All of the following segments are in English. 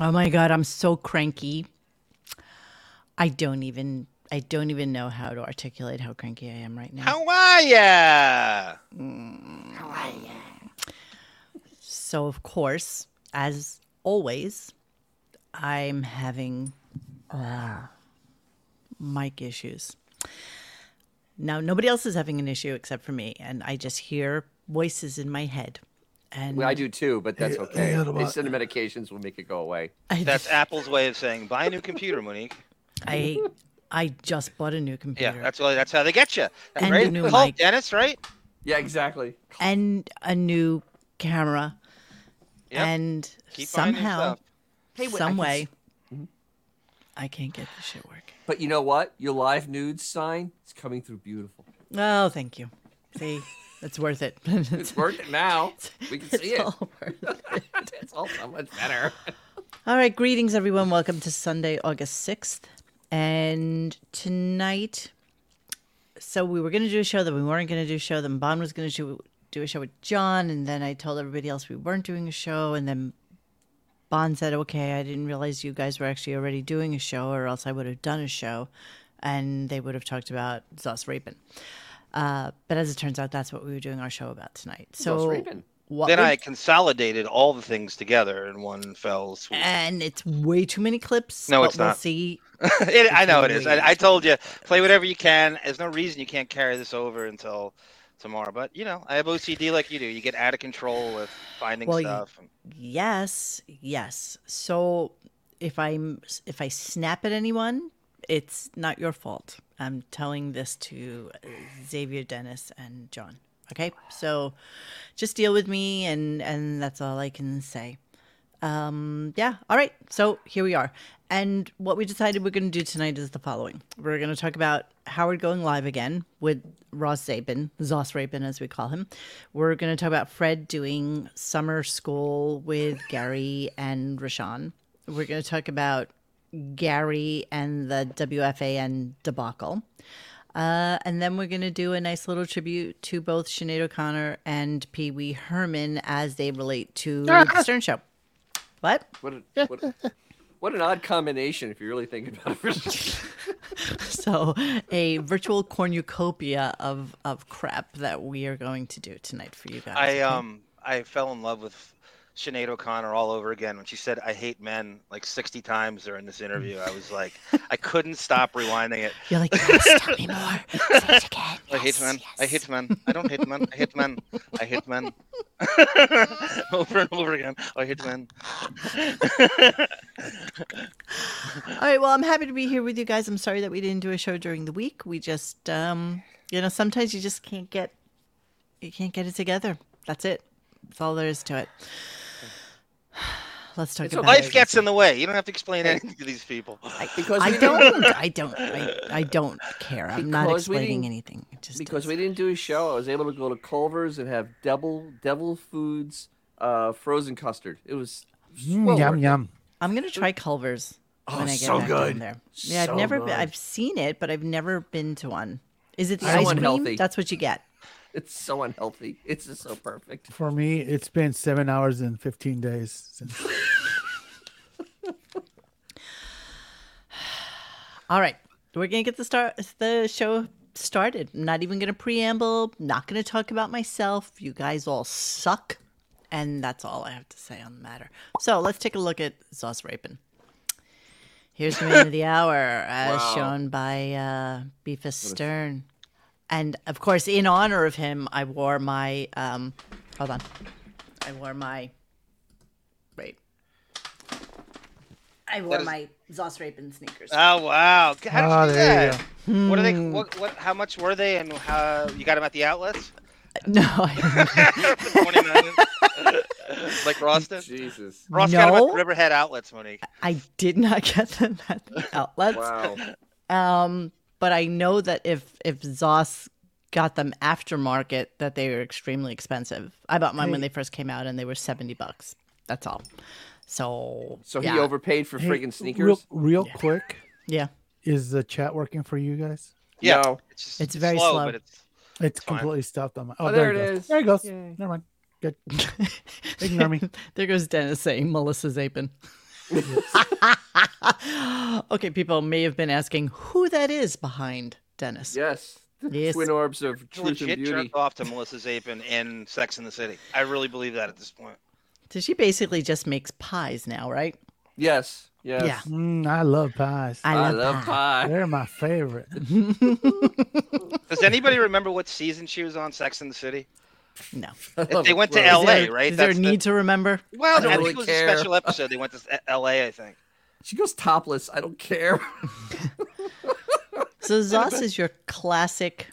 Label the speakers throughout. Speaker 1: Oh my god, I'm so cranky. I don't even I don't even know how to articulate how cranky I am right now.
Speaker 2: How are ya?
Speaker 1: Mm. So, of course, as always, I'm having uh, mic issues. Now, nobody else is having an issue except for me, and I just hear voices in my head. And
Speaker 3: Well, I do too, but that's okay.
Speaker 4: yeah, the
Speaker 3: They
Speaker 4: what?
Speaker 3: send the medications, will make it go away.
Speaker 1: I,
Speaker 2: That's Apple's way of saying buy a new computer, Monique.
Speaker 1: I, I just bought a new
Speaker 2: Yeah,
Speaker 1: computer.
Speaker 2: that's why. That's how they get you. That's
Speaker 1: And
Speaker 2: right.
Speaker 1: the new
Speaker 2: Hulk,
Speaker 1: mic.
Speaker 2: Dennis, right?
Speaker 3: Yeah, exactly.
Speaker 1: and a new camera.
Speaker 2: Yep.
Speaker 1: And
Speaker 2: Keep buying new
Speaker 1: somehow,
Speaker 2: stuff.
Speaker 3: Hey, wait, I
Speaker 1: some
Speaker 3: can
Speaker 1: way, Mhm.
Speaker 3: s-
Speaker 1: I can't get this shit working.
Speaker 3: But you know what? Your live nudes sign is coming through beautiful.
Speaker 1: Oh, thank you. See, it's worth it.
Speaker 3: It's worth it now. We can see it.
Speaker 1: all worth it.
Speaker 3: it's all so much better.
Speaker 1: All right, greetings everyone. Welcome to Sunday, August 6th. And tonight, so we were going to do a show, then we weren't going to do a show, then Bon was going to do, do a show with John, and then I told everybody else we weren't doing a show, and then Bon said, okay, I didn't realize you guys were actually already doing a show, or else I would have done a show, and they would have talked about Zoss Rapin. Uh, but as it turns out, that's what we were doing our show about tonight. So
Speaker 3: Rapin.
Speaker 1: what
Speaker 2: Then
Speaker 1: we're
Speaker 2: I consolidated all the things together in one fell swoop.
Speaker 1: and it's way too many clips.
Speaker 2: No,
Speaker 1: but
Speaker 2: it's
Speaker 1: we'll
Speaker 2: not.
Speaker 1: See,
Speaker 2: It- I know it is.
Speaker 1: Wait.
Speaker 2: I, I told you, play whatever you can. There's no reason you can't carry this over until tomorrow. But you know, I have OCD like you do. You get out of control with finding
Speaker 1: Well, you-
Speaker 2: stuff. and-
Speaker 1: yes, yes. So if I'm if I snap at anyone, it's not your fault. I'm telling this to Xavier, Dennis, and John. Okay, so just deal with me, and and that's all I can say. Um, yeah. All right. So here we are. And what we decided we're going to do tonight is the following. We're going to talk about Howard going live again with Ross Zabin, Zoss Rabin, as we call him. We're going to talk about Fred doing summer school with Gary and Rashawn. We're going to talk about Gary and the WFAN debacle. Uh, and then we're going to do a nice little tribute to both Sinead O'Connor and Pee Wee Herman as they relate to the Stern Show. What?
Speaker 3: What, a, what, a- what an odd combination if you really think about it.
Speaker 1: So, a virtual cornucopia of, of crap that we are going to do tonight for you guys.
Speaker 2: I
Speaker 1: okay?
Speaker 2: um I fell in love with Sinead O'Connor all over again when she said I hate men like 60 times during this interview. I was like, I couldn't stop rewinding it.
Speaker 1: You're like, yes, tell me more. Say it again.
Speaker 2: I hate
Speaker 1: Yes,
Speaker 2: men. I
Speaker 1: yes."
Speaker 2: hate men. I don't hate men. I hate men. I hate men. over and over again. I hate men.
Speaker 1: All right. Well, I'm happy to be here with you guys. I'm sorry that we didn't do a show during the week. We just, um, you know, sometimes you just can't get, you can't get it together. That's it. That's all there is to it. Let's talk
Speaker 3: It's
Speaker 1: about
Speaker 3: okay.
Speaker 2: Life
Speaker 1: it.
Speaker 2: gets in the way. You don't have to explain anything to these people.
Speaker 3: Because
Speaker 1: I
Speaker 3: we didn't-
Speaker 1: don't. I don't. I, I don't care. I'm not
Speaker 3: Because we
Speaker 1: explaining
Speaker 3: didn't-
Speaker 1: anything. It Just
Speaker 3: because
Speaker 1: is.
Speaker 3: we didn't do a show, I was able to go to Culver's and have Devil Devil Foods uh, frozen custard. It was well
Speaker 4: Mm, yum
Speaker 3: worth it.
Speaker 4: yum.
Speaker 1: I'm gonna try Culver's
Speaker 3: Oh,
Speaker 1: when I get
Speaker 3: so
Speaker 1: back down
Speaker 3: good.
Speaker 1: there. Yeah, I've
Speaker 3: So
Speaker 1: never.
Speaker 3: good.
Speaker 1: Been, I've seen it, but I've never been to one. Is it the
Speaker 3: So
Speaker 1: ice cream?
Speaker 3: unhealthy.
Speaker 1: That's what you get.
Speaker 3: It's so unhealthy. It's just so perfect.
Speaker 4: For me, it's been seven hours and fifteen days since
Speaker 1: All right, we're gonna get the start the show started. I'm not even gonna preamble. Not gonna talk about myself. You guys all suck, and that's all I have to say on the matter. So let's take a look at Zoss Rapin. Here's the man of the hour, as
Speaker 3: Wow.
Speaker 1: shown by uh, Beefus Stern, and of course, in honor of him, I wore my um. Hold on, I wore my. Wait. I wore
Speaker 2: is-
Speaker 1: my Zoss Rapin sneakers.
Speaker 2: Oh wow! G- How
Speaker 4: Ah,
Speaker 2: did you do
Speaker 4: there you Hmm.
Speaker 2: that? What are they? What, what? How much were they? And how you got them at the outlets?
Speaker 1: No, I,
Speaker 2: Twenty nine. like Ross did.
Speaker 3: Jesus.
Speaker 2: Ross got them at
Speaker 1: No.
Speaker 2: the Riverhead outlets, Monique.
Speaker 1: I did not get them at the outlets.
Speaker 3: Wow.
Speaker 1: Um, but I know that if if Zoss got them aftermarket, that they were extremely expensive. I bought mine when
Speaker 4: Hey.
Speaker 1: they first came out, and they were seventy bucks. That's all. So
Speaker 3: So
Speaker 1: yeah,
Speaker 3: he overpaid for
Speaker 4: Hey,
Speaker 3: friggin' sneakers.
Speaker 4: Real, real quick,
Speaker 1: yeah.
Speaker 4: is the chat working for you guys?
Speaker 2: Yeah.
Speaker 3: No.
Speaker 2: It's just
Speaker 1: It's very slow.
Speaker 2: but it's
Speaker 4: It's,
Speaker 2: fine.
Speaker 4: completely stopped on my.
Speaker 3: Oh, there it
Speaker 4: goes.
Speaker 3: is.
Speaker 4: There it goes.
Speaker 3: Yay.
Speaker 4: Never mind. Good. Ignore me.
Speaker 1: there goes Dennis saying Melissa's aping. okay, people may have been asking who that is behind Dennis.
Speaker 3: Yes. The
Speaker 1: Yes.
Speaker 3: twin orbs of
Speaker 2: I
Speaker 3: truth and
Speaker 2: legit
Speaker 3: beauty.
Speaker 2: jerked off to Melissa Zapin in Sex in the City. I really believe that at this point.
Speaker 1: So she basically just makes pies now, right?
Speaker 3: Yes. Yes.
Speaker 1: Yeah.
Speaker 4: Mm, I love pies.
Speaker 1: I
Speaker 3: I
Speaker 1: love,
Speaker 3: love
Speaker 1: pie.
Speaker 3: pie.
Speaker 4: They're my favorite.
Speaker 2: Does anybody remember what season she was on Sex in the City?
Speaker 1: No.
Speaker 3: I love
Speaker 2: They went to
Speaker 3: it.
Speaker 1: Is
Speaker 2: LA,
Speaker 1: there-
Speaker 2: right?
Speaker 1: Is there a
Speaker 2: That's the-
Speaker 1: need to remember?
Speaker 2: Well, I,
Speaker 3: don't
Speaker 2: think
Speaker 3: really
Speaker 2: it was
Speaker 3: care.
Speaker 2: a special episode. They went to LA, I think.
Speaker 3: She goes topless. I don't care.
Speaker 1: So Zoss is your classic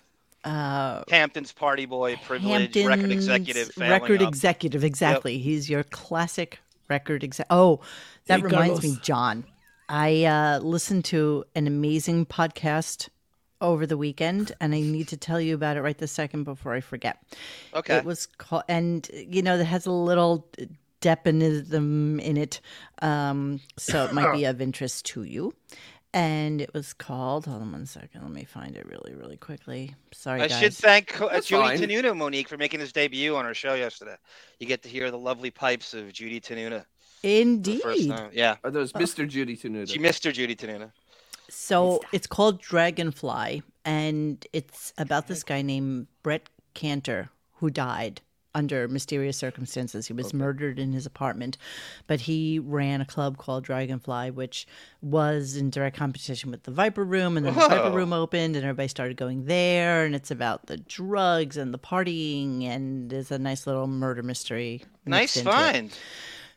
Speaker 1: uh,
Speaker 2: Hampton's party boy, privileged
Speaker 1: Hamptons
Speaker 2: record executive, failing
Speaker 1: record
Speaker 2: up.
Speaker 1: executive, exactly. He's your classic record exec. Oh, that
Speaker 4: Hey,
Speaker 1: reminds
Speaker 4: Carlos.
Speaker 1: me, John. I uh, listened to an amazing podcast over the weekend, and I need to tell you about it right this second before I forget.
Speaker 2: okay.
Speaker 1: It was called, and you know, that has a little deponism in it, um, so it might be of interest to you. And it was called. Hold on one second. Let me find it really, really quickly. Sorry,
Speaker 2: I
Speaker 1: guys.
Speaker 2: should thank uh,
Speaker 3: That's
Speaker 2: Judy
Speaker 3: fine.
Speaker 2: Tenuta, Monique, for making his debut on our show yesterday. You get to hear the lovely pipes of Judy Tenuta for the first
Speaker 1: Indeed.
Speaker 2: time. Yeah.
Speaker 3: Are those Mr. Judy Tenuta?
Speaker 2: She missed her Judy Tenuta.
Speaker 1: So it's called Dragonfly, and it's about this guy named Brett Cantor who died under mysterious circumstances. He was murdered in his apartment, but he ran a club called Dragonfly, which was in direct competition with the Viper Room. And then the Viper
Speaker 2: Whoa.
Speaker 1: Room opened, and everybody started going there. And it's about the drugs and the partying, and there's a nice little murder mystery. mixed
Speaker 2: Nice
Speaker 1: into it.
Speaker 2: find.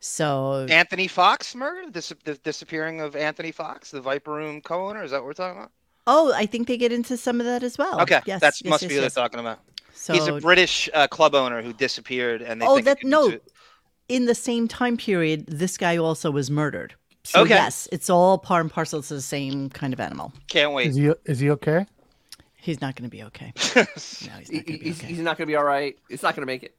Speaker 1: So
Speaker 2: Anthony Fox murder? Dis- the disappearing of Anthony Fox, the Viper Room co owner? Is that what we're talking about?
Speaker 1: Oh, I think they get into some of that as well.
Speaker 2: okay.
Speaker 1: Oh, Yes,
Speaker 2: that
Speaker 1: yes,
Speaker 2: must
Speaker 1: yes,
Speaker 2: be what
Speaker 1: yes.
Speaker 2: they're talking about.
Speaker 1: So
Speaker 2: He's a British uh, club owner who disappeared and they
Speaker 1: Oh,
Speaker 2: think it
Speaker 1: that
Speaker 2: could be
Speaker 1: no.
Speaker 2: to-
Speaker 1: In the same time period, this guy also was murdered. So
Speaker 2: Okay.
Speaker 1: yes, it's all par and parcel to the same kind of animal.
Speaker 2: Can't
Speaker 4: Is
Speaker 2: wait.
Speaker 4: he is he okay?
Speaker 1: He's not going to be okay. No, he's
Speaker 3: He-
Speaker 1: not
Speaker 3: he-
Speaker 1: going to be
Speaker 3: he's,
Speaker 1: okay.
Speaker 3: he's not gonna be all right. He's not gonna make it.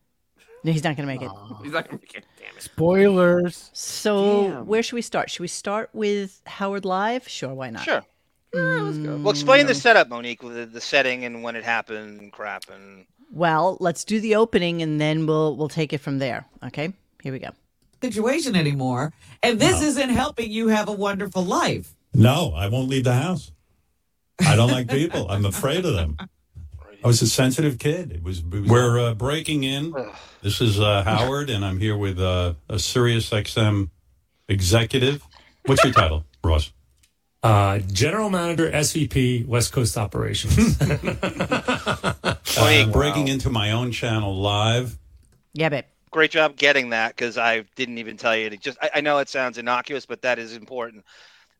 Speaker 1: No, he's not going to make it.
Speaker 3: He's not gonna make it. Damn it.
Speaker 4: Spoilers.
Speaker 1: So
Speaker 3: Damn.
Speaker 1: where should we start? Should we start with Howard Live? Sure, why not? Mm.
Speaker 2: Sure.
Speaker 3: Yeah, let's go.
Speaker 2: Well, explain the setup, Monique, with the, the setting and when it happened and crap. And
Speaker 1: Well, let's do the opening and then we'll we'll take it from there. Okay, here we go.
Speaker 5: situation anymore. And this isn't helping you have a wonderful life.
Speaker 6: No, I won't leave the house. I don't like people. I'm afraid of them. I was a sensitive kid. It was, it was- we're uh, breaking in. This is uh, Howard, and I'm here with uh, a Sirius XM executive. What's your title, Ross?
Speaker 7: Uh, General Manager SVP West Coast Operations.
Speaker 6: Uh, breaking into my own channel live.
Speaker 1: Yeah, babe.
Speaker 2: great job getting that because I didn't even tell you. To just I, I know it sounds innocuous, but that is important.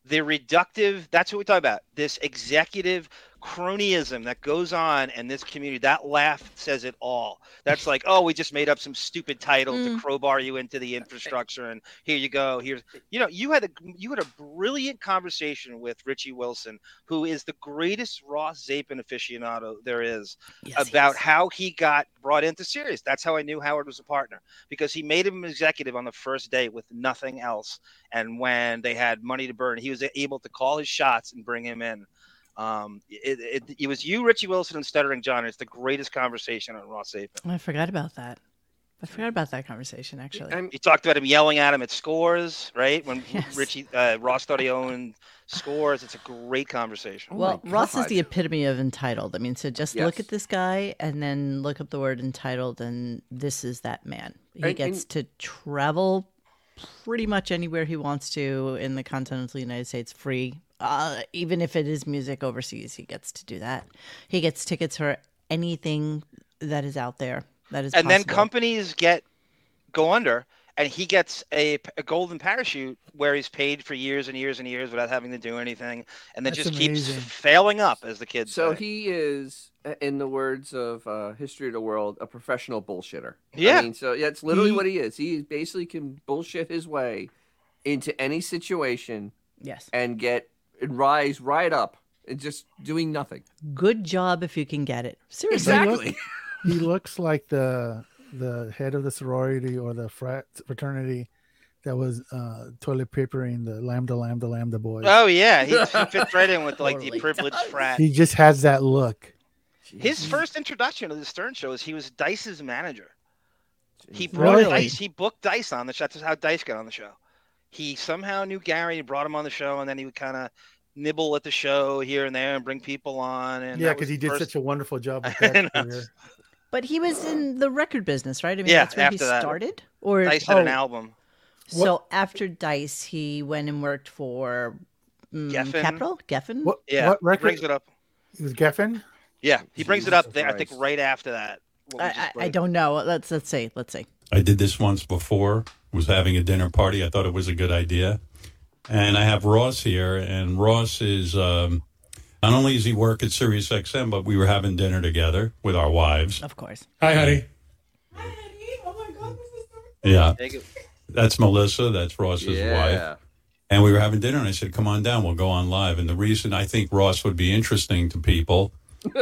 Speaker 2: The reductive, that's what we talk about. This executive cronyism that goes on in this community, that laugh says it all. That's like, oh, we just made up some stupid title to crowbar you into the infrastructure and here you go. Here's you know, you had a you had a brilliant conversation with Richie Wilson, who is the greatest Ross Zapin aficionado there is
Speaker 1: Yes,
Speaker 2: about
Speaker 1: yes.
Speaker 2: how he got brought into Sirius. That's how I knew Howard was a partner because he made him an executive on the first day with nothing else. And when they had money to burn, he was able to call his shots and bring him in. Um, it, it, it was you, Richie Wilson, and Stuttering John. It's the greatest conversation on Ross Saban.
Speaker 1: I forgot about that. I forgot about that conversation actually.
Speaker 3: I'm-
Speaker 2: He talked about him yelling at him at scores, right? When
Speaker 1: Yes.
Speaker 2: Richie uh, Ross started owning scores, it's a great conversation.
Speaker 3: Oh
Speaker 1: Well,
Speaker 3: my
Speaker 1: Ross is
Speaker 3: God.
Speaker 1: the epitome of entitled. I mean, so just look
Speaker 3: Yes.
Speaker 1: at this guy and then look up the word entitled, and this is that man. He
Speaker 3: And-
Speaker 1: gets to travel pretty much anywhere he wants to in the continental United States free. Uh, even if it is music overseas, he gets to do that. He gets tickets for anything that is out there that is
Speaker 2: and then
Speaker 1: possible.
Speaker 2: companies get go under and he gets a, p- a golden parachute where he's paid for years and years and years without having to do anything and then
Speaker 4: That's
Speaker 2: just
Speaker 4: amazing.
Speaker 2: keeps failing up as the kids
Speaker 3: So
Speaker 2: say.
Speaker 3: he is, uh, in the words of uh, history of the world, a professional bullshitter.
Speaker 2: Yeah.
Speaker 3: I mean, so yeah, it's literally
Speaker 4: He-
Speaker 3: what he is. He basically can bullshit his way into any situation
Speaker 1: yes.
Speaker 3: and get and rise right up and just doing nothing.
Speaker 1: Good job if you can get it. Seriously.
Speaker 3: Exactly.
Speaker 4: He looks like the the head of the sorority or the frat fraternity that was uh, toilet papering the lambda lambda lambda boys.
Speaker 2: oh yeah he, he fits right in with like
Speaker 1: Totally
Speaker 2: the privileged frat
Speaker 4: He just has that look. Mm-hmm.
Speaker 2: his first introduction to the stern show is he was dice's manager he
Speaker 3: Jeez.
Speaker 2: brought
Speaker 4: Really?
Speaker 2: dice he booked dice on the show that's how dice got on the show He somehow knew Gary, brought him on the show, and then he would kind of nibble at the show here and there and bring people on. And
Speaker 4: yeah,
Speaker 2: that was
Speaker 4: because he
Speaker 2: the
Speaker 4: did
Speaker 2: first-
Speaker 4: such a wonderful job with
Speaker 2: I
Speaker 4: that
Speaker 2: know.
Speaker 4: career.
Speaker 1: But he was in the record business, right? I mean,
Speaker 2: Yeah,
Speaker 1: that's where he
Speaker 2: after that.
Speaker 1: started. Or
Speaker 2: Dice had an
Speaker 1: oh,
Speaker 2: album.
Speaker 1: So after Dice, he went and worked for mm,
Speaker 2: Geffen.
Speaker 1: Capital Geffen.
Speaker 4: What,
Speaker 2: Yeah,
Speaker 4: what record?
Speaker 2: brings it up.
Speaker 4: It was Geffen.
Speaker 2: Yeah, he brings it
Speaker 3: Jesus
Speaker 2: up there. I think
Speaker 3: Christ.
Speaker 2: right after that. what we just
Speaker 1: I, I, I
Speaker 2: played.
Speaker 1: don't know. Let's let's see. Let's see.
Speaker 6: I did this once before, was having a dinner party. I thought it was a good idea. And I have Ross here, and Ross is um, not only is he work at Sirius XM, but we were having dinner together with our wives.
Speaker 1: Of course.
Speaker 7: Hi, honey.
Speaker 6: Yeah,
Speaker 2: Take it-
Speaker 6: that's Melissa. That's Ross's wife.
Speaker 3: Yeah.
Speaker 6: And we were having dinner, and I said, Come on down, we'll go on live. And the reason I think Ross would be interesting to people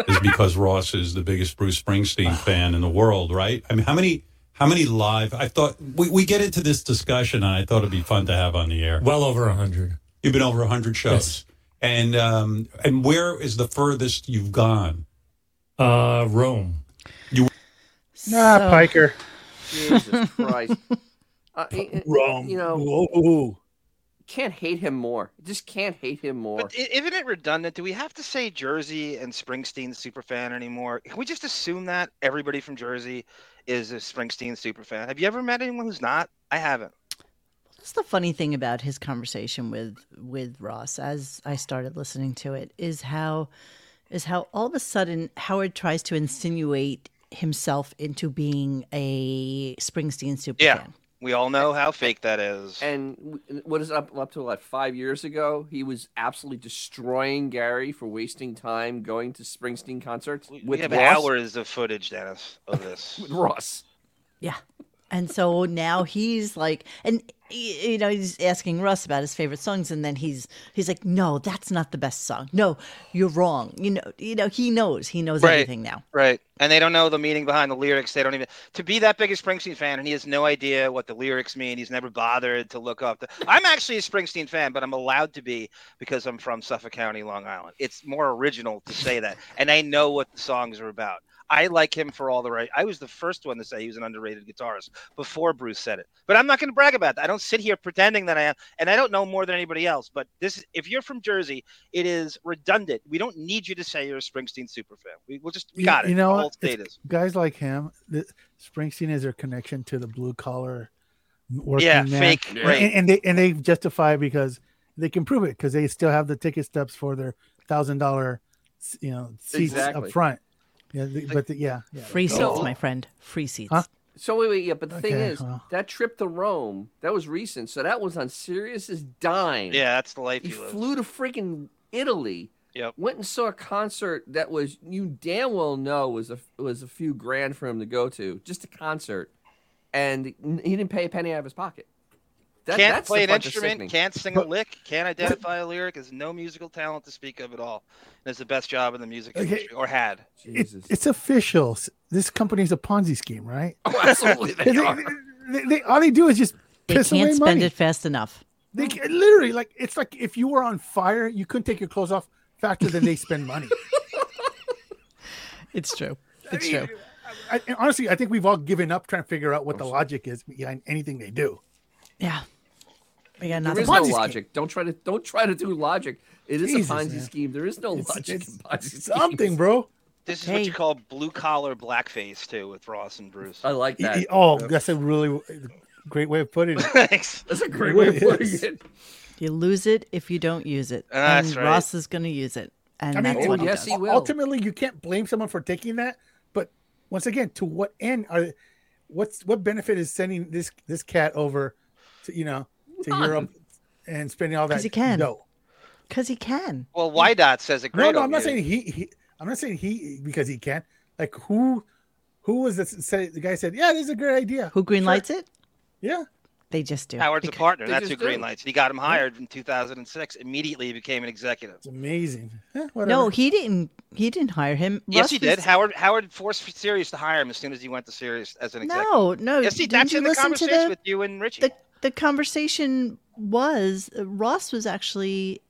Speaker 6: is because Ross is the biggest Bruce Springsteen fan in the world, right? I mean, how many. How many live? I thought we, we get into this discussion, and I thought it'd be fun to have on the air.
Speaker 7: Well over 100.
Speaker 6: You've been over hundred shows,
Speaker 7: Yes.
Speaker 6: and um, and where is the furthest you've gone?
Speaker 7: Uh, Rome.
Speaker 4: Nah,
Speaker 1: So-
Speaker 4: Piker.
Speaker 3: Jesus Christ. Uh, y- y- You know,
Speaker 4: Whoa.
Speaker 3: can't hate him more. Just can't hate him more.
Speaker 2: But i- isn't it redundant? Do we have to say Jersey and Springsteen superfan anymore? Can we just assume that everybody from Jersey is a Springsteen superfan? Have you ever met anyone who's not? I haven't.
Speaker 1: That's the funny thing about his conversation with with Ross as I started listening to it is how is how all of a sudden Howard tries to insinuate himself into being a Springsteen superfan.
Speaker 2: Yeah. We all know how fake that is.
Speaker 3: and w- what is up up to like five years ago? He was absolutely destroying Gary for wasting time going to Springsteen concerts
Speaker 2: We- we
Speaker 3: with
Speaker 2: have
Speaker 3: Ross.
Speaker 2: hours of footage, Dennis, of this.
Speaker 3: With Ross.
Speaker 1: Yeah. And so now he's like, and y- you know, he's asking Russ about his favorite songs, and then he's he's like, "No, that's not the best song. No, you're wrong. You know, you know, he knows, he knows
Speaker 2: Right.
Speaker 1: everything now.
Speaker 2: Right. And they don't know the meaning behind the lyrics. They don't even to be that big a Springsteen fan and he has no idea what the lyrics mean. He's never bothered to look up the I'm actually a Springsteen fan, but I'm allowed to be because I'm from Suffolk County, Long Island. It's more original to say that. And I know what the songs are about. I like him for all the right. I was the first one to say he was an underrated guitarist before Bruce said it. But I'm not going to brag about that. I don't sit here pretending that I am, and I don't know more than anybody else. But this, if you're from Jersey, it is redundant. We don't need you to say you're a Springsteen superfan. We, we'll just we
Speaker 4: You-
Speaker 2: got it.
Speaker 4: you know
Speaker 2: the whole
Speaker 4: what? It's-
Speaker 2: state is.
Speaker 4: Guys like him, the, Springsteen is their connection to the blue collar working
Speaker 2: Yeah,
Speaker 4: man.
Speaker 2: fake.
Speaker 3: Yeah.
Speaker 2: Right.
Speaker 4: And, and they and they justify because they can prove it because they still have the ticket stubs for their thousand dollar, you know, seats up
Speaker 3: Exactly.
Speaker 4: front. Yeah, they- but the, yeah, yeah.
Speaker 1: Free seats,
Speaker 3: No.
Speaker 1: my friend. Free seats.
Speaker 4: Huh?
Speaker 3: So wait, wait, yeah. But the thing
Speaker 4: Okay,
Speaker 3: is,
Speaker 4: well.
Speaker 3: that trip to Rome that was recent. So that was on Sirius's dime.
Speaker 2: Yeah, that's the life
Speaker 3: He
Speaker 2: you live.
Speaker 3: flew to freaking Italy.
Speaker 2: Yep.
Speaker 3: Went and saw a concert that was you damn well know was a was a few grand for him to go to, just a concert, and he didn't pay a penny out of his pocket. That,
Speaker 2: can't
Speaker 3: that's the
Speaker 2: play an
Speaker 3: part that's
Speaker 2: instrument,
Speaker 3: sickening.
Speaker 2: can't sing a lick, can't identify a lyric, has no musical talent to speak of at all, and is the best job in the music
Speaker 4: Okay.
Speaker 2: industry or had.
Speaker 4: It,
Speaker 3: Jesus.
Speaker 4: it's official. This company's a Ponzi scheme, right?
Speaker 3: oh, absolutely,
Speaker 4: They,
Speaker 3: they are.
Speaker 4: they- they- all they do is just
Speaker 1: They
Speaker 4: piss away
Speaker 1: can't spend
Speaker 4: money.
Speaker 1: it fast enough.
Speaker 4: They ca- literally like it's like if you were on fire, you couldn't take your clothes off faster than they spend money.
Speaker 1: It's true. It's
Speaker 4: I mean,
Speaker 1: true.
Speaker 4: I, I- honestly, I think we've all given up trying to figure out what the logic is behind anything they do.
Speaker 1: Yeah. We got
Speaker 3: There
Speaker 1: nothing.
Speaker 3: is no
Speaker 4: Ponzi scheme.
Speaker 3: logic. Don't try to don't try to do logic. It is
Speaker 4: Jesus,
Speaker 3: a Ponzi
Speaker 4: man.
Speaker 3: scheme. There is no
Speaker 4: It's-
Speaker 3: logic
Speaker 4: it's
Speaker 3: in Ponzi schemes.
Speaker 4: Something, bro.
Speaker 2: This is what
Speaker 1: Hey.
Speaker 2: you call blue collar blackface too, with Ross and Bruce.
Speaker 3: I like that.
Speaker 4: Y- y- Oh, that's a really great way of putting it.
Speaker 2: Thanks.
Speaker 3: That's a great way of
Speaker 4: It
Speaker 3: putting
Speaker 4: is.
Speaker 3: it.
Speaker 1: You lose it if you don't use it.
Speaker 2: That's
Speaker 1: and
Speaker 2: right.
Speaker 1: Ross is going to use it. And
Speaker 4: I mean,
Speaker 1: that's
Speaker 3: Oh,
Speaker 1: what he
Speaker 3: yes,
Speaker 1: does.
Speaker 3: he will.
Speaker 4: ultimately, you can't blame someone for taking that. But once again, to what end are what's what benefit is sending this this cat over to you know to
Speaker 3: None.
Speaker 4: Europe and spending all
Speaker 1: 'Cause
Speaker 4: that
Speaker 1: he can.
Speaker 4: dough?
Speaker 1: Because he can.
Speaker 2: Well, Wydot says it great.
Speaker 4: No, no,
Speaker 2: on
Speaker 4: I'm not
Speaker 2: you.
Speaker 4: saying he, he. I'm not saying he because he can. Like who, who was this? Say the guy said, yeah, this is a great idea.
Speaker 1: Who green lights it?
Speaker 4: Yeah,
Speaker 1: They just do.
Speaker 2: Howard's a
Speaker 1: Because-
Speaker 2: partner.
Speaker 3: they
Speaker 2: That's who
Speaker 3: just do.
Speaker 2: greenlights. it. He got him hired in 2006. Immediately he became an executive.
Speaker 4: it's amazing. Eh,
Speaker 1: No,
Speaker 4: whatever.
Speaker 1: he didn't. He didn't hire him.
Speaker 2: Yes,
Speaker 1: Russ
Speaker 2: he did.
Speaker 1: was-
Speaker 2: Howard Howard forced Sirius to hire him as soon as he went to Sirius as an executive.
Speaker 1: No, no.
Speaker 2: yes, he,
Speaker 1: didn't
Speaker 2: that's
Speaker 1: you
Speaker 2: in the
Speaker 1: listen to
Speaker 2: conversation with you and Richie.
Speaker 1: the the conversation was uh, Ross was actually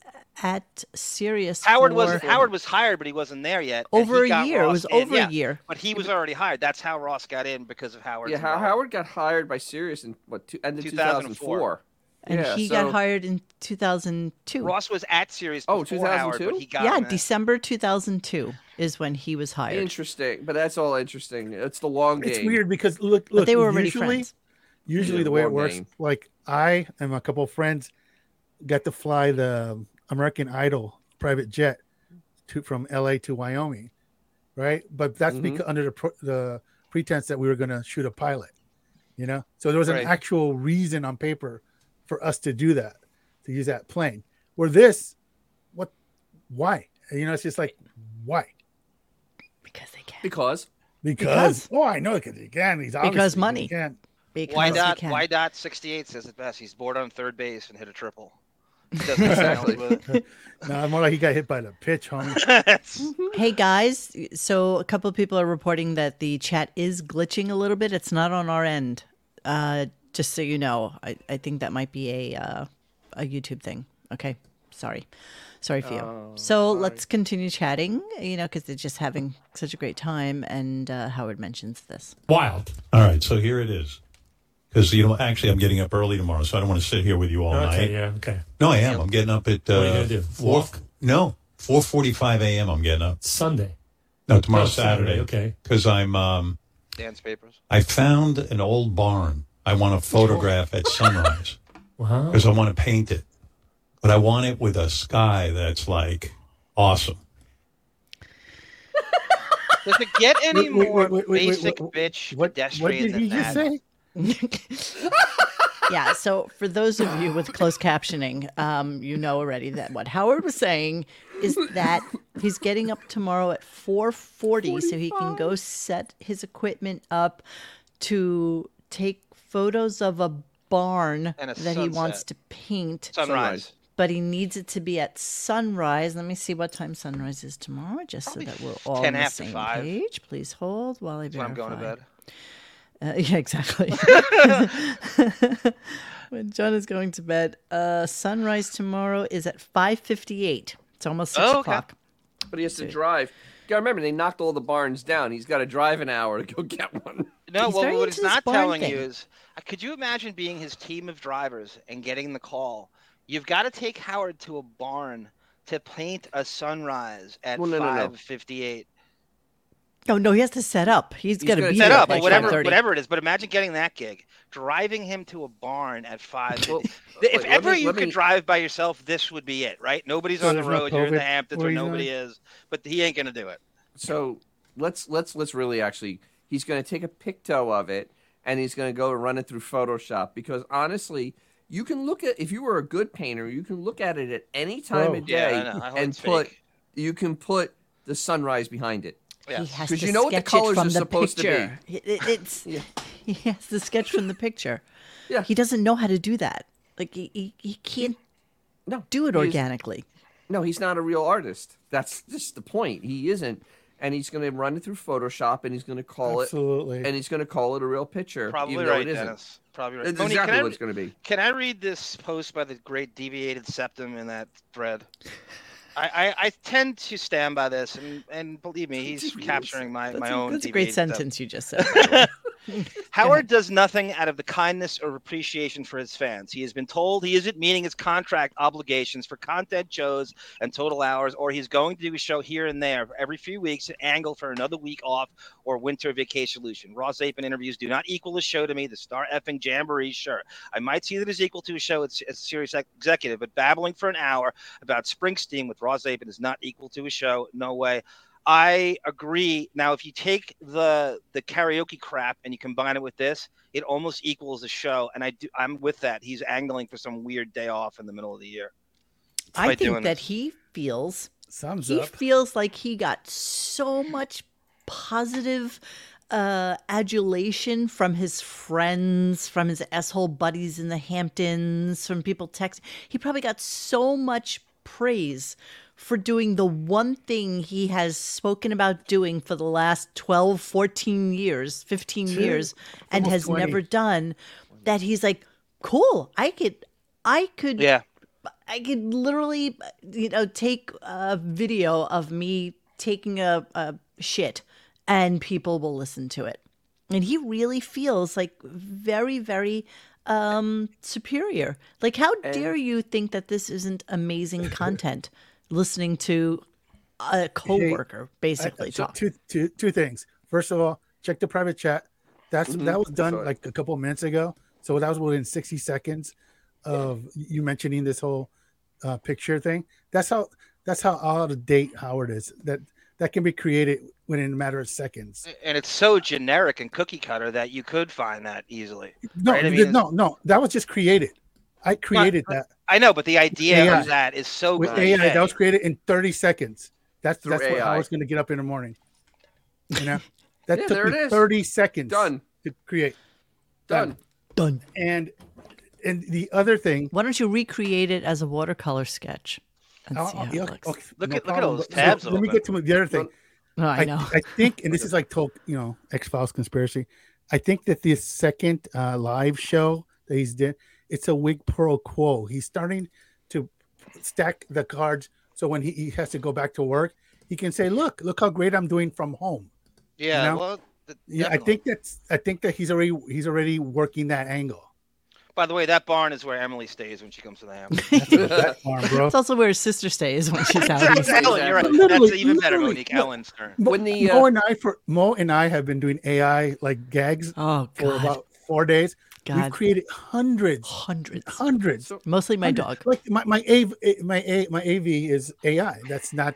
Speaker 1: at Sirius.
Speaker 2: Howard
Speaker 1: for
Speaker 2: was Howard was hired, but he wasn't there yet. and
Speaker 1: over a
Speaker 2: he got
Speaker 1: year. It
Speaker 2: Ross
Speaker 1: was
Speaker 2: in.
Speaker 1: over
Speaker 2: Yeah,
Speaker 1: a year.
Speaker 2: but he was already hired. That's how Ross got in because of Howard.
Speaker 3: Yeah, How- Howard got hired by Sirius in what two, end of
Speaker 2: 2004.
Speaker 3: 2004.
Speaker 1: and
Speaker 3: Yeah,
Speaker 1: he
Speaker 3: so-
Speaker 1: got hired in 2002.
Speaker 2: Ross was at Sirius
Speaker 3: Oh,
Speaker 2: before Howard, but
Speaker 3: 2002?
Speaker 2: he got
Speaker 1: yeah,
Speaker 2: him in.
Speaker 1: December 2002 is when he was hired.
Speaker 3: Interesting, but that's all interesting. It's the long game.
Speaker 4: It's weird because look, look,
Speaker 1: but they were already
Speaker 4: usually,
Speaker 1: friends.
Speaker 4: usually
Speaker 3: Yeah,
Speaker 4: the way it
Speaker 3: warm
Speaker 4: works,
Speaker 3: name.
Speaker 4: like I and a couple of friends got to fly the American Idol private jet to from LA to Wyoming, right? But that's
Speaker 3: Mhm.
Speaker 4: because under the pro, the pretense that we were going to shoot a pilot, you know. So there was
Speaker 3: Right.
Speaker 4: an actual reason on paper for us to do that, to use that plane. Where this, what, why? You know, it's just like why.
Speaker 1: Because they can.
Speaker 3: Because
Speaker 4: Because, oh, I know because he can. He's obviously
Speaker 1: Because
Speaker 4: he
Speaker 1: money.
Speaker 4: can.
Speaker 1: Because
Speaker 2: Why
Speaker 1: they
Speaker 2: dot
Speaker 1: can.
Speaker 2: Why dot sixty eight says it best. He's bored on third base and hit a triple. Doesn't exactly.
Speaker 3: Exactly.
Speaker 4: No, more like he got hit by the pitch, homie.
Speaker 1: Hey guys, so a couple of people are reporting that the chat is glitching a little bit. It's not on our end. Uh, just so you know, I, I think that might be a uh, a YouTube thing. Okay, sorry, sorry for you. so let's continue chatting. You know, because they're just having such a great time, and uh, Howard mentions this.
Speaker 7: Wild.
Speaker 6: All right, so here it is. Because you know, actually, I'm getting up early tomorrow, so I don't want to sit here with you all night.
Speaker 7: Okay, yeah, okay.
Speaker 6: No, I am. I'm getting up at. Uh,
Speaker 7: are you gonna do?
Speaker 6: Four,
Speaker 7: Walk?
Speaker 6: No, four forty-five a.m. I'm getting up.
Speaker 7: Sunday.
Speaker 6: No, tomorrow
Speaker 7: Oh,
Speaker 6: Saturday.
Speaker 7: Saturday, okay.
Speaker 6: Because I'm. Um,
Speaker 2: Dance papers.
Speaker 6: I found an old barn. I want to photograph at sunrise
Speaker 7: Wow.
Speaker 6: because I want to paint it, but I want it with a sky that's like awesome.
Speaker 2: Does it get any
Speaker 4: Wait, wait,
Speaker 2: more
Speaker 4: wait, wait, wait,
Speaker 2: basic
Speaker 4: wait,
Speaker 2: bitch
Speaker 4: What, what
Speaker 2: pedestrian
Speaker 4: did
Speaker 2: than
Speaker 4: he
Speaker 2: that?
Speaker 4: just say?
Speaker 1: yeah. So for those of you with closed captioning, um, you know already that what Howard was saying is that he's getting up tomorrow at four forty, so he can go set his equipment up to take photos of a barn
Speaker 2: And a
Speaker 1: that he wants
Speaker 2: sunset.
Speaker 1: to paint,
Speaker 2: Sunrise.
Speaker 1: but he needs it to be at sunrise. Let me see what time sunrise is tomorrow, just so that we're all
Speaker 2: 10
Speaker 1: on the
Speaker 2: after
Speaker 1: same
Speaker 2: five.
Speaker 1: page. Please hold while I
Speaker 2: That's when I'm
Speaker 1: verify.
Speaker 2: going to bed.
Speaker 1: Uh, yeah, exactly. when John is going to bed, uh, sunrise tomorrow is at five fifty-eight. It's almost six
Speaker 2: Oh, okay.
Speaker 1: o'clock.
Speaker 3: but he has to drive. You gotta remember, they knocked all the barns down. He's got to drive an hour to go get one.
Speaker 2: No,
Speaker 1: He's
Speaker 2: well,
Speaker 1: very
Speaker 2: what
Speaker 1: into
Speaker 2: it's
Speaker 1: this
Speaker 2: not
Speaker 1: barn
Speaker 2: telling
Speaker 1: thing.
Speaker 2: you is, uh, could you imagine being his team of drivers and getting the call? You've got to take Howard to a barn to paint a sunrise at
Speaker 3: Well, no, no, no.
Speaker 2: 5:58.
Speaker 1: No, Oh, no, he has to set up. He's, gonna,
Speaker 3: gonna
Speaker 1: be
Speaker 3: Yeah,
Speaker 2: Set
Speaker 1: there
Speaker 2: up,
Speaker 1: by
Speaker 2: or whatever,
Speaker 1: 5:30.
Speaker 2: whatever it is. But imagine getting that gig, driving him to a barn at five.
Speaker 3: Well,
Speaker 2: if
Speaker 3: wait, let
Speaker 2: ever
Speaker 3: me-
Speaker 2: you
Speaker 3: let
Speaker 2: could
Speaker 3: me-
Speaker 2: drive by yourself, this would be it, right? Nobody's
Speaker 4: So
Speaker 2: on the
Speaker 4: there's no
Speaker 2: road. You're in the
Speaker 4: COVID
Speaker 2: Hanfins
Speaker 4: where
Speaker 2: where
Speaker 4: he's
Speaker 2: nobody is, but he ain't gonna do it.
Speaker 3: So let's let's let's really actually. He's gonna take a picto of it and he's gonna go run it through Photoshop because honestly, you can look at if you were a good painter, you can look at it at any time
Speaker 4: Whoa.
Speaker 3: of
Speaker 2: Yeah,
Speaker 3: day
Speaker 2: I know. I hope
Speaker 3: and
Speaker 2: it's
Speaker 3: put
Speaker 2: fake.
Speaker 3: you can put the sunrise behind it.
Speaker 2: Yeah.
Speaker 1: He has to
Speaker 3: Because you know what the
Speaker 1: sketch
Speaker 3: colours
Speaker 1: it from
Speaker 3: are
Speaker 1: the
Speaker 3: supposed to be.
Speaker 1: picture. It- it- it's
Speaker 3: Yeah.
Speaker 1: he has to sketch from the picture.
Speaker 3: Yeah.
Speaker 1: he doesn't know how to do that. Like he he, he can't
Speaker 3: No,
Speaker 1: do it
Speaker 3: he's-
Speaker 1: organically.
Speaker 3: No, he's not a real artist. That's just the point. He isn't, and he's gonna run it through Photoshop and he's gonna call
Speaker 4: Absolutely.
Speaker 3: it and he's gonna call it a real picture,
Speaker 2: Probably
Speaker 3: even though
Speaker 2: right,
Speaker 3: it isn't.
Speaker 2: Dennis. Probably right.
Speaker 3: That's
Speaker 2: Tony, can
Speaker 3: exactly
Speaker 2: I-
Speaker 3: what it's gonna be.
Speaker 2: Can I read this post by the great deviated septum in that thread? I, I, I tend to stand by this, and, and believe me, he's capturing my,
Speaker 1: That's,
Speaker 2: my
Speaker 1: a,
Speaker 2: own.
Speaker 1: that's a great
Speaker 2: deviated septum.
Speaker 1: sentence you just said. by the way.
Speaker 2: Howard does nothing out of the kindness or appreciation for his fans. He has been told he isn't meeting his contract obligations for content shows and total hours, or he's going to do a show here and there every few weeks to angle for another week off or winter vacation solution. Ross Apin interviews do not equal a show to me. The star effing jamboree, sure. I might see that as equal to a show as as a serious ex- executive, but babbling for an hour about Springsteen with Ross Apin is not equal to a show. No way. I agree. Now, if you take the the karaoke crap and you combine it with this, it almost equals the show. And I do, I'm with that. He's angling for some weird day off in the middle of the year.
Speaker 1: I
Speaker 2: by
Speaker 1: think
Speaker 2: doing
Speaker 1: that
Speaker 2: this.
Speaker 1: he feels
Speaker 4: Thumbs
Speaker 1: he
Speaker 4: up.
Speaker 1: feels like he got so much positive uh, adulation from his friends, from his asshole buddies in the Hamptons, from people texting. He probably got so much praise for doing the one thing he has spoken about doing for the last 12, 14 years, 15 years, and
Speaker 4: almost
Speaker 1: has
Speaker 4: 20.
Speaker 1: never done that he's like, cool, I could, I could
Speaker 2: Yeah,
Speaker 1: I could literally, you know, take a video of me taking a, a shit and people will listen to it. And he really feels like very, very um, superior. Like, how dare you think that this isn't amazing content? listening to a coworker basically
Speaker 4: uh, So
Speaker 1: talk.
Speaker 4: two, two, two things. First of all, check the private chat. That's that was done
Speaker 3: saw it.
Speaker 4: like a couple minutes ago. So that was within 60 seconds of you mentioning this whole uh, picture thing. That's how that's how out of date Howard is. That that can be created within a matter of seconds.
Speaker 2: And it's so generic and cookie cutter that you could find that easily.
Speaker 4: No,
Speaker 2: right? I
Speaker 4: th-
Speaker 2: mean,
Speaker 4: no, no. That was just created. I created that
Speaker 2: I know, but the idea
Speaker 4: AI.
Speaker 2: of that is so
Speaker 4: with
Speaker 2: cliche.
Speaker 4: AI. That was created in 30 seconds. That's
Speaker 3: Through
Speaker 4: that's what
Speaker 3: AI.
Speaker 4: Howard's going to get up in the morning. You know, that
Speaker 3: Yeah,
Speaker 4: took
Speaker 3: there
Speaker 4: me
Speaker 3: it is.
Speaker 4: 30 seconds
Speaker 3: Done.
Speaker 4: to create.
Speaker 3: Done.
Speaker 1: Done.
Speaker 4: and and the other thing
Speaker 1: Why don't you recreate it as a watercolor sketch and
Speaker 4: I'll-
Speaker 1: see
Speaker 4: I'll-
Speaker 1: how
Speaker 4: Oh, yeah,
Speaker 1: it looks?
Speaker 4: okay,
Speaker 2: Look
Speaker 4: no
Speaker 2: at- look at all
Speaker 4: problem.
Speaker 2: those
Speaker 4: So
Speaker 2: tabs
Speaker 4: let me
Speaker 2: open.
Speaker 4: get to the other thing
Speaker 1: Oh, I know.
Speaker 4: I, think and this is like to you know x files conspiracy i think that this second uh, live show that he's did it's a wig pro quo he's starting to stack the cards so when he, he has to go back to work he can say look look how great i'm doing from home
Speaker 2: yeah,
Speaker 4: you know?
Speaker 2: well, th-
Speaker 4: yeah i
Speaker 2: definitely.
Speaker 4: think that's i think that he's already he's already working that angle
Speaker 2: By the way, that barn is where Emily stays when she comes to the house.
Speaker 4: Come on, bro
Speaker 1: It's also where his sister stays when she's out.
Speaker 2: That's Ellen, you're right.
Speaker 3: Exactly.
Speaker 2: That's
Speaker 4: Literally,
Speaker 2: even better,
Speaker 4: literally.
Speaker 2: Monique. Ellen's turn.
Speaker 4: Mo,
Speaker 3: When the,
Speaker 4: Mo
Speaker 3: uh,
Speaker 4: and I for Mo and I have been doing AI like gags
Speaker 1: Oh
Speaker 4: for
Speaker 1: God,
Speaker 4: about four days. We've
Speaker 1: God,
Speaker 4: created hundreds,
Speaker 1: hundreds,
Speaker 4: hundreds.
Speaker 3: So-
Speaker 1: mostly my
Speaker 4: hundreds.
Speaker 1: dog.
Speaker 4: Like my my AV, my A, my AV is AI. That's not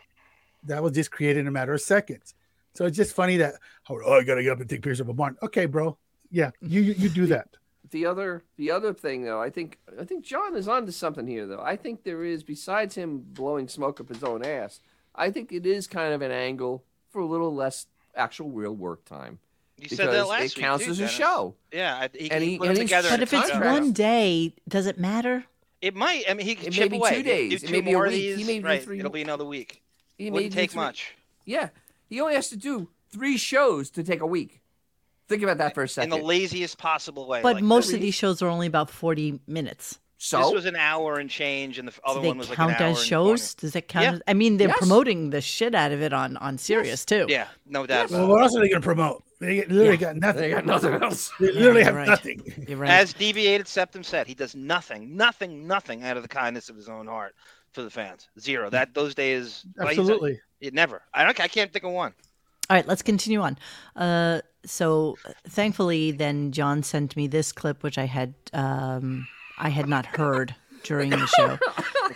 Speaker 4: that was just created in a matter of seconds. So it's just funny that oh, oh, I gotta get up and take pictures of a barn. Okay, bro. Yeah, you you, you do that.
Speaker 3: the other the other thing though, I think I think John is onto something here though. I think there is besides him blowing smoke up his own ass, I think it is kind of an angle for a little less actual real work time
Speaker 2: You
Speaker 3: because
Speaker 2: said that last
Speaker 3: it counts
Speaker 2: week, too,
Speaker 3: as
Speaker 2: Dennis.
Speaker 3: a show.
Speaker 2: Yeah, I, he,
Speaker 3: And
Speaker 2: he
Speaker 3: he-
Speaker 2: put
Speaker 3: and
Speaker 2: it
Speaker 3: he's-
Speaker 2: together.
Speaker 1: But if it's
Speaker 3: Contracts.
Speaker 1: one day, does it matter?
Speaker 2: it might. I mean, he could
Speaker 3: It may
Speaker 2: chip
Speaker 3: be
Speaker 2: away.
Speaker 3: two
Speaker 2: He could
Speaker 3: days.
Speaker 2: do
Speaker 3: It
Speaker 2: two
Speaker 3: may be a
Speaker 2: more of
Speaker 3: week. He
Speaker 2: these.
Speaker 3: may be
Speaker 2: right.
Speaker 3: three
Speaker 2: It'll
Speaker 3: more.
Speaker 2: be another week.
Speaker 3: He may
Speaker 2: Wouldn't
Speaker 3: do
Speaker 2: take
Speaker 3: three-
Speaker 2: much.
Speaker 3: Yeah, he only has to do three shows to take a week. Think about that for a
Speaker 2: In
Speaker 3: second.
Speaker 2: the laziest possible way.
Speaker 1: But
Speaker 2: like
Speaker 1: most
Speaker 2: this.
Speaker 1: of these shows are only about forty minutes.
Speaker 2: This
Speaker 3: so
Speaker 2: was an hour and change, and the f-
Speaker 1: Do
Speaker 2: other
Speaker 1: they
Speaker 2: one was like an
Speaker 1: count
Speaker 2: hour
Speaker 1: as
Speaker 2: and
Speaker 1: shows? Does it count?
Speaker 2: Yeah.
Speaker 1: As, I mean, they're
Speaker 3: Yes.
Speaker 1: promoting the shit out of it on on Sirius too.
Speaker 2: 20. Yeah, no doubt.
Speaker 4: Well,
Speaker 2: About
Speaker 4: what else are they gonna promote? They literally got nothing.
Speaker 3: they got nothing else.
Speaker 4: They literally
Speaker 1: Yeah,
Speaker 4: have
Speaker 1: right.
Speaker 4: nothing.
Speaker 1: You're
Speaker 2: it.
Speaker 1: right.
Speaker 2: As deviated septum said, he does nothing, nothing, nothing out of the kindness of his own heart for the fans. Zero. That those days. well, he's a-
Speaker 4: Absolutely.
Speaker 2: it never. I don't. I can't think of one.
Speaker 1: All right, let's continue on. Uh, so thankfully, then John sent me this clip, which I had um, I had not heard during the show.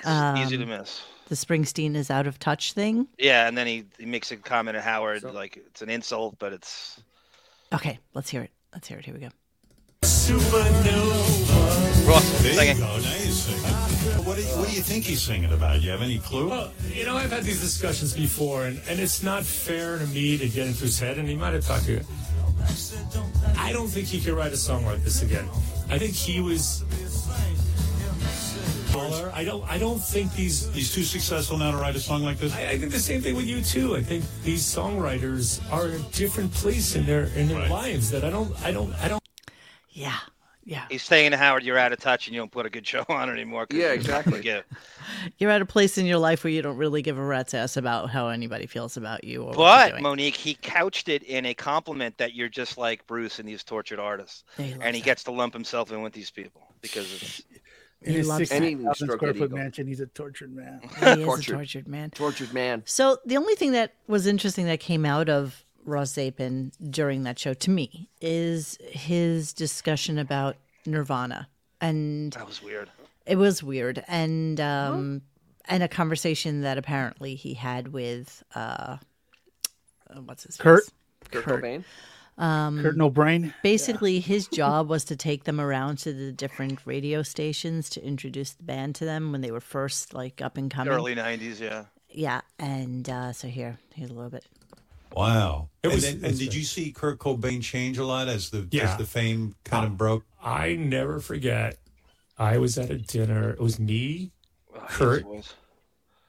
Speaker 1: Um,
Speaker 2: It's easy to miss.
Speaker 1: The Springsteen is out of touch thing.
Speaker 2: Yeah, and then he, he makes a comment at Howard like it's an insult, but it's
Speaker 1: Okay, let's hear it. Let's hear it. Here we go.
Speaker 6: Supernova.
Speaker 2: Russell
Speaker 6: There you
Speaker 2: singing.
Speaker 6: go. Now he's singing. What do, you, what do you think he's singing about? You have any clue?
Speaker 7: Well, you know, I've had these discussions before, and, and it's not fair to me to get into his head, and he might have talked to you. I don't think he could write a song like this again. I think he was. I don't. I don't think these.
Speaker 6: he's too successful now to write a song like this.
Speaker 7: I, I think the same thing with you too. I think these songwriters are in a different place in their in their
Speaker 6: Right.
Speaker 7: lives that I don't. I don't. I don't.
Speaker 1: Yeah, yeah.
Speaker 2: He's saying to Howard, "You're out of touch, and you don't put a good show on anymore." 'cause
Speaker 3: Yeah,
Speaker 2: you're not gonna
Speaker 3: exactly.
Speaker 2: get it."
Speaker 1: You're at a place in your life where you don't really give a rat's ass about how anybody feels about you or what
Speaker 2: But
Speaker 1: you're doing.
Speaker 2: Monique, he couched it in a compliment that you're just like Bruce and these tortured artists,
Speaker 1: Yeah, he loves
Speaker 2: and he
Speaker 1: that.
Speaker 2: gets to lump himself in with these people because it's,
Speaker 4: In
Speaker 1: He
Speaker 4: his
Speaker 1: loves that.
Speaker 4: 60,000
Speaker 3: Stroke
Speaker 4: square
Speaker 3: an
Speaker 4: foot
Speaker 3: eagle.
Speaker 4: mansion, he's a tortured man.
Speaker 1: he is a
Speaker 3: tortured.
Speaker 1: tortured man.
Speaker 3: tortured man.
Speaker 1: So the only thing that was interesting that came out of Ross Zapin during that show to me is his discussion about Nirvana, and
Speaker 2: that was weird.
Speaker 1: it was weird, and
Speaker 3: Oh.
Speaker 1: um, and a conversation that apparently he had with uh, uh, what's his
Speaker 4: Kurt?
Speaker 1: face? Um,
Speaker 3: Kurt, Cobain.
Speaker 4: Kurt No Brain.
Speaker 1: Basically, his job was to take them around to the different radio stations to introduce the band to them when they were first like up and coming.
Speaker 2: Early '90s, yeah.
Speaker 1: Yeah, and uh, so here, here's a little bit.
Speaker 6: Wow.
Speaker 7: It was-
Speaker 6: and, then, and did you see Kurt Cobain change a lot as the
Speaker 7: Yeah.
Speaker 6: as the fame kind of broke?
Speaker 7: I never forget. I was at a dinner. It was me,
Speaker 2: Ugh, his
Speaker 7: Kurt.
Speaker 2: voice.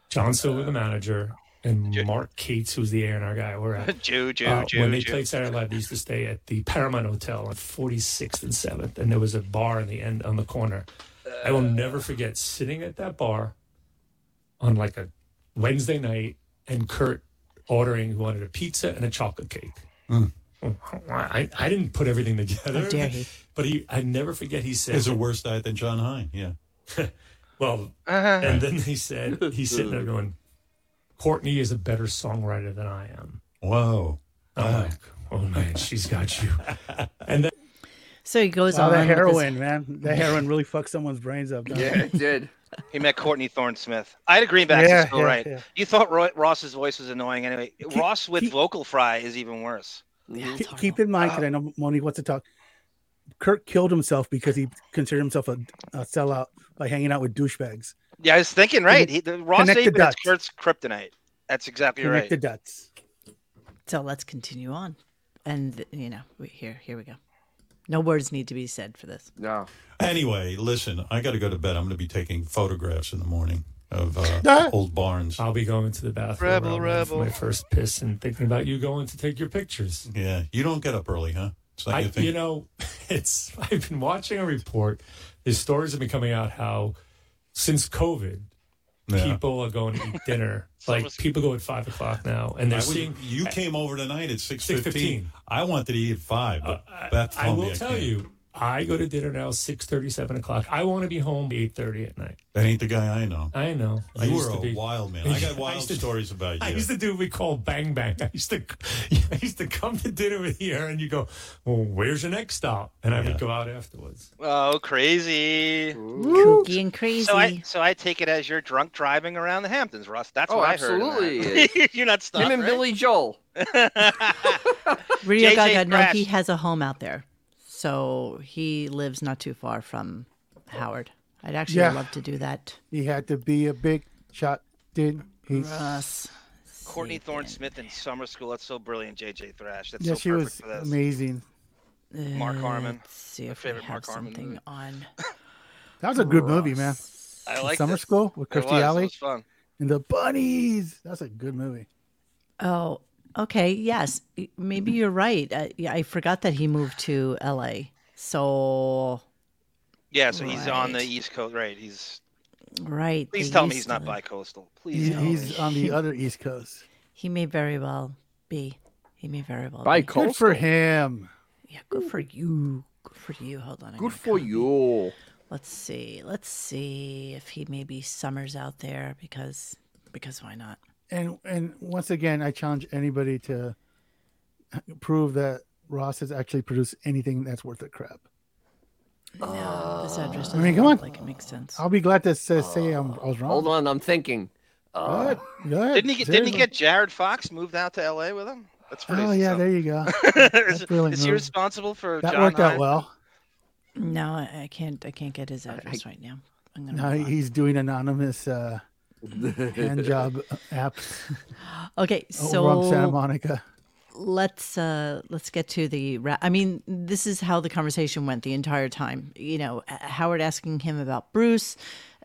Speaker 7: John Silver, the manager, and Mark Cates, who's the A&R guy. We're at.
Speaker 2: Jew, Jew,
Speaker 7: Uh,
Speaker 2: Jew,
Speaker 7: when they
Speaker 2: Jew.
Speaker 7: played Saturday Night Live, they used to stay at the Paramount Hotel on 46th and 7th, and there was a bar in the end on the corner. I will never forget sitting at that bar on like a Wednesday night, and Kurt ordering who wanted a pizza and a chocolate cake. I, I didn't put everything together.
Speaker 1: Mm. How dare he.
Speaker 7: But he, I never forget he said,
Speaker 6: It's a worse diet than John Hine. Yeah.
Speaker 7: well, and then he said, he's sitting there going, Courtney is a better songwriter than I am.
Speaker 6: Whoa.
Speaker 7: I'm like, oh man, she's got you. And then
Speaker 1: So he goes
Speaker 4: Oh,
Speaker 1: on.
Speaker 4: that
Speaker 1: with his-
Speaker 4: heroin, man. That heroin really fucks someone's brains up. doesn't
Speaker 3: Yeah,
Speaker 4: it?
Speaker 3: it did.
Speaker 2: He met Courtney Thorne Smith. I had a greenback.
Speaker 4: Yeah,
Speaker 2: Yeah, still
Speaker 4: yeah,
Speaker 2: right.
Speaker 4: yeah.
Speaker 2: You thought Roy, Ross's voice was annoying anyway. Ross with
Speaker 4: he-
Speaker 2: vocal fry is even worse.
Speaker 1: Yeah, it's
Speaker 4: Ke- Keep in mind, because I know Moni wants to talk. Kirk killed himself because he considered himself a, a sellout by hanging out with douchebags.
Speaker 2: Yeah, I was thinking right. He, the, Ross
Speaker 4: Connect the
Speaker 2: Saban is
Speaker 4: dots.
Speaker 2: Kurt's kryptonite. That's exactly
Speaker 4: Connect
Speaker 2: right.
Speaker 4: the dots.
Speaker 1: So let's continue on. And you know, we, here here we go. No words need to be said for this.
Speaker 3: No.
Speaker 6: Anyway, listen, I got to go to bed. I'm going to be taking photographs in the morning of
Speaker 4: Ah.
Speaker 6: uh,
Speaker 8: Oh.
Speaker 6: old barns.
Speaker 7: I'll be going to the bathroom.
Speaker 2: Rebel,
Speaker 7: I'll have
Speaker 2: rebel.
Speaker 7: My first piss and thinking about you going to take your pictures.
Speaker 6: Yeah. You don't get up early, huh? It's not
Speaker 7: I,
Speaker 6: your thing.
Speaker 7: you know, it's I've been watching a report. These stories have been coming out how since COVID,
Speaker 6: Yeah.
Speaker 7: people are going to eat dinner. like people go at five o'clock now, and
Speaker 6: I
Speaker 7: they're
Speaker 6: was-
Speaker 7: seeing.
Speaker 6: you came over tonight at 6.15.
Speaker 7: 6:15.
Speaker 6: I wanted to eat at 5, but Beth
Speaker 7: Uh, I
Speaker 6: told me
Speaker 7: will tell
Speaker 6: can't.
Speaker 7: you, I go to dinner now six thirty, seven o'clock. I want to be home eight thirty at night.
Speaker 6: That ain't the guy I know.
Speaker 7: I know. I
Speaker 6: you
Speaker 7: used
Speaker 6: were
Speaker 7: to
Speaker 6: a
Speaker 7: be.
Speaker 6: wild man. I got
Speaker 7: I
Speaker 6: wild
Speaker 7: used to-
Speaker 6: stories about you.
Speaker 7: I used to do what we call bang bang. I used to, I used to come to dinner with here, and you go, "Well, where's your next stop?" And I would go out afterwards.
Speaker 2: Oh, crazy!
Speaker 1: Kooky and crazy.
Speaker 2: So I so I take it as you're drunk driving around the Hamptons, Russ. That's
Speaker 3: Oh,
Speaker 2: what I
Speaker 3: absolutely
Speaker 2: heard.
Speaker 3: he
Speaker 2: absolutely. you're not stuck.
Speaker 3: Him and
Speaker 2: right?
Speaker 3: Billy Joel.
Speaker 1: Radio
Speaker 2: JJ
Speaker 1: Gaga, no, he
Speaker 2: crashed.
Speaker 1: has a home out there. So he lives not too far from Howard. I'd actually
Speaker 4: Yeah.
Speaker 1: love to do that.
Speaker 4: He had to be a big shot, didn't he?
Speaker 1: Russ.
Speaker 2: Courtney
Speaker 1: Sapien.
Speaker 2: Thorne Smith in summer school. That's so brilliant, JJ Thrash. That's
Speaker 4: yeah,
Speaker 2: so
Speaker 4: she
Speaker 2: perfect
Speaker 4: was
Speaker 2: for this.
Speaker 4: amazing. Eh,
Speaker 2: Mark Harmon.
Speaker 1: Let's see if we
Speaker 2: favorite
Speaker 1: have
Speaker 2: Mark Harmon
Speaker 1: something
Speaker 2: movie.
Speaker 1: on.
Speaker 4: That was a good movie, man.
Speaker 2: I like
Speaker 4: Summer
Speaker 2: this.
Speaker 4: School with
Speaker 2: It
Speaker 4: Kirstie
Speaker 2: was, it
Speaker 4: Alley
Speaker 2: was fun.
Speaker 4: and the Bunnies. That's a good movie.
Speaker 1: Oh, okay. Yes, y- maybe you're right. I, yeah, I forgot that he moved to L.A. So
Speaker 2: Yeah, so he's on the
Speaker 1: Right.
Speaker 2: East Coast, right? He's.
Speaker 1: right.
Speaker 2: Please
Speaker 1: they
Speaker 2: tell me
Speaker 1: used
Speaker 2: he's
Speaker 1: to
Speaker 2: not
Speaker 1: live-
Speaker 2: bi-coastal. Please.
Speaker 4: He,
Speaker 2: tell me.
Speaker 4: he's on the other East Coast.
Speaker 1: He may very well be. He may very well
Speaker 3: By
Speaker 1: be.
Speaker 4: Good for him.
Speaker 1: Yeah, good for you. Good for you. Hold on. I'm
Speaker 3: Good
Speaker 1: gonna
Speaker 3: for
Speaker 1: copy.
Speaker 3: you.
Speaker 1: Let's see. Let's see if he maybe summers out there because because why not?
Speaker 4: And and once again, I challenge anybody to prove that Ross has actually produced anything that's worth a crap.
Speaker 1: No,
Speaker 2: Uh,
Speaker 1: this address doesn't
Speaker 4: I mean, come
Speaker 1: look
Speaker 4: on.
Speaker 1: like it makes sense.
Speaker 4: I'll be glad to say, say I'm, I was wrong.
Speaker 3: Hold on, I'm thinking.
Speaker 4: Go
Speaker 3: Uh,
Speaker 4: ahead. Go ahead.
Speaker 2: Didn't he get? Didn't he
Speaker 4: Seriously.
Speaker 2: get Jared Fox moved out to L.A. with him? That's pretty.
Speaker 4: Oh yeah,
Speaker 2: so-
Speaker 4: there you go.
Speaker 2: is,
Speaker 4: That really
Speaker 2: is he
Speaker 4: moved.
Speaker 2: responsible for
Speaker 4: That
Speaker 2: John
Speaker 4: worked out
Speaker 2: Hine?
Speaker 4: well.
Speaker 1: No, I, I can't. I can't get his address right now. I'm gonna.
Speaker 4: Now
Speaker 1: move on.
Speaker 4: he's doing anonymous uh, hand job apps
Speaker 1: Okay,
Speaker 4: so, over on
Speaker 1: so
Speaker 4: Santa Monica.
Speaker 1: let's uh let's get to the ra- i mean this is how the conversation went the entire time you know H- howard asking him about bruce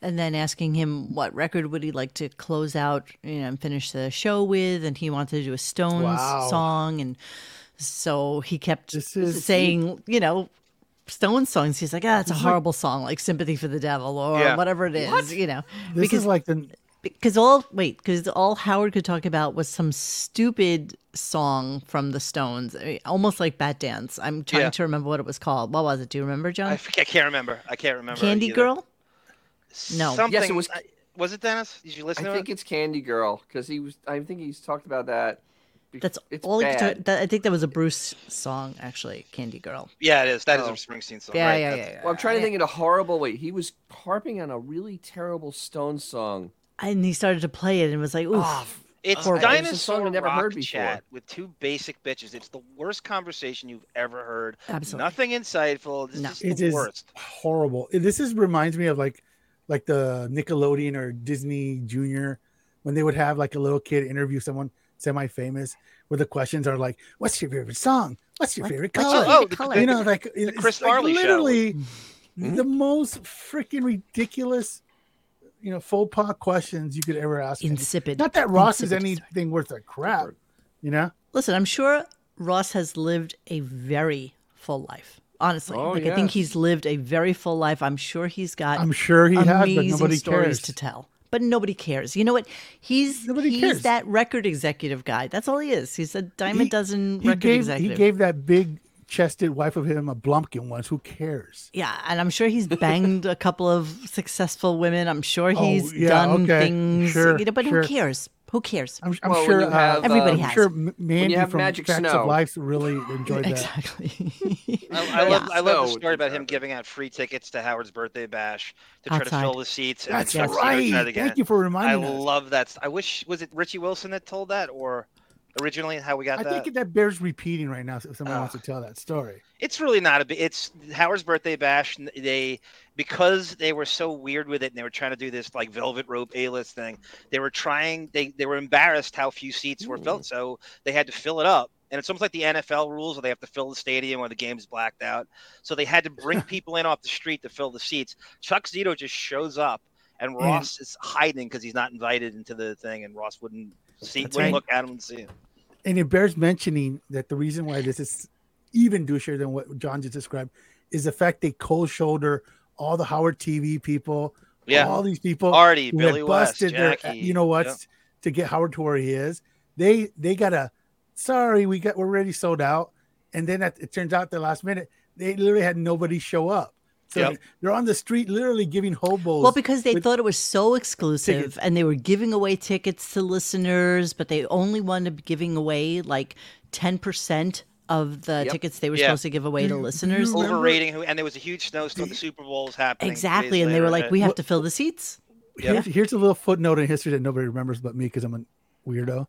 Speaker 1: and then asking him what record would he like to close out you know and finish the show with and he wanted to do a stones
Speaker 4: Wow.
Speaker 1: song and so he kept
Speaker 4: This is-
Speaker 1: saying you know Stones songs. He's like, ah, it's a horrible song, like "Sympathy for the Devil" or
Speaker 2: Yeah.
Speaker 1: whatever it is, you know.
Speaker 4: This is like the
Speaker 1: Because all wait, because all Howard could talk about was some stupid song from the Stones, I mean, almost like Bat Dance. I'm trying
Speaker 2: Yeah.
Speaker 1: to remember what it was called. What was it? Do you remember, John?
Speaker 2: I, f- I can't remember. I can't remember.
Speaker 1: Candy
Speaker 2: either.
Speaker 1: Girl. No.
Speaker 2: Something.
Speaker 3: Yes, it was-
Speaker 2: I- was it Dennis? Did you
Speaker 3: I
Speaker 2: listen to
Speaker 3: think
Speaker 2: it?
Speaker 3: it's Candy Girl because he was. I think he's talked about that. Be-
Speaker 1: That's
Speaker 3: it's
Speaker 1: all. He could
Speaker 3: bad.
Speaker 1: talk, that, I think that was a Bruce song, actually. Candy Girl.
Speaker 2: Yeah, it is. That is
Speaker 3: Oh.
Speaker 2: a Springsteen song.
Speaker 1: Yeah,
Speaker 2: right?
Speaker 1: yeah, yeah,
Speaker 2: That's-
Speaker 1: yeah.
Speaker 3: Well, I'm trying to think in a horrible way. He was harping on a really terrible Stone song.
Speaker 1: And he started to play it and was like, "Oof,
Speaker 3: Ah,
Speaker 2: It's
Speaker 1: Horrible.
Speaker 2: dinosaur
Speaker 1: It
Speaker 3: was a song I never
Speaker 2: rock
Speaker 3: heard before.
Speaker 2: chat with two basic bitches. It's the worst conversation you've ever heard.
Speaker 1: Absolutely.
Speaker 2: Nothing insightful. This
Speaker 1: No.
Speaker 2: is
Speaker 4: it
Speaker 2: the
Speaker 4: is
Speaker 2: worst.
Speaker 4: horrible. This is reminds me of like like the Nickelodeon or Disney Junior when they would have like a little kid interview someone semi famous where the questions are like, What's your favorite song? What's your favorite
Speaker 1: what's
Speaker 4: color?
Speaker 1: your
Speaker 2: Oh, oh, the-
Speaker 1: color?" Hmm?
Speaker 4: you know, like it's
Speaker 2: Chris
Speaker 4: like
Speaker 2: Farley show.
Speaker 4: literally the most freaking ridiculous, you know, faux pas questions you could ever ask. me.
Speaker 1: insipid."
Speaker 4: Not that Ross is
Speaker 1: insipid story.
Speaker 4: anything worth a crap, you know.
Speaker 1: Listen, I'm sure Ross has lived a very full life. Honestly,
Speaker 3: Oh,
Speaker 1: like I think
Speaker 3: yes.
Speaker 1: he's lived a very full life. I'm sure he's got.
Speaker 4: I'm sure he has, but
Speaker 1: amazing
Speaker 4: nobody
Speaker 1: stories
Speaker 4: cares.
Speaker 1: to tell. but nobody cares. You know what? He's
Speaker 4: Nobody
Speaker 1: he's
Speaker 4: cares.
Speaker 1: that record executive guy. That's all he is. He's a dime a dozen
Speaker 4: he
Speaker 1: Mm, record
Speaker 4: gave,
Speaker 1: executive.
Speaker 4: He gave that big chested wife of him a blumpkin once. Who cares?
Speaker 1: Yeah, and I'm sure he's banged a couple of successful women. I'm sure
Speaker 4: Oh,
Speaker 1: he's
Speaker 4: yeah,
Speaker 1: done
Speaker 4: okay,
Speaker 1: things.
Speaker 4: sure,
Speaker 1: you know, but
Speaker 4: sure.
Speaker 1: who cares? Who cares?
Speaker 4: I'm, I'm
Speaker 3: Well, when
Speaker 4: sure uh,
Speaker 3: you have,
Speaker 1: uh,
Speaker 3: um,
Speaker 1: Everybody
Speaker 4: I'm
Speaker 1: has.
Speaker 4: sure M- Mandy
Speaker 3: have
Speaker 4: from
Speaker 3: Magic
Speaker 4: Facts
Speaker 3: Snow.
Speaker 4: of Life really enjoyed that.
Speaker 1: Exactly.
Speaker 2: I, I love, I love the
Speaker 3: So-
Speaker 2: story about him giving out free tickets to Howard's birthday bash to try
Speaker 1: Outside.
Speaker 2: to fill the seats. and
Speaker 4: That's
Speaker 2: sucks the
Speaker 4: right.
Speaker 2: outside again.
Speaker 4: Thank you for
Speaker 2: I
Speaker 4: reminding us.
Speaker 2: love that. st- I wish was it Richie Wilson that told that or originally how we got
Speaker 4: I
Speaker 2: that.
Speaker 4: think that bears repeating right now if
Speaker 3: Oh.
Speaker 4: somebody wants to tell that story.
Speaker 2: it's really not a big it's howard's birthday bash and they because they were so weird with it and they were trying to do this like velvet rope a-list thing they were trying they, they were embarrassed how few seats were
Speaker 1: Mm.
Speaker 2: filled so they had to fill it up and it's almost like the nfl rules where they have to fill the stadium when the game's blacked out so they had to bring people in off the street to fill the seats chuck zito just shows up
Speaker 1: Mm.
Speaker 2: and ross is hiding because he's not invited into the thing and ross wouldn't see
Speaker 1: That's
Speaker 2: wouldn't
Speaker 1: right.
Speaker 2: look at him and see him
Speaker 4: And it bears mentioning that the reason why this is even douchier than what John just described is the fact they cold shoulder all the Howard TV people,
Speaker 2: yeah
Speaker 4: all these people
Speaker 2: Hardy,
Speaker 4: who had
Speaker 2: Billy West,
Speaker 4: busted their, uh,
Speaker 2: Jackie,
Speaker 4: you know what,
Speaker 2: yeah.
Speaker 4: to get Howard to where he is. They they got a sorry, we got we're already sold out, and then at, it turns out at the last minute they literally had nobody show up. So
Speaker 2: Yep.
Speaker 4: they're on the street literally giving hobos.
Speaker 1: Well, because they
Speaker 4: with-
Speaker 1: thought it was so exclusive and they were giving away tickets to listeners, but they only wanted to be giving away like 10% of the
Speaker 3: Yep.
Speaker 1: tickets they were
Speaker 2: Yeah.
Speaker 1: supposed to give away to listeners.
Speaker 4: you remember-
Speaker 2: overrating who, and there was a huge snowstorm. The Super Bowl was happening. three
Speaker 1: Exactly.
Speaker 2: days
Speaker 1: And they were
Speaker 2: later,
Speaker 1: like,
Speaker 2: and
Speaker 1: we
Speaker 2: it-
Speaker 1: have to fill the seats.
Speaker 4: here's, here's a little footnote in history that nobody remembers but me because I'm a weirdo.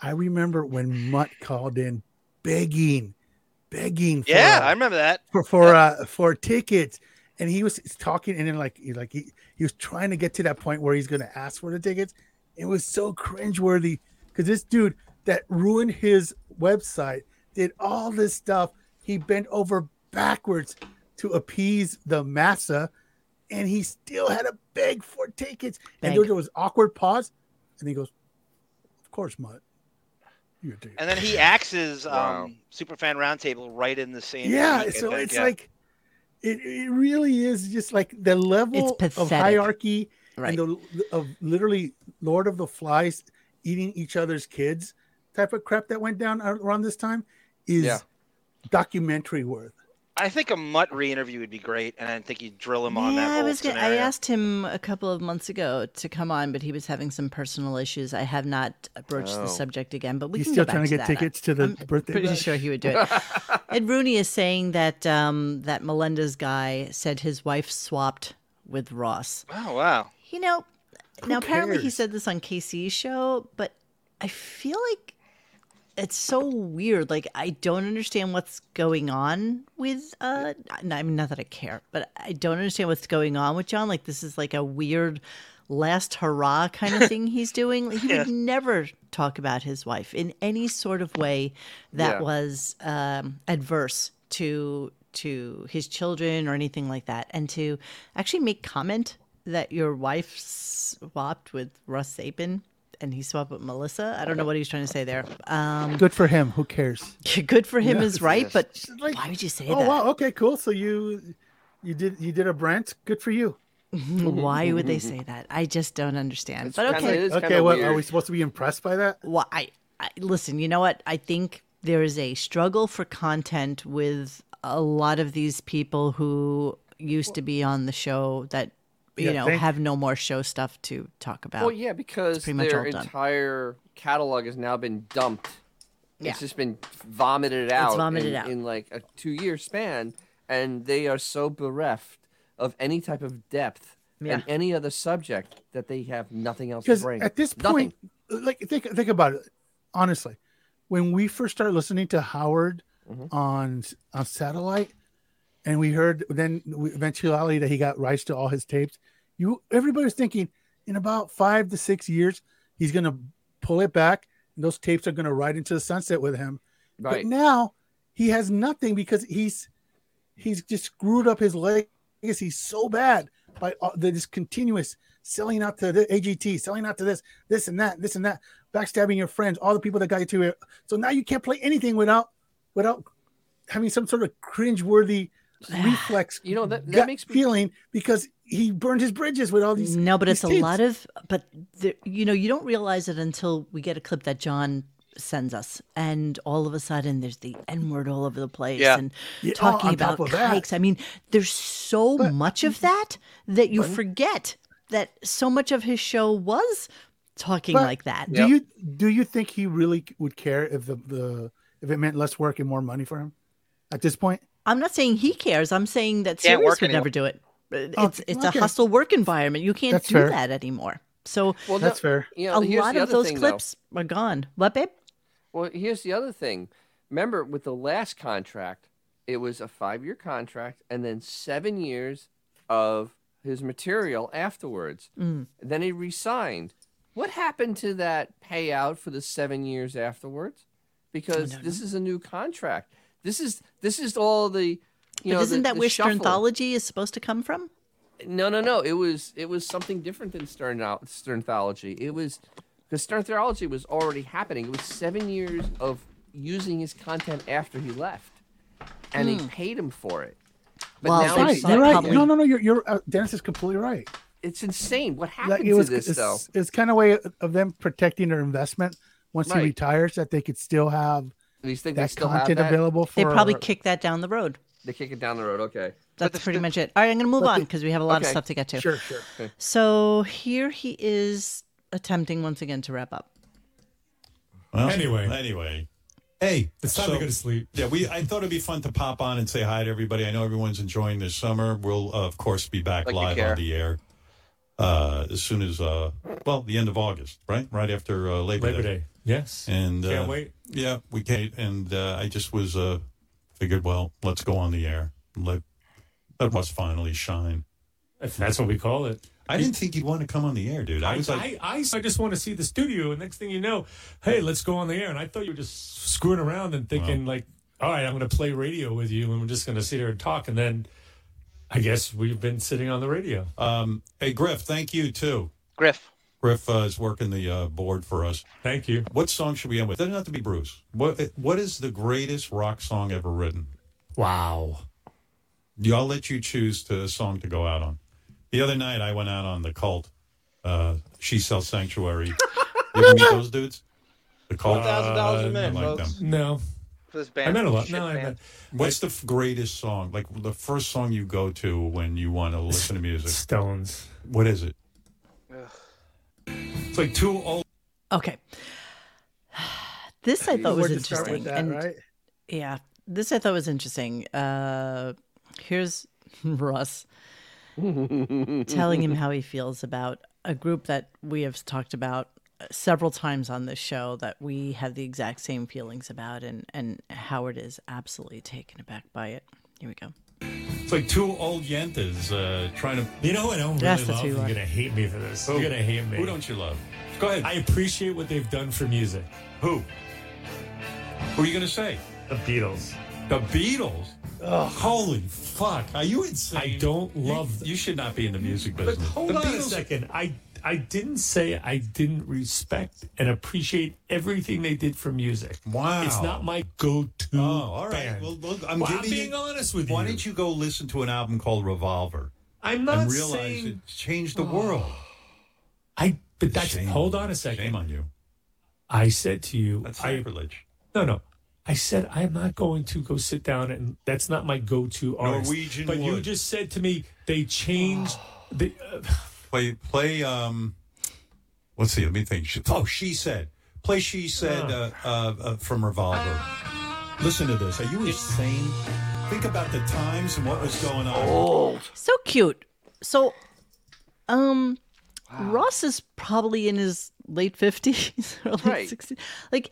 Speaker 4: I remember when Mutt called in begging, begging. For,
Speaker 2: yeah,
Speaker 4: uh,
Speaker 2: I remember that.
Speaker 4: for for uh, for tickets, and he was talking, and then like he like he, he was trying to get to that point where he's going to ask for the tickets. It was so cringeworthy because this dude that ruined his website did all this stuff. He bent over backwards to appease the massa, and he still had to beg for tickets. And there,
Speaker 1: Beg.
Speaker 4: there was awkward pause, and he goes, "Of course, Mutt." You get tickets."
Speaker 2: And then he axes um,
Speaker 3: Wow.
Speaker 2: Superfan Roundtable right in the same.
Speaker 4: yeah
Speaker 2: week, I
Speaker 4: so
Speaker 2: think,
Speaker 4: it's
Speaker 2: yeah.
Speaker 4: like it, it really is just like the level of
Speaker 1: pathetic.
Speaker 4: hierarchy
Speaker 1: Right.
Speaker 4: and the of literally lord of the flies eating each other's kids type of crap that went down around this time is
Speaker 3: Yeah.
Speaker 4: documentary worth
Speaker 2: I think a Mutt re-interview would be great, and I think you drill him on that.
Speaker 1: Yeah, I
Speaker 2: whole
Speaker 1: was. Gonna, I
Speaker 2: scenario.
Speaker 1: asked him a couple of months ago to come on, but he was having some personal issues. I have not broached
Speaker 3: Oh.
Speaker 1: the subject again, but we
Speaker 4: he's
Speaker 1: can
Speaker 4: still
Speaker 1: go
Speaker 4: trying
Speaker 1: back
Speaker 4: to
Speaker 1: that.
Speaker 4: get tickets to the birthday
Speaker 1: pretty
Speaker 4: bash.
Speaker 1: sure he would do it. Ed Rooney is saying that um, that Melendez guy said his wife swapped with Ross.
Speaker 2: Oh wow.
Speaker 1: You know, now apparently he
Speaker 4: cares?
Speaker 1: said this on KC's show, but I feel like it's so weird. Like I don't understand what's going on with. Uh, n- I mean, not that I care, but I don't understand what's going on with John. Like this is like a weird last hurrah kind of thing he's doing. He would never talk about his wife in any sort of way that
Speaker 3: Yeah.
Speaker 1: was um, adverse to to his children or anything like that, and to actually make comment that your wife swapped with Russ Sapin and he swapped with Melissa. I don't know what he was trying to say there. Um,
Speaker 4: good for him who cares
Speaker 1: good for him is right, but
Speaker 4: like,
Speaker 1: why would you say
Speaker 4: oh
Speaker 1: that?
Speaker 4: wow okay cool so you you did you did a brand good for you
Speaker 1: Why would they say that? I just don't understand.
Speaker 3: It's
Speaker 1: but
Speaker 3: kinda-
Speaker 1: okay,
Speaker 3: it is
Speaker 4: Mm-hmm. okay
Speaker 3: kinda
Speaker 4: what
Speaker 3: weird.
Speaker 4: are we supposed to be impressed by that
Speaker 1: well, I, I listen. You know what? I think there is a struggle for content with a lot of these people who used to be on the show that you
Speaker 4: Yeah,
Speaker 1: know
Speaker 4: thank-
Speaker 1: have no more show stuff to talk about.
Speaker 3: Well, yeah, because
Speaker 1: pretty much
Speaker 3: their
Speaker 1: all done.
Speaker 3: entire catalog has now been dumped.
Speaker 1: Yeah.
Speaker 3: It's just been vomited out,
Speaker 1: vomited
Speaker 3: in,
Speaker 1: out.
Speaker 3: in like a two-year span, and they are so bereft of any type of depth
Speaker 1: Yeah.
Speaker 3: and any other subject that they have nothing else to
Speaker 4: because
Speaker 3: bring.
Speaker 4: at this
Speaker 3: Nothing.
Speaker 4: point, like think think about it honestly. When we first started listening to Howard on on satellite, and we heard then we, eventually that he got rights to all his tapes, you everybody's thinking in about five to six years he's gonna pull it back, and those tapes are gonna ride into the sunset with him.
Speaker 3: right?
Speaker 4: But now he has nothing because he's he's just screwed up his legacy so bad by all, the, this continuous selling out to the AGT, selling out to this, this and that, this and that, backstabbing your friends, all the people that got you to it. So now you can't play anything without without having some sort of cringeworthy reflex
Speaker 3: You know, that- that
Speaker 4: gut
Speaker 3: makes me-
Speaker 4: feeling because he burned his bridges with all these
Speaker 1: No, but it's a
Speaker 4: mistakes.
Speaker 1: lot of, but the, you know, you don't realize it until we get a clip that John sends us, and all of a sudden there's the N word all over the place,
Speaker 2: Yeah.
Speaker 1: and
Speaker 4: Yeah, oh,
Speaker 1: talking
Speaker 4: on
Speaker 1: about
Speaker 4: top of that.
Speaker 1: kikes. I mean, there's so much of that that you forget that so much of his show was talking
Speaker 4: But-
Speaker 1: like that.
Speaker 4: Do you do you think he really would care if the, the if it meant less work and more money for him at this point?
Speaker 1: I'm not saying he cares. I'm saying that
Speaker 2: Can't
Speaker 1: Sirius
Speaker 2: work
Speaker 1: would
Speaker 2: anymore.
Speaker 1: never do it. Uh, It's it's
Speaker 4: Oh, okay.
Speaker 1: a hostile work environment. You can't
Speaker 4: That's
Speaker 1: do
Speaker 4: fair.
Speaker 1: that anymore. So
Speaker 3: Well,
Speaker 4: That's fair.
Speaker 3: You
Speaker 1: a
Speaker 3: know, here's
Speaker 1: lot
Speaker 3: the
Speaker 1: of
Speaker 3: other
Speaker 1: those
Speaker 3: thing, though.
Speaker 1: clips are gone. What, babe?
Speaker 3: Well, here's the other thing. Remember, with the last contract, it was a five year contract and then seven years of his material
Speaker 1: Mm-hmm.
Speaker 3: afterwards.
Speaker 1: Mm.
Speaker 3: Then he resigned. What happened to that payout for the seven years afterwards? Because this is a new contract. This is this is all the
Speaker 1: But
Speaker 3: you know.
Speaker 1: isn't
Speaker 3: the,
Speaker 1: that
Speaker 3: the
Speaker 1: where
Speaker 3: shuffling.
Speaker 1: Sternthology is supposed to come from?
Speaker 3: No, no, no. It was it was something different than Stern Sternthology. It was because Sternthology was already happening. It was seven years of using his content after he left, and he paid him for it. But
Speaker 1: Hmm. Well,
Speaker 3: now
Speaker 1: that's
Speaker 3: it's,
Speaker 1: not
Speaker 4: You're right.
Speaker 1: probably-
Speaker 4: No, no, no. You're, you're uh, Dennis is completely right.
Speaker 3: it's insane. What happened
Speaker 4: Like it was
Speaker 3: to this
Speaker 4: it's,
Speaker 3: though?
Speaker 4: it's kind of way of them protecting their investment once
Speaker 3: Right.
Speaker 4: he retires that they could still have
Speaker 3: Do you think they
Speaker 4: that
Speaker 3: still have
Speaker 4: content
Speaker 3: that?
Speaker 4: available for.
Speaker 1: They probably kick that down the road.
Speaker 3: They kick it down the road. Okay.
Speaker 1: That's pretty much it. All right, I'm going to move on because we have a lot of
Speaker 3: okay.
Speaker 1: stuff to get to.
Speaker 4: Sure, sure.
Speaker 1: So here he is attempting once again to wrap up.
Speaker 8: Well,
Speaker 7: Anyway.
Speaker 8: anyway. Hey,
Speaker 7: It's time to
Speaker 8: so-
Speaker 7: go to sleep.
Speaker 8: Yeah, we. I thought it'd be fun to pop on and say hi to everybody. I know everyone's enjoying this summer. We'll uh, of course be back
Speaker 2: Like you
Speaker 8: live
Speaker 2: care.
Speaker 8: on the air uh, as soon as uh, well the end of August, right? Right after uh, Labor,
Speaker 7: Labor Day. Yes.
Speaker 8: And
Speaker 7: Can't
Speaker 8: uh,
Speaker 7: wait.
Speaker 8: Yeah, we can't. And uh, I just was uh, figured, well, let's go on the air. Let let us finally shine.
Speaker 7: If that's what we call it.
Speaker 8: I didn't think you'd want to come on the air, dude. I
Speaker 7: I,
Speaker 8: was like,
Speaker 7: I, I, I just want to see the studio, and next thing you know, hey, let's go on the air. And I thought you were just screwing around and thinking, like, all right, I'm going to play radio with you, and we're just going to sit here and talk. And then I guess we've been sitting on the radio.
Speaker 8: um, hey, Griff, thank you too.
Speaker 2: Griff.
Speaker 8: Griff uh, is working the uh, board for us.
Speaker 7: Thank you.
Speaker 8: What song should we end with? Doesn't have to be Bruce. What What is the greatest rock song ever written?
Speaker 7: Wow.
Speaker 8: I'll let you choose the song to go out on. The other night, I went out on the Cult. Uh, she sells Sanctuary. you ever meet those dudes? The
Speaker 7: Uh,
Speaker 8: Cult.
Speaker 2: $1,000 a
Speaker 8: I
Speaker 2: minute,
Speaker 8: like
Speaker 2: folks.
Speaker 8: them.
Speaker 7: No,
Speaker 2: For this band.
Speaker 7: I met a lot.
Speaker 2: Shit
Speaker 7: No, I
Speaker 2: band.
Speaker 7: met
Speaker 8: What's the f- greatest song? Like the first song you go to when you want to listen to music?
Speaker 7: Stones.
Speaker 8: What is it?
Speaker 7: It's like two old.
Speaker 1: Okay. This I thought was
Speaker 4: Where to start
Speaker 1: interesting.
Speaker 4: with that,
Speaker 1: and
Speaker 4: right?
Speaker 1: yeah, this I thought was interesting. Uh, here's Russ telling him how he feels about a group that we have talked about several times on this show that we have the exact same feelings about, and, and Howard is absolutely taken aback by it. Here we go.
Speaker 8: It's like two old yentas uh, trying to.
Speaker 7: You know what I don't really
Speaker 1: That's the
Speaker 7: love?
Speaker 1: two
Speaker 7: You're
Speaker 1: are.
Speaker 7: going to hate me for this. You're going to hate me.
Speaker 8: Who don't you love? Go ahead.
Speaker 7: I appreciate what they've done for music.
Speaker 8: Who? Who are you going to say?
Speaker 7: The Beatles.
Speaker 8: The Beatles. Holy fuck! Are you insane?
Speaker 7: I don't love
Speaker 8: You, you should not be in the music business.
Speaker 7: But hold
Speaker 8: the
Speaker 7: on
Speaker 8: Beatles,
Speaker 7: a second. I I didn't say I didn't respect and appreciate everything they did for music.
Speaker 8: Wow.
Speaker 7: It's not my go-to.
Speaker 8: Oh, all right.
Speaker 7: band.
Speaker 8: Well, look, I'm
Speaker 7: Well,
Speaker 8: giving
Speaker 7: being
Speaker 8: you-
Speaker 7: honest with you.
Speaker 8: Why don't you go listen to an album called Revolver
Speaker 7: I'm not
Speaker 8: and realize
Speaker 7: saying
Speaker 8: it changed the world?
Speaker 7: I. But that's
Speaker 8: Shame
Speaker 7: hold
Speaker 8: on you.
Speaker 7: on a second.
Speaker 8: Shame on you.
Speaker 7: I said to you,
Speaker 8: That's
Speaker 7: I
Speaker 8: sacrilege.
Speaker 7: no no. I said I'm not going to go sit down and that's not my go-to artist.
Speaker 8: Norwegian
Speaker 7: but you
Speaker 8: Wood.
Speaker 7: just said to me they changed. the, uh,
Speaker 8: Play, play. Um, let's see. Let me think. She- Oh, she said. Play. She said uh, uh, uh, from Revolver. Listen to this. Are you insane? Think about the times and what was going on.
Speaker 1: So cute. So, um, Ross is probably in his late fifties, early
Speaker 3: Right.
Speaker 1: sixties. Like,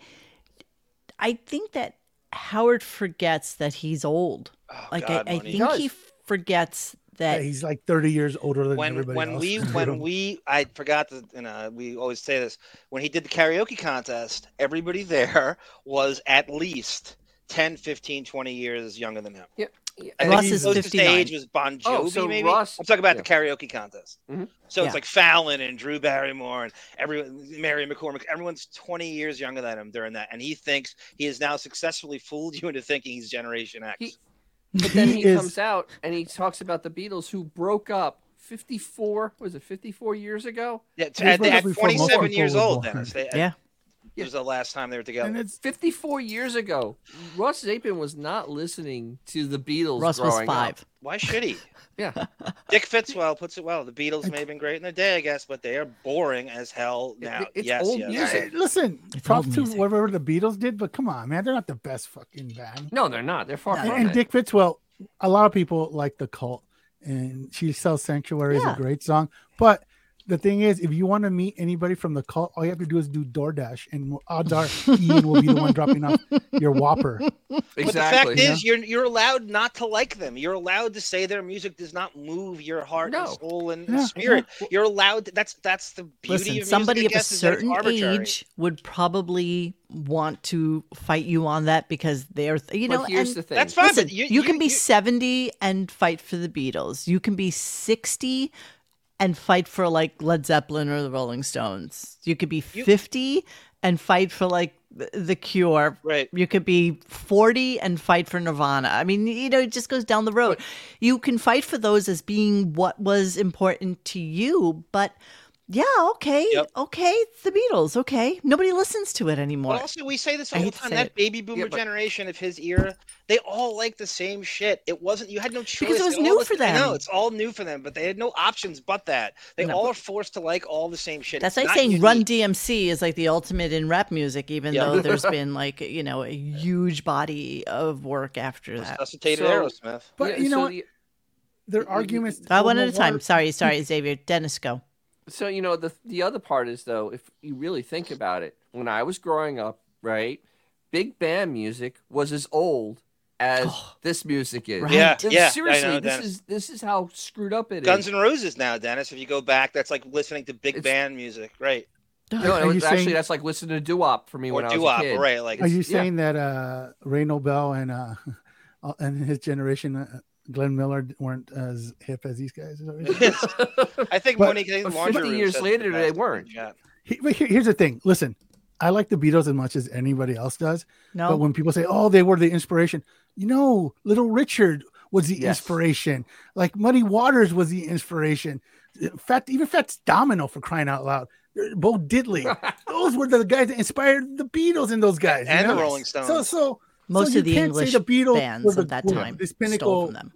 Speaker 1: I think that Howard forgets that he's old. like,
Speaker 2: Oh, God,
Speaker 1: I, I
Speaker 2: Moni.
Speaker 1: think he forgets
Speaker 4: Yeah,
Speaker 1: that.
Speaker 4: he's like 30 years older than
Speaker 2: when
Speaker 4: everybody
Speaker 2: when
Speaker 4: else.
Speaker 2: we when we I forgot to you know we always say this when he did the karaoke contest everybody there was at least 10 15 20 years younger than him
Speaker 3: Yeah. yeah.
Speaker 2: I
Speaker 1: Ross
Speaker 2: think
Speaker 1: is
Speaker 2: the closest
Speaker 1: 59.
Speaker 2: age was Bon Jovi
Speaker 3: Oh, so
Speaker 2: maybe
Speaker 3: Ross-
Speaker 2: I'm talking about
Speaker 3: yeah.
Speaker 2: the karaoke contest
Speaker 3: Mhm.
Speaker 2: so
Speaker 1: Yeah.
Speaker 2: it's like Fallon and Drew Barrymore and everyone Mary McCormick everyone's 20 years younger than him during that and he thinks he has now successfully fooled you into thinking he's generation X
Speaker 3: He- But then
Speaker 4: He
Speaker 3: he
Speaker 4: is-
Speaker 3: comes out and he talks about the Beatles who broke up 54, was it 54 years ago?
Speaker 2: Yeah, t-
Speaker 4: These
Speaker 2: at,
Speaker 4: were
Speaker 2: at
Speaker 4: before
Speaker 2: 27
Speaker 4: Mozart
Speaker 2: years
Speaker 4: was
Speaker 2: old,
Speaker 4: born.
Speaker 2: Dennis. They,
Speaker 1: Yeah.
Speaker 2: It was the last time they were
Speaker 4: And
Speaker 2: together.
Speaker 4: it's
Speaker 3: 54 years ago. Russ Zapin was not listening to the Beatles
Speaker 1: Russ was
Speaker 3: growing
Speaker 1: five.
Speaker 3: up.
Speaker 2: Why should he?
Speaker 3: Yeah.
Speaker 2: Dick Fitzwell puts it well. The Beatles may have been great in their day, I guess, but they are boring as hell now.
Speaker 3: it- it's
Speaker 2: yes,
Speaker 3: old
Speaker 2: yes.
Speaker 3: music.
Speaker 4: Hey, listen,
Speaker 1: It's
Speaker 4: props
Speaker 1: old
Speaker 4: to
Speaker 1: music.
Speaker 4: whatever the Beatles did, but come on, man, they're not the best fucking band.
Speaker 3: No, they're not. They're far
Speaker 4: And,
Speaker 3: from
Speaker 4: and
Speaker 3: it.
Speaker 4: Dick Fitzwell, a lot of people like the cult, and she sells Sanctuary is
Speaker 1: Yeah.
Speaker 4: a great song. But the thing is, if you want to meet anybody from the cult, all you have to do is do DoorDash, and odds are Ian will be the one dropping off your Whopper.
Speaker 3: exactly.
Speaker 2: But the fact is, you're you're allowed not to like them. You're allowed to say their music does not move your heart and
Speaker 3: No.
Speaker 2: soul and
Speaker 4: Yeah,
Speaker 2: spirit. You're allowed. To, that's that's the beauty of
Speaker 1: Listen,
Speaker 2: music,
Speaker 1: somebody
Speaker 2: I
Speaker 1: of a
Speaker 2: guess, is that it's
Speaker 1: certain
Speaker 2: arbitrary.
Speaker 1: age would probably want to fight you on that because they're, th- you
Speaker 3: But
Speaker 1: know,
Speaker 3: here's
Speaker 1: and
Speaker 3: the thing.
Speaker 2: That's fine.
Speaker 1: listen,
Speaker 2: but
Speaker 1: you,
Speaker 2: you,
Speaker 1: can be 70 and fight for the Beatles. You can be 60 and fight for like Led Zeppelin or the Rolling Stones. You could be 50 and fight for like th- The Cure.
Speaker 2: Right.
Speaker 1: You could be 40 and fight for Nirvana. I mean, you know, it just goes down the road. You can fight for those as being what was important to you, but yeah, okay.
Speaker 2: Yep.
Speaker 1: Okay, it's the Beatles. Okay. Nobody listens to it anymore.
Speaker 2: But also, we say this
Speaker 1: I
Speaker 2: all the
Speaker 1: hate to
Speaker 2: time.
Speaker 1: say
Speaker 2: That
Speaker 1: it.
Speaker 2: baby boomer
Speaker 3: but-
Speaker 2: generation of his era, they all like the same shit. It wasn't you had no choice
Speaker 1: it was
Speaker 2: They all
Speaker 1: new
Speaker 2: listened-
Speaker 1: for
Speaker 2: I know,
Speaker 1: them.
Speaker 2: it's all new for them, but they had no options but that. They
Speaker 1: No.
Speaker 2: all are forced to like all the same shit.
Speaker 1: That's
Speaker 2: It's
Speaker 1: like
Speaker 2: not
Speaker 1: saying
Speaker 2: unique.
Speaker 1: Run DMC is like the ultimate in rap music, even
Speaker 2: Yeah.
Speaker 1: though there's been like you know a huge body of work after that.
Speaker 2: Resuscitated
Speaker 3: So-
Speaker 2: Aerosmith.
Speaker 4: But
Speaker 3: Yeah,
Speaker 4: you know,
Speaker 3: so
Speaker 4: what?
Speaker 3: the-
Speaker 4: their arguments.
Speaker 1: Uh,
Speaker 4: hold
Speaker 1: one
Speaker 4: no
Speaker 1: at a time.
Speaker 4: water.
Speaker 1: Sorry, sorry, Xavier. Dennis, go.
Speaker 3: so you know the the other part is though if you really think about it when i was growing up right big band music was as old as
Speaker 4: Oh.
Speaker 3: this music is
Speaker 1: Right.
Speaker 2: Yeah,
Speaker 3: This-
Speaker 2: yeah. I
Speaker 3: seriously
Speaker 2: know,
Speaker 3: this
Speaker 2: Dennis.
Speaker 3: is this is how screwed up it is.
Speaker 2: Guns N' Roses now, Dennis. If you go back, that's like listening to big
Speaker 3: It's-
Speaker 2: band music, right?
Speaker 3: no
Speaker 4: Are
Speaker 3: it was
Speaker 4: you
Speaker 3: actually
Speaker 4: saying-
Speaker 3: that's like listening to doo-wop for me
Speaker 2: Or
Speaker 3: when
Speaker 2: doo
Speaker 3: i was
Speaker 2: wop,
Speaker 3: a kid
Speaker 2: right? Like
Speaker 4: Are you
Speaker 3: It's- yeah.
Speaker 4: saying that uh, Ray Nobel and uh, uh, and his generation, uh, Glenn Miller, weren't as hip as these guys? Is that what you're saying?
Speaker 2: I think
Speaker 4: But-
Speaker 2: Monique. I think
Speaker 3: but
Speaker 2: Laundry
Speaker 3: 50
Speaker 2: Room
Speaker 3: years
Speaker 2: says
Speaker 3: later,
Speaker 2: the
Speaker 3: they
Speaker 2: best.
Speaker 3: weren't.
Speaker 2: Yeah.
Speaker 4: He- but here- here's the thing. Listen, I like the Beatles as much as anybody else does. But
Speaker 1: No,
Speaker 4: when people say, "Oh, they were the inspiration," you know, Little Richard was the
Speaker 3: Yes.
Speaker 4: inspiration. Like Muddy Waters was the inspiration. Fat, even Fats Domino for crying out loud. Bo Diddley. those were the guys that inspired the Beatles and those guys. you
Speaker 2: And the
Speaker 4: know?
Speaker 2: Rolling Stones.
Speaker 4: So, so
Speaker 1: most
Speaker 4: so
Speaker 1: of the
Speaker 4: you can't say
Speaker 1: English
Speaker 4: the Beatles were
Speaker 1: bands
Speaker 4: the-
Speaker 1: of that
Speaker 4: were
Speaker 1: time
Speaker 4: this
Speaker 1: stole
Speaker 4: pinnacle
Speaker 1: from them.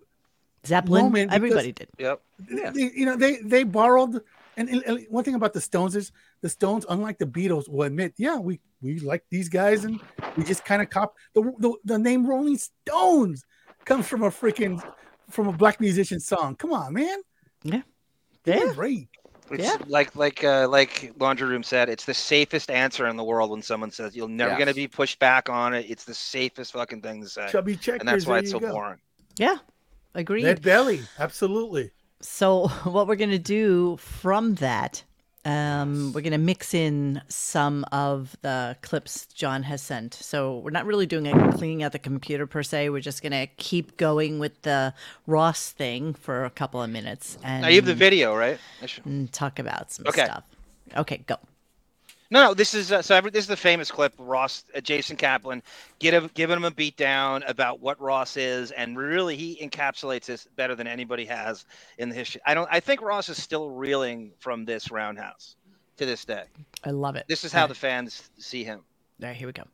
Speaker 1: Zeppelin,
Speaker 4: moment because-
Speaker 1: everybody did.
Speaker 2: Yep.
Speaker 3: Yeah.
Speaker 4: they, you know they they borrowed and, and- and one thing about the stones is the stones unlike the beatles will admit yeah we we like these guys and we just kind of cop the, the the name rolling stones comes from a freaking from a black musician song come on man
Speaker 1: Yeah.
Speaker 4: Give me a
Speaker 1: Yeah.
Speaker 4: break.
Speaker 2: It's
Speaker 1: Yeah.
Speaker 2: like like uh, like Laundry Room said, it's the safest answer in the world when someone says you're never gonna
Speaker 3: Yes.
Speaker 2: be pushed back on it. It's the safest fucking thing to say,
Speaker 4: chubby checkers
Speaker 2: and that's why
Speaker 4: there
Speaker 2: it's so
Speaker 4: you go.
Speaker 2: boring.
Speaker 1: Yeah, agreed.
Speaker 4: Lead belly absolutely
Speaker 1: So, what we're going to do from that, um, we're going to mix in some of the clips John has sent. So, we're not really doing a cleaning out the computer per se. We're just going to keep going with the Ross thing for a couple of minutes and,
Speaker 2: Now you have the video, right? I should-
Speaker 1: and talk about some
Speaker 2: Okay.
Speaker 1: stuff. Okay, go.
Speaker 2: No, no, this is uh, so. Every, this is the famous clip. Ross, uh, Jason Kaplan, get a, giving him a beatdown about what Ross is, and really he encapsulates this better than anybody has in the history. I don't. I think Ross is still reeling from this roundhouse to this day.
Speaker 1: I love it.
Speaker 2: This is how the fans see him.
Speaker 1: All right, here we go.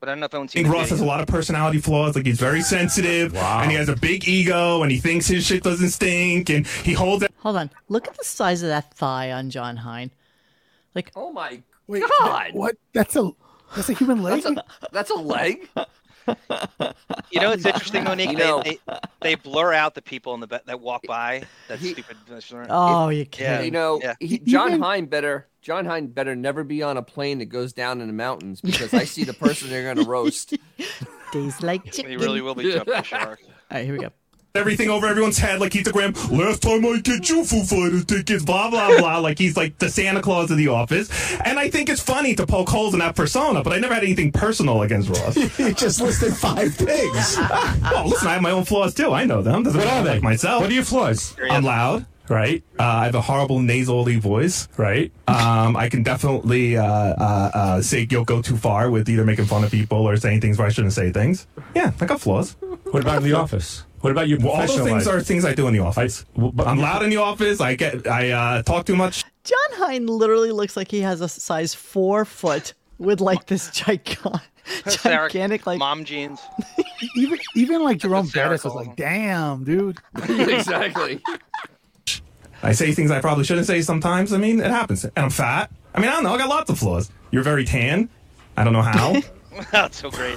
Speaker 2: But I don't know if anyone's
Speaker 9: I
Speaker 2: seen
Speaker 9: think
Speaker 2: the
Speaker 9: Ross has a
Speaker 2: video.
Speaker 9: lot of personality flaws. Like he's very sensitive, and he has a big ego, and he thinks his shit doesn't stink, and he holds
Speaker 1: Hold on. Look at the size of that thigh on John Hine.
Speaker 3: oh my
Speaker 4: wait
Speaker 3: god
Speaker 4: what that's a that's a human leg
Speaker 3: that's a, that's a leg
Speaker 2: You know, it's interesting, Monique.
Speaker 3: You
Speaker 2: they-
Speaker 3: know-
Speaker 2: They, they, blur out the people in the ba- that walk by. That
Speaker 3: He-
Speaker 2: stupid. Michelin.
Speaker 1: Oh, you
Speaker 2: yeah.
Speaker 1: kidding.
Speaker 3: you know
Speaker 2: Yeah.
Speaker 3: he, john
Speaker 4: Even-
Speaker 3: hine better john hine better never be on a plane that goes down in the mountains because i see the person they're going to roast
Speaker 1: Days like chicken.
Speaker 2: He really will be jumping the shark.
Speaker 1: All right, here we go.
Speaker 9: everything over everyone's head. Like he's the gram. Last time I get you Foo Fighters tickets, blah blah blah. like he's like the Santa Claus of the office. And I think it's funny to poke holes in that persona, but I never had anything personal against Ross.
Speaker 10: You just listed five things.
Speaker 9: oh, listen, I have my own flaws too. I know them. Doesn't
Speaker 10: What
Speaker 9: matter
Speaker 10: are
Speaker 9: like
Speaker 10: they?
Speaker 9: myself.
Speaker 10: What are your flaws?
Speaker 9: I'm loud, right? Uh, I have a horrible nasally voice, right? Um, I can definitely uh, uh, uh, say you'll go too far with either making fun of people or saying things where I shouldn't say things. Yeah, I got flaws.
Speaker 7: What about in the office? What about your
Speaker 9: Well, all those
Speaker 7: professional
Speaker 9: things are
Speaker 7: life?
Speaker 9: things I do in the
Speaker 7: I-
Speaker 9: office.
Speaker 7: well, but-
Speaker 9: I'm loud in the office. I get I uh, talk too much.
Speaker 1: John Hine literally looks like he has a size four foot with like this gigan-
Speaker 2: Sarah,
Speaker 1: gigantic, like
Speaker 2: mom jeans.
Speaker 4: Even even like Jerome
Speaker 2: Sarah
Speaker 4: Bettis was
Speaker 2: called
Speaker 4: like, "Damn, dude."
Speaker 3: exactly.
Speaker 9: I say things I probably shouldn't say sometimes. I mean, it happens. And I'm fat. I mean, I don't know. I got lots of flaws. You're very tan. I don't know how.
Speaker 2: That's so great.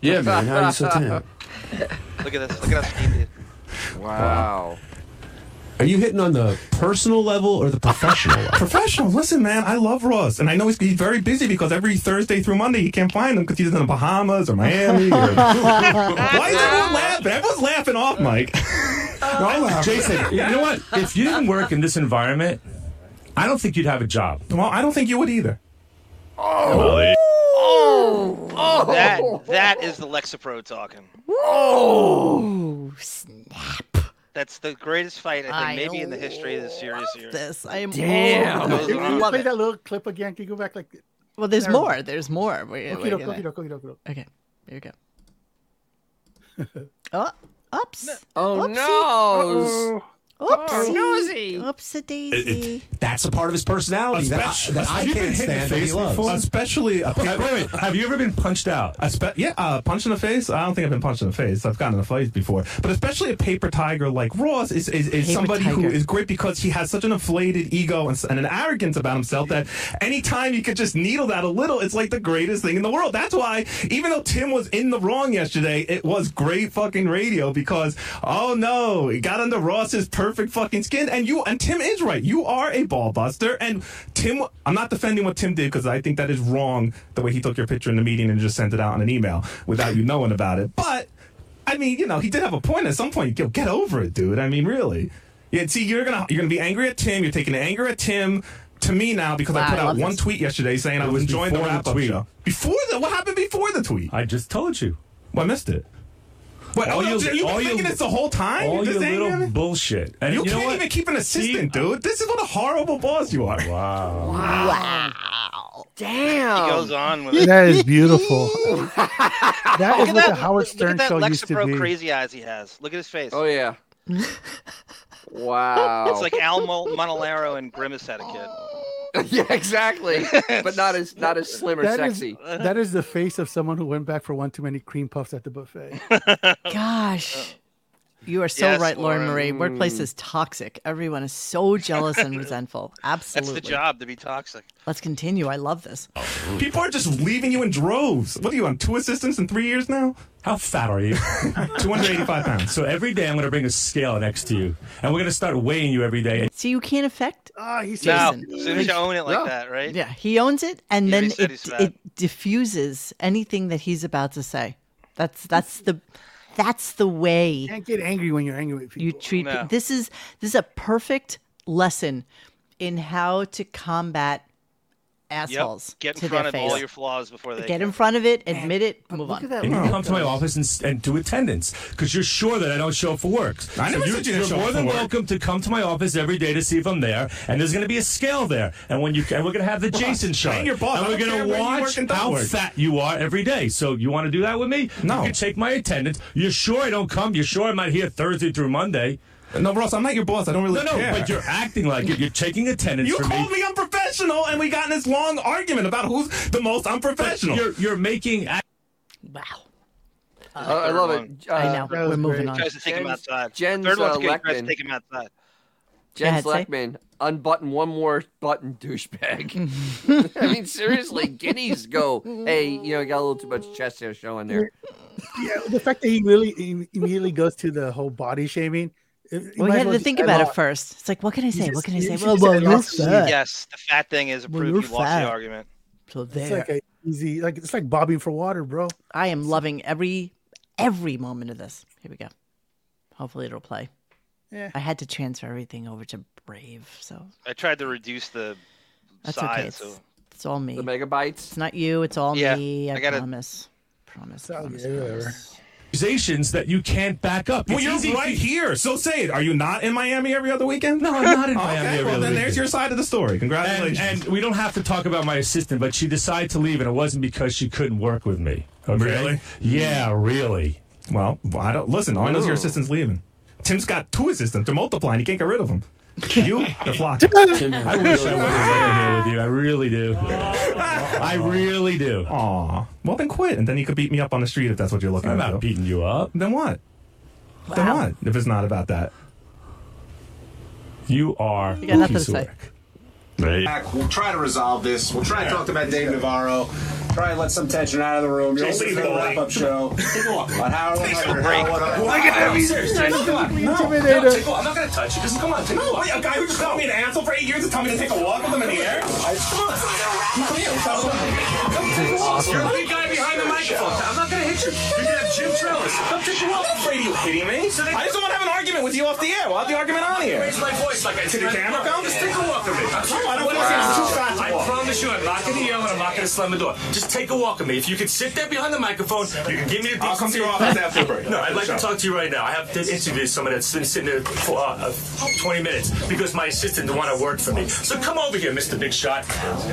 Speaker 11: Yeah, man. How are you so tan?
Speaker 2: Look at this. Look at how skinny it is.
Speaker 3: Wow.
Speaker 11: Are you hitting on the personal level or the professional level?
Speaker 9: Professional. Listen, man, I love Ross, and I know he's, he's very busy because every Thursday through Monday he can't find him because he's in the Bahamas or Miami. Or... Why is everyone laughing? Everyone's laughing off, Mike.
Speaker 10: No, Jason, you know what? If you didn't work in this environment, I don't think you'd have a job.
Speaker 9: Well, I don't think you would either.
Speaker 2: Oh, That that is the Lexapro talking.
Speaker 1: ooh, snap
Speaker 2: That's the greatest fight I
Speaker 1: I
Speaker 2: think maybe in the history of the series here.
Speaker 1: this. I am
Speaker 3: Damn.
Speaker 1: all over this.
Speaker 4: Can
Speaker 2: on.
Speaker 4: you
Speaker 1: Love
Speaker 4: play
Speaker 1: it.
Speaker 4: that little clip again? Can you go back like?
Speaker 1: Well, there's
Speaker 4: Terrible.
Speaker 1: more. There's more. We're,
Speaker 4: Okie
Speaker 1: we're
Speaker 4: doke,
Speaker 1: gonna-
Speaker 4: okie doke, okie doke, okie doke.
Speaker 1: Okay, there you go. Oh, ups.
Speaker 3: Oh
Speaker 1: Whoopsie.
Speaker 3: no.
Speaker 2: Oh,
Speaker 1: Oopsie. Oopsie daisy.
Speaker 11: That's a part of his personality that I,
Speaker 9: Especially-
Speaker 11: that I
Speaker 9: Have you been
Speaker 11: can't
Speaker 9: hit in the
Speaker 11: stand. That he
Speaker 9: face
Speaker 11: loves.
Speaker 9: before? Especially a
Speaker 10: Wait, wait, wait. Have you ever been punched out?
Speaker 9: A spe- yeah, uh, punch in the face. I don't think I've been punched in the face. I've gotten in a fight before, but especially a paper tiger like Ross is is, is
Speaker 1: Paper
Speaker 9: somebody who
Speaker 1: tiger.
Speaker 9: is great because he has such an inflated ego and, s- and an arrogance about himself that anytime you could just needle that a little, it's like the greatest thing in the world. That's why even though Tim was in the wrong yesterday, it was great fucking radio because oh no, it got under Ross's perfect fucking skin. And you and Tim is right. You are a ball buster, and Tim. I'm not defending what Tim did because I think that is wrong the way he took your picture in the meeting and just sent it out in an email without you knowing about it. But I mean, you know, he did have a point at some point. Yo, get over it, dude. I mean, really. Yeah, see, you're gonna you're gonna be angry at Tim. You're taking anger at Tim to me now because
Speaker 1: Wow,
Speaker 9: I put
Speaker 1: I
Speaker 9: out
Speaker 1: love
Speaker 9: one
Speaker 1: this.
Speaker 9: tweet yesterday saying I was
Speaker 7: was
Speaker 9: enjoying the
Speaker 7: before the
Speaker 9: wrap up
Speaker 7: tweet.
Speaker 9: show. Before the what happened before the tweet?
Speaker 7: I just told you.
Speaker 9: Well, I missed it. Wait,
Speaker 10: All
Speaker 9: oh, no,
Speaker 10: you-
Speaker 9: dude, you've
Speaker 10: all
Speaker 9: been
Speaker 10: you-
Speaker 9: thinking this the whole time?
Speaker 10: All
Speaker 9: You're
Speaker 10: your
Speaker 9: just angry at
Speaker 10: little
Speaker 9: me?
Speaker 10: bullshit. And
Speaker 9: You,
Speaker 10: know
Speaker 9: can't
Speaker 10: what?
Speaker 9: even keep an assistant,
Speaker 10: See,
Speaker 9: dude. This is what a horrible boss you are.
Speaker 10: Wow.
Speaker 2: He
Speaker 3: Damn.
Speaker 2: goes on with it.
Speaker 4: That is beautiful. that is what the Howard Stern
Speaker 2: look at
Speaker 4: show
Speaker 2: that
Speaker 4: used to
Speaker 2: Lexapro
Speaker 4: be.
Speaker 2: crazy eyes he has. Look at his face.
Speaker 3: Oh yeah. Wow.
Speaker 2: It's like Al Mo- Montalero and Grimace had a kid.
Speaker 3: yeah, exactly. But not as not as slim or
Speaker 4: That is-
Speaker 3: sexy.
Speaker 4: that is the face of someone who went back for one too many cream puffs at the buffet.
Speaker 1: Gosh. You are so
Speaker 2: Uh, Yes,
Speaker 1: right, Lauren
Speaker 2: Lauren.
Speaker 1: Marie. Workplace is toxic. Everyone is so jealous and resentful.
Speaker 2: That's
Speaker 1: Absolutely.
Speaker 2: the job to be toxic.
Speaker 1: Let's continue. I love this.
Speaker 9: People are just leaving you in droves. What are you on two assistants in three years now?
Speaker 10: How fat are you?
Speaker 9: 285 pounds.
Speaker 10: so every day I'm going to bring a scale next to you, and we're going to start weighing you every day.
Speaker 1: See, you can't affect.
Speaker 4: Ah, he's
Speaker 2: No,
Speaker 1: Jason.
Speaker 2: as soon as you own it like that, right?
Speaker 1: Yeah, he owns it, and
Speaker 2: Yeah,
Speaker 1: then
Speaker 2: he said
Speaker 1: it
Speaker 2: he's fat.
Speaker 1: it diffuses anything that he's about to say. That's that's the that's the way
Speaker 4: can't get angry when you're angry with people.
Speaker 1: you treat. pe-
Speaker 2: No.
Speaker 1: This is this is a perfect lesson in how to combat
Speaker 2: Yep.
Speaker 1: assholes
Speaker 2: Get in
Speaker 1: to
Speaker 2: front
Speaker 1: their
Speaker 2: of
Speaker 1: face.
Speaker 2: all your flaws before they
Speaker 1: Get in
Speaker 2: can.
Speaker 1: front of it, admit it, move on.
Speaker 4: that.
Speaker 10: And you come to my office and, s- and do attendance because you're sure that I don't show up for work.
Speaker 9: I never
Speaker 10: you're,
Speaker 9: said you didn't
Speaker 10: you're
Speaker 9: show up
Speaker 10: more
Speaker 9: for
Speaker 10: than
Speaker 9: work.
Speaker 10: welcome to come to my office every day to see if I'm there. And there's going to be a scale there. And when you and we're going to have the Jason show.
Speaker 9: hang your boss.
Speaker 10: And
Speaker 9: I
Speaker 10: we're
Speaker 9: don't
Speaker 10: going
Speaker 9: care
Speaker 10: to
Speaker 9: where you
Speaker 10: watch
Speaker 9: work and don't
Speaker 10: how
Speaker 9: work.
Speaker 10: fat you are every day. So you want to do that with me?
Speaker 9: No.
Speaker 10: You can take my attendance. You're sure I don't come. You're sure I'm not here Thursday through Monday.
Speaker 9: No, Ross, I'm not your boss. I don't really
Speaker 10: No, no,
Speaker 9: care.
Speaker 10: but you're acting like it. You're taking attendance
Speaker 9: You
Speaker 10: from
Speaker 9: called me unprofessional, and we got in this long argument about who's the most unprofessional.
Speaker 10: You're, you're making
Speaker 1: Wow,
Speaker 3: Uh, I love
Speaker 2: one.
Speaker 3: it. Uh,
Speaker 1: I know.
Speaker 4: that was
Speaker 1: We're moving
Speaker 4: great.
Speaker 1: on.
Speaker 2: Tries to take him
Speaker 3: Jen's-
Speaker 2: outside.
Speaker 3: Jen's,
Speaker 2: Third one's
Speaker 3: uh,
Speaker 2: good. Tries to
Speaker 3: Lechman.
Speaker 2: take him
Speaker 1: Yeah,
Speaker 2: outside.
Speaker 3: Jen
Speaker 1: I'd say.
Speaker 3: Sleckman, unbutton one more button, douchebag. I mean, seriously, guineas go. Hey, you know, you got a little too much chest hair showing there.
Speaker 4: Yeah, the fact that he really he immediately goes to the whole body shaming.
Speaker 1: we had to think about it first. It's like, what can I say?
Speaker 4: just-
Speaker 1: What can I
Speaker 4: you
Speaker 1: say?
Speaker 4: should
Speaker 1: Well,
Speaker 4: just
Speaker 1: well,
Speaker 4: say
Speaker 1: you're
Speaker 4: lots of
Speaker 1: fat.
Speaker 2: Yes, the fat thing is a
Speaker 1: Well,
Speaker 2: proof
Speaker 1: you're
Speaker 2: you lost
Speaker 1: fat.
Speaker 2: the argument.
Speaker 1: So
Speaker 4: It's
Speaker 1: there.
Speaker 4: like a easy, like it's like bobbing for water, bro.
Speaker 1: I am loving every every moment of this. Here we go. Hopefully it'll play.
Speaker 4: Yeah.
Speaker 1: I had to transfer everything over to Brave, so
Speaker 2: I tried to reduce the
Speaker 1: that's okay.
Speaker 2: size.
Speaker 1: It's,
Speaker 2: So
Speaker 1: it's all me.
Speaker 3: The
Speaker 1: It's
Speaker 3: megabytes.
Speaker 1: not you. It's all
Speaker 2: Yeah,
Speaker 1: me. I,
Speaker 2: I gotta-
Speaker 1: promise. Promise.
Speaker 4: all
Speaker 1: promise,
Speaker 4: good, whatever.
Speaker 1: promise.
Speaker 10: accusations that you can't back up.
Speaker 9: well,
Speaker 10: It's
Speaker 9: you're
Speaker 10: easy
Speaker 9: right here. So say it. Are you not in Miami every other weekend?
Speaker 10: No, I'm not in
Speaker 9: Okay,
Speaker 10: Miami every
Speaker 9: well,
Speaker 10: other
Speaker 9: then there's
Speaker 10: weekend.
Speaker 9: your side of the story.
Speaker 10: And,
Speaker 9: Congratulations.
Speaker 10: and we don't have to talk about my assistant, but she decided to leave, and it wasn't because she couldn't work with me. okay?
Speaker 9: Really?
Speaker 10: Yeah, really.
Speaker 9: Well, I don't listen. All I know is your assistant's leaving. Tim's got two assistants. They're multiplying. He can't get rid of them. You, the flock.
Speaker 10: I wish I was there with you. I really do. I really do.
Speaker 9: Aw. Well, then quit, and then you could beat me up on the street if that's what you're looking
Speaker 10: I'm
Speaker 9: at.
Speaker 10: not
Speaker 9: though.
Speaker 10: beating you up.
Speaker 9: Then what? Then what? If it's not about that.
Speaker 10: You are.
Speaker 9: You
Speaker 1: got nothing to say.
Speaker 12: Back. We'll try to resolve this. We'll try to talk about Dave Navarro. Try and let some tension out of the room. You're
Speaker 9: Jason,
Speaker 12: listening to the
Speaker 9: take a
Speaker 12: wrap up
Speaker 9: walk.
Speaker 12: show on Howard
Speaker 9: Take
Speaker 12: Hunter.
Speaker 9: a break.
Speaker 12: Howard Hunter.
Speaker 9: Why get that research?
Speaker 12: No,
Speaker 9: Jason,
Speaker 12: come on.
Speaker 9: we
Speaker 12: No,
Speaker 9: intimidated.
Speaker 12: no, take a walk. I'm not going to touch you. Just come on. Take a
Speaker 9: No,
Speaker 12: walk.
Speaker 9: wait, a guy who just called me an asshole for eight years is telling me to take a walk with him in the air? Come on. Come here. Come take a walk. You're the big guy behind the microphone. I'm not going to hit you. You're going to have Jim Trellis. Come take a walk. I'm afraid of you hitting me. I just don't want to have an argument with you off the air. We'll have the argument on here.
Speaker 12: Raise my voice like I
Speaker 9: To the camera, come?
Speaker 12: Just take a walk with me.
Speaker 9: No, I don't want to. It's too fast to
Speaker 12: I
Speaker 9: walk.
Speaker 12: promise you, I'm not going to yell and I'm not going to slam the door. Just take a walk with me. If you could sit there behind the microphone, you can give me a
Speaker 9: I'll come to your
Speaker 12: decency-
Speaker 9: office after the break.
Speaker 12: No, I'd like to
Speaker 9: Sure.
Speaker 12: talk to you right now. I have to interview someone that's been sitting there for uh, uh, 20 minutes because my assistant didn't want to work for me. So come over here, Mr. Big Shot.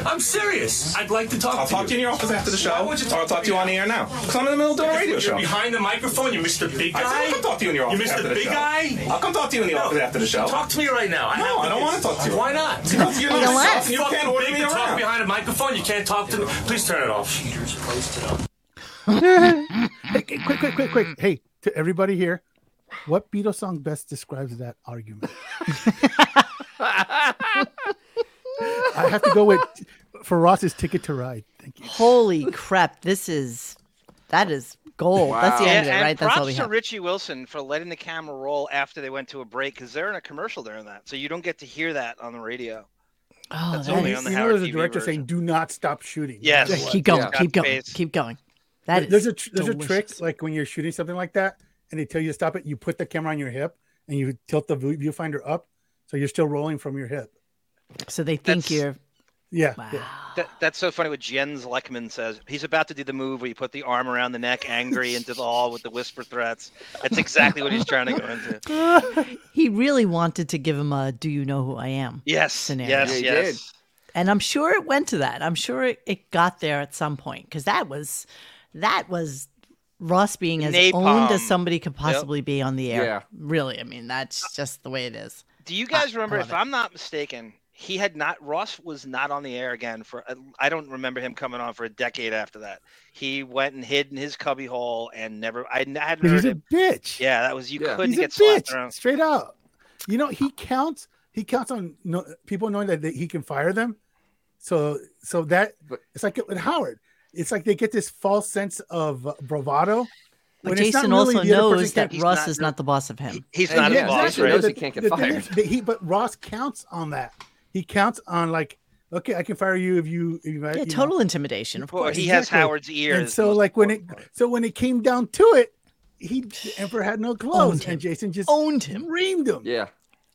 Speaker 12: I'm serious. I'd like to talk
Speaker 9: I'll
Speaker 12: to
Speaker 9: talk to you in your office after the show, or I'll talk to you on the air now. Because I'm in the middle of doing a radio
Speaker 12: you're
Speaker 9: show.
Speaker 12: behind the microphone. You're Mr. Big Guy.
Speaker 9: I said I'll come talk to you in your
Speaker 12: You're
Speaker 9: office
Speaker 12: Mr.
Speaker 9: after the
Speaker 12: Big
Speaker 9: show.
Speaker 12: Guy.
Speaker 9: I'll come talk to you in the office after the show.
Speaker 12: Talk to me right now. I
Speaker 9: No,
Speaker 12: have
Speaker 9: I don't wanna talk to you.
Speaker 12: Why not?
Speaker 9: You don't- you don't You know what? suck. You
Speaker 12: Fucking
Speaker 9: can't order
Speaker 12: big
Speaker 9: me
Speaker 12: to talk
Speaker 9: around.
Speaker 12: behind a microphone. You can't talk to me. Please turn it off.
Speaker 4: Hey, hey, quick, quick, quick, quick. Hey, to everybody here, what Beatles song best describes that argument? I have to go with for Ross's Ticket to Ride. Thank you.
Speaker 1: Holy crap! This is that is gold. That's the
Speaker 2: Yeah,
Speaker 1: end of
Speaker 2: and
Speaker 1: it, right? That's
Speaker 2: props
Speaker 1: all we
Speaker 2: to
Speaker 1: have.
Speaker 2: Richie Wilson for letting the camera roll after they went to a break because they're in a commercial during that, so you don't get to hear that on the radio.
Speaker 1: Oh,
Speaker 2: That's
Speaker 1: that
Speaker 2: only
Speaker 1: is-
Speaker 2: on the
Speaker 4: You know,
Speaker 2: Howard
Speaker 4: there's a
Speaker 2: TV
Speaker 4: director
Speaker 2: version.
Speaker 4: saying, "Do not stop shooting."
Speaker 2: Yes.
Speaker 4: That's
Speaker 2: Yeah,
Speaker 4: what-
Speaker 1: keep going,
Speaker 2: Yeah.
Speaker 1: keep going,
Speaker 2: Face.
Speaker 1: keep going. That is
Speaker 4: there's a tr- there's a
Speaker 1: delicious.
Speaker 4: trick like when you're shooting something like that and they tell you to stop it you put the camera on your hip and you tilt the view- viewfinder up so you're still rolling from your hip
Speaker 1: So they think
Speaker 2: That's-
Speaker 1: you're
Speaker 4: yeah,
Speaker 1: wow.
Speaker 4: yeah.
Speaker 2: That, that's so funny. What Jens Leckman says, he's about to do the move where you put the arm around the neck, angry, into the hall with the whisper threats. That's exactly what he's trying to go into.
Speaker 1: He really wanted to give him a "Do you know who I am?"
Speaker 2: Yes,
Speaker 1: scenario.
Speaker 2: yes,
Speaker 3: Yeah, he did.
Speaker 2: yes.
Speaker 1: and I'm sure it went to that. I'm sure it, it got there at some point because that was that was Ross being as owned as
Speaker 2: Napalm.
Speaker 1: somebody could possibly be on the air.
Speaker 3: Yeah.
Speaker 1: Really, I mean that's just the way it is.
Speaker 2: Do
Speaker 4: Ah,
Speaker 2: you guys remember?
Speaker 1: love
Speaker 2: If
Speaker 1: it.
Speaker 2: I'm not mistaken, he had not. Ross was not on the air again for. uh, I don't remember him coming on for a decade after that. He went and hid in his cubbyhole and never. I hadn't hadn't
Speaker 4: he's
Speaker 2: heard
Speaker 4: a
Speaker 2: it.
Speaker 4: bitch
Speaker 2: Yeah, that was you
Speaker 3: Yeah.
Speaker 2: couldn't
Speaker 4: he's a
Speaker 2: get slapped
Speaker 4: bitch
Speaker 2: around.
Speaker 4: straight up you know he counts he counts on no, people knowing that, that he can fire them so so that
Speaker 3: But-
Speaker 4: it's like it with howard it's like they get this false sense of uh, bravado
Speaker 1: But
Speaker 4: when it's not
Speaker 1: Jason
Speaker 4: really
Speaker 1: also
Speaker 4: the other person
Speaker 1: knows that
Speaker 4: can't-
Speaker 1: Ross
Speaker 2: not
Speaker 1: is not the boss of him.
Speaker 2: He's
Speaker 3: And
Speaker 2: not
Speaker 3: yeah,
Speaker 2: his boss,
Speaker 3: exactly.
Speaker 2: right?
Speaker 3: knows he can't get
Speaker 4: thing
Speaker 3: fired.
Speaker 4: is that he, but Ross counts on that. He counts on like, okay, I can fire you if you. If you
Speaker 1: Yeah,
Speaker 4: you know.
Speaker 1: total intimidation, of
Speaker 2: Well,
Speaker 1: course.
Speaker 2: he has
Speaker 4: Exactly.
Speaker 2: Howard's ears.
Speaker 4: And so, like when it, so when it came down to it, he the emperor had no
Speaker 1: Owned
Speaker 4: clothes,
Speaker 1: him.
Speaker 4: and Jason just
Speaker 1: Owned him.
Speaker 4: reamed him.
Speaker 3: Yeah.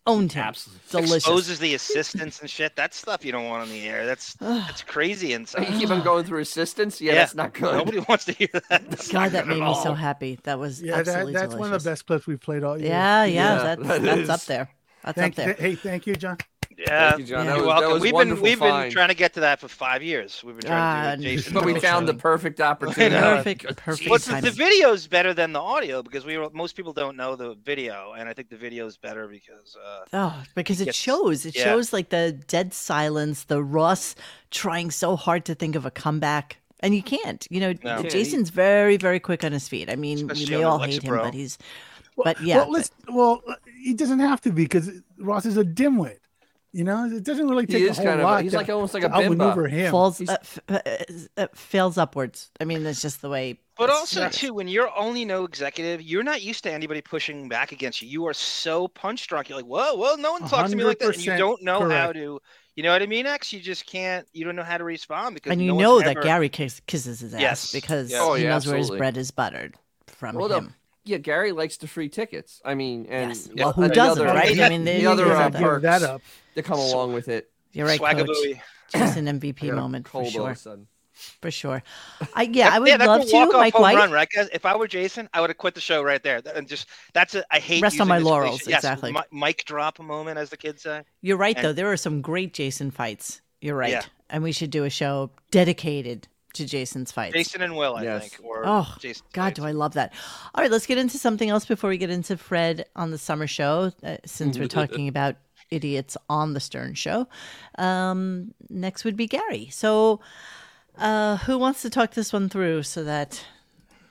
Speaker 1: Owned him.
Speaker 3: Absolutely.
Speaker 1: Delicious.
Speaker 2: exposes the assistants and shit. That's stuff you don't want on the air. That's that's crazy
Speaker 3: So you
Speaker 2: inside.
Speaker 3: keep on going through assistance. Yeah,
Speaker 2: Yeah.
Speaker 3: that's not good.
Speaker 2: Nobody wants to hear that. That's not
Speaker 1: God, that
Speaker 2: good at
Speaker 1: made me so
Speaker 2: all.
Speaker 1: happy. That was
Speaker 4: Yeah, that,
Speaker 1: absolutely
Speaker 4: that's one of the
Speaker 1: delicious.
Speaker 4: best clips we've played all year.
Speaker 1: Yeah, yeah,
Speaker 3: Yeah,
Speaker 1: that's
Speaker 3: that
Speaker 1: that's
Speaker 3: is.
Speaker 1: up there. That's
Speaker 4: Thank,
Speaker 1: up there.
Speaker 4: hey, thank you, John.
Speaker 2: Yeah,
Speaker 3: Thank you, John.
Speaker 1: Yeah.
Speaker 2: you're
Speaker 3: That was,
Speaker 2: welcome.
Speaker 3: That was
Speaker 2: we've been
Speaker 3: wonderful
Speaker 2: we've been
Speaker 3: find.
Speaker 2: trying to get to that for five years. We've been trying to do
Speaker 1: Ah,
Speaker 2: it, Jason.
Speaker 3: But we
Speaker 1: Perfect
Speaker 3: found the
Speaker 1: timing.
Speaker 3: perfect opportunity.
Speaker 1: Perfect, perfect
Speaker 2: What's the
Speaker 1: timing.
Speaker 2: video's better than the audio because we were, most people don't know the video, and I think the video's better because uh,
Speaker 1: Oh, because it
Speaker 2: Yes.
Speaker 1: shows. It
Speaker 2: Yeah.
Speaker 1: shows like the dead silence, the Ross trying so hard to think of a comeback. And you can't. You know,
Speaker 2: No.
Speaker 3: Yeah,
Speaker 1: Jason's very, very quick on his feet. I mean,
Speaker 2: Especially
Speaker 1: we may
Speaker 2: on
Speaker 1: all
Speaker 2: Alexa
Speaker 1: hate him,
Speaker 2: Pro.
Speaker 1: but he's but yeah.
Speaker 4: Well, let's, well, he doesn't have to be because Ross is a dimwit. You know, it doesn't really take
Speaker 3: He
Speaker 4: a
Speaker 3: is
Speaker 4: whole
Speaker 3: kind of a-
Speaker 4: lot.
Speaker 3: he's
Speaker 4: to,
Speaker 3: like almost like
Speaker 4: to
Speaker 3: a bimbo.
Speaker 4: outmaneuver him.
Speaker 1: falls
Speaker 3: He's-
Speaker 1: uh, f- uh, uh, fails upwards. I mean, that's just the way
Speaker 2: But
Speaker 1: it's
Speaker 2: also
Speaker 1: just-
Speaker 2: too, when you're only no executive, you're not used to anybody pushing back against you. You are so punch drunk. You're like, whoa, well, no one talks to me like that, and you
Speaker 4: 100%
Speaker 2: don't know how
Speaker 4: correct.
Speaker 2: to, you know what I mean? X, you just can't. You don't know how to respond because
Speaker 1: and you
Speaker 2: no one's
Speaker 1: know that
Speaker 2: ever-
Speaker 1: Gary kiss, kisses his ass
Speaker 2: Yes.
Speaker 1: because
Speaker 2: Yes.
Speaker 3: Oh,
Speaker 1: he
Speaker 3: yeah,
Speaker 1: knows where his
Speaker 3: absolutely.
Speaker 1: bread is buttered from
Speaker 3: Well, the-
Speaker 1: him.
Speaker 3: Yeah, Gary likes the free tickets. I mean, and
Speaker 1: yes. Well, who
Speaker 3: another-
Speaker 1: doesn't, right?
Speaker 2: Yeah,
Speaker 1: I mean,
Speaker 3: the
Speaker 1: they,
Speaker 3: other,
Speaker 1: they-
Speaker 3: uh,
Speaker 1: they-
Speaker 3: part-
Speaker 4: give that up.
Speaker 3: To come along with it.
Speaker 1: you're right, coach.
Speaker 2: Swagabooey.
Speaker 1: Just an
Speaker 3: I
Speaker 1: MVP
Speaker 3: got a
Speaker 1: moment for
Speaker 3: cold all
Speaker 1: sure.
Speaker 3: of a sudden.
Speaker 1: For sure. I yeah, I would
Speaker 2: yeah, that's
Speaker 1: love
Speaker 2: a
Speaker 1: to.
Speaker 2: walk-off
Speaker 1: Mike
Speaker 2: home
Speaker 1: White.
Speaker 2: run, right? guys? If I were Jason, I would have quit the show right there. That- And just that's a I hate
Speaker 1: Rest on
Speaker 2: using
Speaker 1: my
Speaker 2: this cliche-
Speaker 1: laurels,
Speaker 2: Yes,
Speaker 1: exactly.
Speaker 2: mi- mic drop moment, as the kids say.
Speaker 1: You're right
Speaker 2: And-
Speaker 1: though. There are some great Jason fights. You're right.
Speaker 2: Yeah.
Speaker 1: And we should do a show dedicated to Jason's fight.
Speaker 2: Jason and Will, I think. Or
Speaker 1: oh,
Speaker 2: Jason.
Speaker 1: God, do I love that. All right, let's get into something else before we get into Fred on the summer show, uh, since we're talking about idiots on the Stern show. Um, next would be Gary. So, uh, who wants to talk this one through so that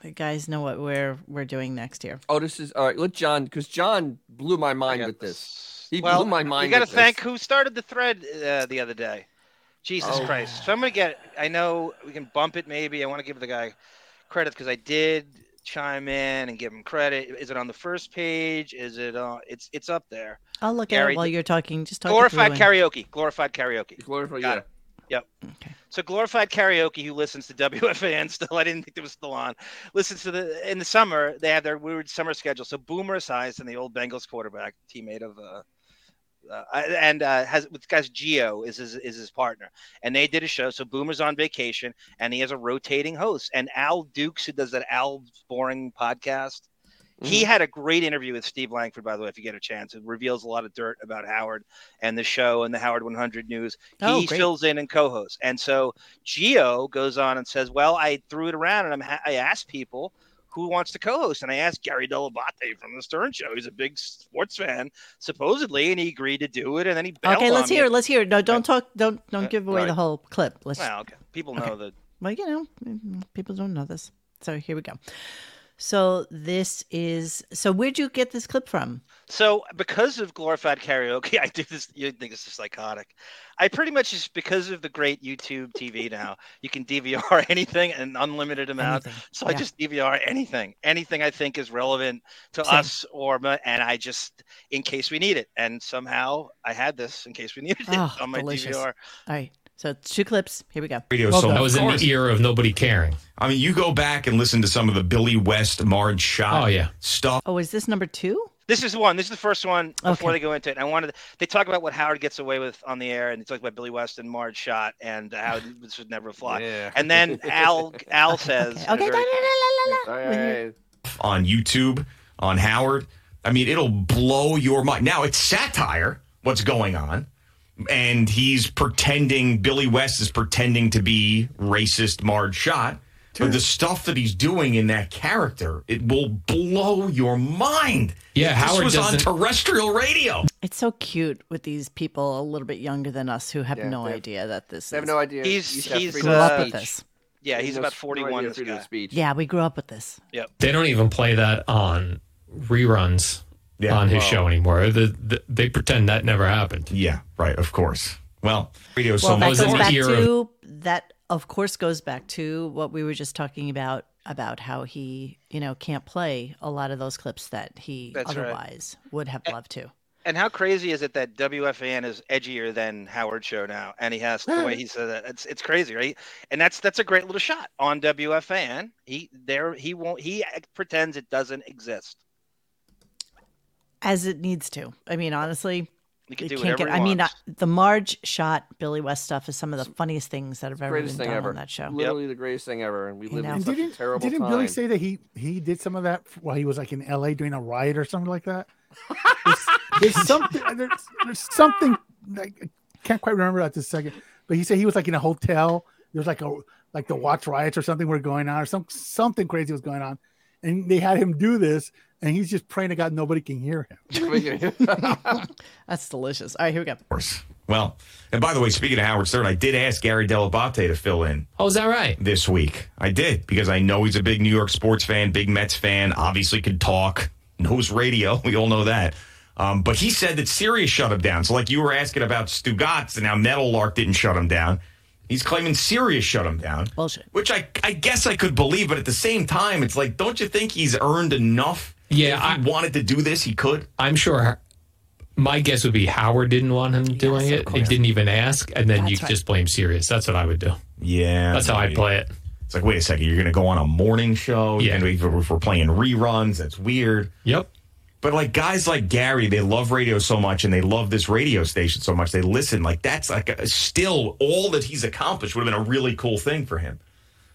Speaker 1: the guys know what we're we're doing next year?
Speaker 3: Oh, this is all right. Let John, because John blew my mind with this. He
Speaker 2: well,
Speaker 3: blew my mind.
Speaker 2: You got to
Speaker 3: with
Speaker 2: thank
Speaker 3: This.
Speaker 2: who started the thread uh, the other day. Jesus
Speaker 3: Oh.
Speaker 2: Christ! So I'm gonna get. I know we can bump it. Maybe I want to give the guy credit because I did chime in and give him credit. Is it on the first page? Is it? Uh, it's it's up there.
Speaker 1: I'll look at
Speaker 2: Gary
Speaker 1: it while
Speaker 2: did-
Speaker 1: you're talking. Just talk it
Speaker 2: glorified
Speaker 1: through and-
Speaker 2: karaoke. Glorified karaoke.
Speaker 3: Glorified.
Speaker 2: Got it. Yep. So glorified karaoke, who listens to WFAN still? I didn't think it was still on. Listens to the in the summer. They have their weird summer schedule. So Boomer Esiason, the old Bengals quarterback, teammate of. Uh, uh, and uh, has with guys Geo is his is his partner, and they did a show. So Boomer's on vacation, and he has a rotating host. And Al Dukes, who does that Al's boring podcast, he
Speaker 13: Mm-hmm.
Speaker 2: had a great interview with Steve Langford. By the way, if you get a chance, it reveals a lot of dirt about Howard and the show and the Howard 100 News.
Speaker 13: Oh,
Speaker 2: he
Speaker 13: great.
Speaker 2: fills in and co-hosts, and so Geo goes on and says, "Well, I threw it around, and I'm ha- I asked people." who wants to co-host? And I asked Gary Delabate from the Stern Show. He's a big sports fan, supposedly, and he agreed to do it. And then he bailed
Speaker 1: Okay, let's
Speaker 2: on
Speaker 1: hear.
Speaker 2: me.
Speaker 1: it, Let's hear. it. No, don't talk. Don't don't
Speaker 2: Uh,
Speaker 1: give away the
Speaker 2: right.
Speaker 1: whole clip. Let's.
Speaker 2: Well, okay. people know that.
Speaker 1: Well, you know, mm, people don't know this. So here we go. So this is. So where'd you get this clip from?
Speaker 2: So because of glorified karaoke, I do this. You think this is psychotic? I pretty much just because of the great YouTube TV now, you can DVR anything an unlimited amount.
Speaker 13: Anything,
Speaker 2: So I
Speaker 13: yeah.
Speaker 2: just DVR anything, anything I think is relevant to
Speaker 13: Same.
Speaker 2: us or my, and I just in case we need it. And somehow I had this in case we needed it
Speaker 13: Ah,
Speaker 1: Oh,
Speaker 2: on my
Speaker 1: delicious.
Speaker 2: DVR.
Speaker 1: All right. So it's two clips. Here we go.
Speaker 14: radio
Speaker 1: Well
Speaker 14: song.
Speaker 1: done.
Speaker 14: That
Speaker 15: was in the
Speaker 14: era of nobody caring. I mean, you go back and listen to some of the Billy West, Marge Shot. Oh yeah, stuff.
Speaker 1: Oh, is this number two?
Speaker 2: This is one. This is the first one before
Speaker 1: Okay.
Speaker 2: they go into it. I wanted they talk about what Howard gets away with on the air, and they talk about Billy West and Marge shot, and how this would never fly. And then Al Al says, in a
Speaker 1: Okay,
Speaker 2: very-
Speaker 14: on YouTube on Howard. I mean, it'll blow your mind. Now it's satire. What's going on? And he's pretending. Billy West is pretending to be racist. Marge Shot. But the stuff that he's doing in that character, it will blow your mind.
Speaker 15: Yeah,
Speaker 14: this
Speaker 15: Howard
Speaker 14: was on
Speaker 15: doesn't-
Speaker 14: terrestrial radio.
Speaker 1: It's so cute with these people a little bit younger than us who have
Speaker 3: Yeah,
Speaker 1: no
Speaker 3: they have-
Speaker 1: idea that this
Speaker 3: they have
Speaker 1: is.
Speaker 3: no idea.
Speaker 2: He's
Speaker 3: You have
Speaker 2: he's
Speaker 1: freedom of
Speaker 2: uh,
Speaker 1: speech. This.
Speaker 2: yeah, he's
Speaker 3: No-
Speaker 2: about
Speaker 3: no
Speaker 2: forty
Speaker 3: idea
Speaker 2: one.
Speaker 3: of
Speaker 2: This
Speaker 3: freedom of
Speaker 2: guy.
Speaker 3: speech.
Speaker 1: Yeah, we grew up with this.
Speaker 2: Yep.
Speaker 15: They don't even play that on reruns
Speaker 14: Yeah.
Speaker 15: on his
Speaker 14: Wow.
Speaker 15: show anymore. The, the, they pretend that never happened.
Speaker 14: Yeah, right. Of course. Well, radio
Speaker 15: so
Speaker 1: that
Speaker 15: was in
Speaker 1: goes
Speaker 15: the
Speaker 1: back
Speaker 15: era of
Speaker 1: to that. Of course, goes back to what we were just talking about about how he, you know, can't play a lot of those clips that he
Speaker 2: That's right.
Speaker 1: otherwise would have loved to.
Speaker 2: And how crazy is it that WFAN is edgier than Howard Show now? And he has the way he said that. It's it's crazy, right? And that's that's a great little shot on WFAN. He there he won't he pretends it doesn't exist.
Speaker 1: as it needs to. I mean, honestly,
Speaker 2: You can
Speaker 1: it
Speaker 2: do
Speaker 1: can't
Speaker 2: whatever
Speaker 1: get.
Speaker 2: you
Speaker 1: I mean, I,
Speaker 2: want.
Speaker 1: the Marge shot Billy West stuff is some of the funniest things that have ever been
Speaker 3: greatest thing
Speaker 1: done
Speaker 3: ever.
Speaker 1: on that show.
Speaker 3: Literally the greatest thing ever, and we live
Speaker 1: know.
Speaker 3: in such a terrible
Speaker 4: Didn't
Speaker 3: time.
Speaker 4: Billy say that he he did some of that while he was like in L.A. doing a riot or something like that? There's, there's something. There's, there's something. Like, I can't quite remember at this second, but he said he was like in a hotel. There was like a like the watch riots or something were going on, or some something crazy was going on, and they had him do this, and he's just praying to God nobody can hear him.
Speaker 1: That's delicious. All right, here we go.
Speaker 14: course. Well, and by the way, speaking of Howard Stern, I did ask Gary Delabate to fill in.
Speaker 15: Oh, is that right?
Speaker 14: This week. I did because I know he's a big New York sports fan, big Mets fan, obviously could talk, knows radio. We all know that. Um, but he said that Sirius shut him down. So, like you were asking about Stugatz and how Metal Lark didn't shut him down. He's claiming Sirius shut him down.
Speaker 1: Bullshit.
Speaker 14: Which I, I guess I could believe, but at the same time, it's like, don't you think he's earned enough?
Speaker 15: Yeah,
Speaker 14: If he wanted to do this, he could.
Speaker 15: I'm sure. My guess would be Howard didn't want him doing it. He didn't even ask, and then you
Speaker 14: That's right.
Speaker 15: just blame Sirius. That's what I would do.
Speaker 14: Yeah.
Speaker 15: That's how I'd play it.
Speaker 14: It's like, wait a second, you're going to go on a morning show. Yeah. If we're, if we're playing reruns, that's weird.
Speaker 15: Yep.
Speaker 14: But like guys like Gary, they love radio so much and they love this radio station so much. They listen. Like that's like a, still all that he's accomplished would have been a really cool thing for him.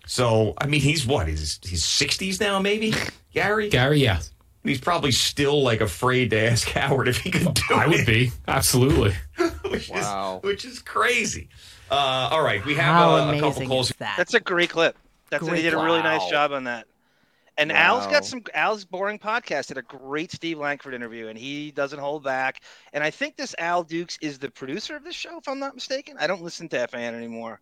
Speaker 14: So, I mean, he's what? He's, he's 60s now, maybe? Gary?
Speaker 15: Gary, yeah.
Speaker 14: He's probably still like afraid to ask Howard if he could do it.
Speaker 15: I would be absolutely.
Speaker 14: which
Speaker 2: Wow.
Speaker 14: is which is crazy. Uh, all right, we have
Speaker 2: How
Speaker 14: uh, a couple
Speaker 2: amazing
Speaker 14: calls.
Speaker 1: is that?
Speaker 2: That's a great clip. That's they
Speaker 14: Great
Speaker 2: did a
Speaker 14: clip.
Speaker 2: really nice job on that. And Al's
Speaker 14: Wow.
Speaker 2: got some Al's boring podcast did a great Steve Langford interview, and he doesn't hold back. And I think this Al Dukes is the producer of this show, if I'm not mistaken. I don't listen to FAN anymore.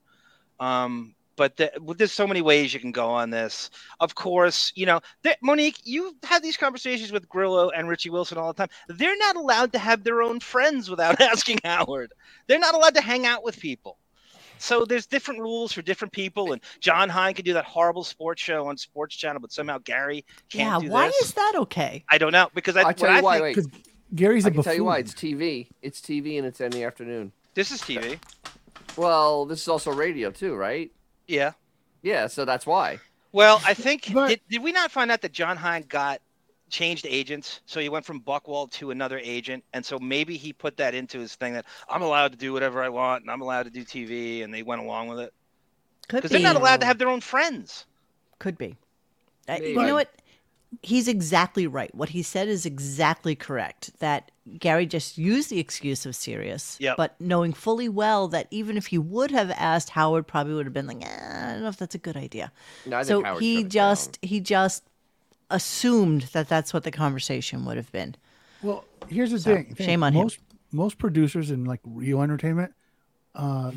Speaker 2: Um, but the, well, there's so many ways you can go on this. Of course, you know, that- Monique, you've had these conversations with Grillo and Richie Wilson all the time. They're not allowed to have their own friends without asking Howard. They're not allowed to hang out with people. So there's different rules for different people, and John Hine could do that horrible sports show on Sports Channel, but somehow Gary can't
Speaker 1: yeah,
Speaker 2: do
Speaker 1: why
Speaker 2: this.
Speaker 1: is that okay?
Speaker 2: I don't know because I,
Speaker 3: I
Speaker 2: what
Speaker 3: tell you
Speaker 2: I
Speaker 3: why.
Speaker 2: think-
Speaker 3: wait.
Speaker 4: Gary's
Speaker 3: I
Speaker 4: a
Speaker 3: can tell you why.
Speaker 4: buffoon.
Speaker 3: It's TV. It's TV, and it's in the afternoon.
Speaker 2: this is TV.
Speaker 3: Well, this is also radio too, right?
Speaker 2: Yeah.
Speaker 3: Yeah. So that's why.
Speaker 2: Well, I think did, did we not find out that John Hine got changed agents, so he went from Buckwald to another agent, and so maybe he put that into his thing that I'm allowed to do whatever I want and I'm allowed to do TV, and they went along with it
Speaker 1: Could
Speaker 2: because they're not
Speaker 1: be.
Speaker 2: allowed to have their own friends.
Speaker 1: Could be. Uh, you
Speaker 2: Maybe.
Speaker 1: know what? He's exactly right. What he said is exactly correct. That Gary just used the excuse of serious,
Speaker 13: Yep.
Speaker 1: but knowing fully well that even if he would have asked, Howard probably would have been like, eh, I don't know if that's a good idea.
Speaker 3: No, I think
Speaker 1: so
Speaker 3: Howard shut
Speaker 1: he
Speaker 3: it
Speaker 1: just he just assumed that that's what the conversation would have been.
Speaker 4: Well, here's the
Speaker 1: So,
Speaker 4: thing. thing.
Speaker 1: shame on him.
Speaker 4: most, Most producers in like real entertainment, uh,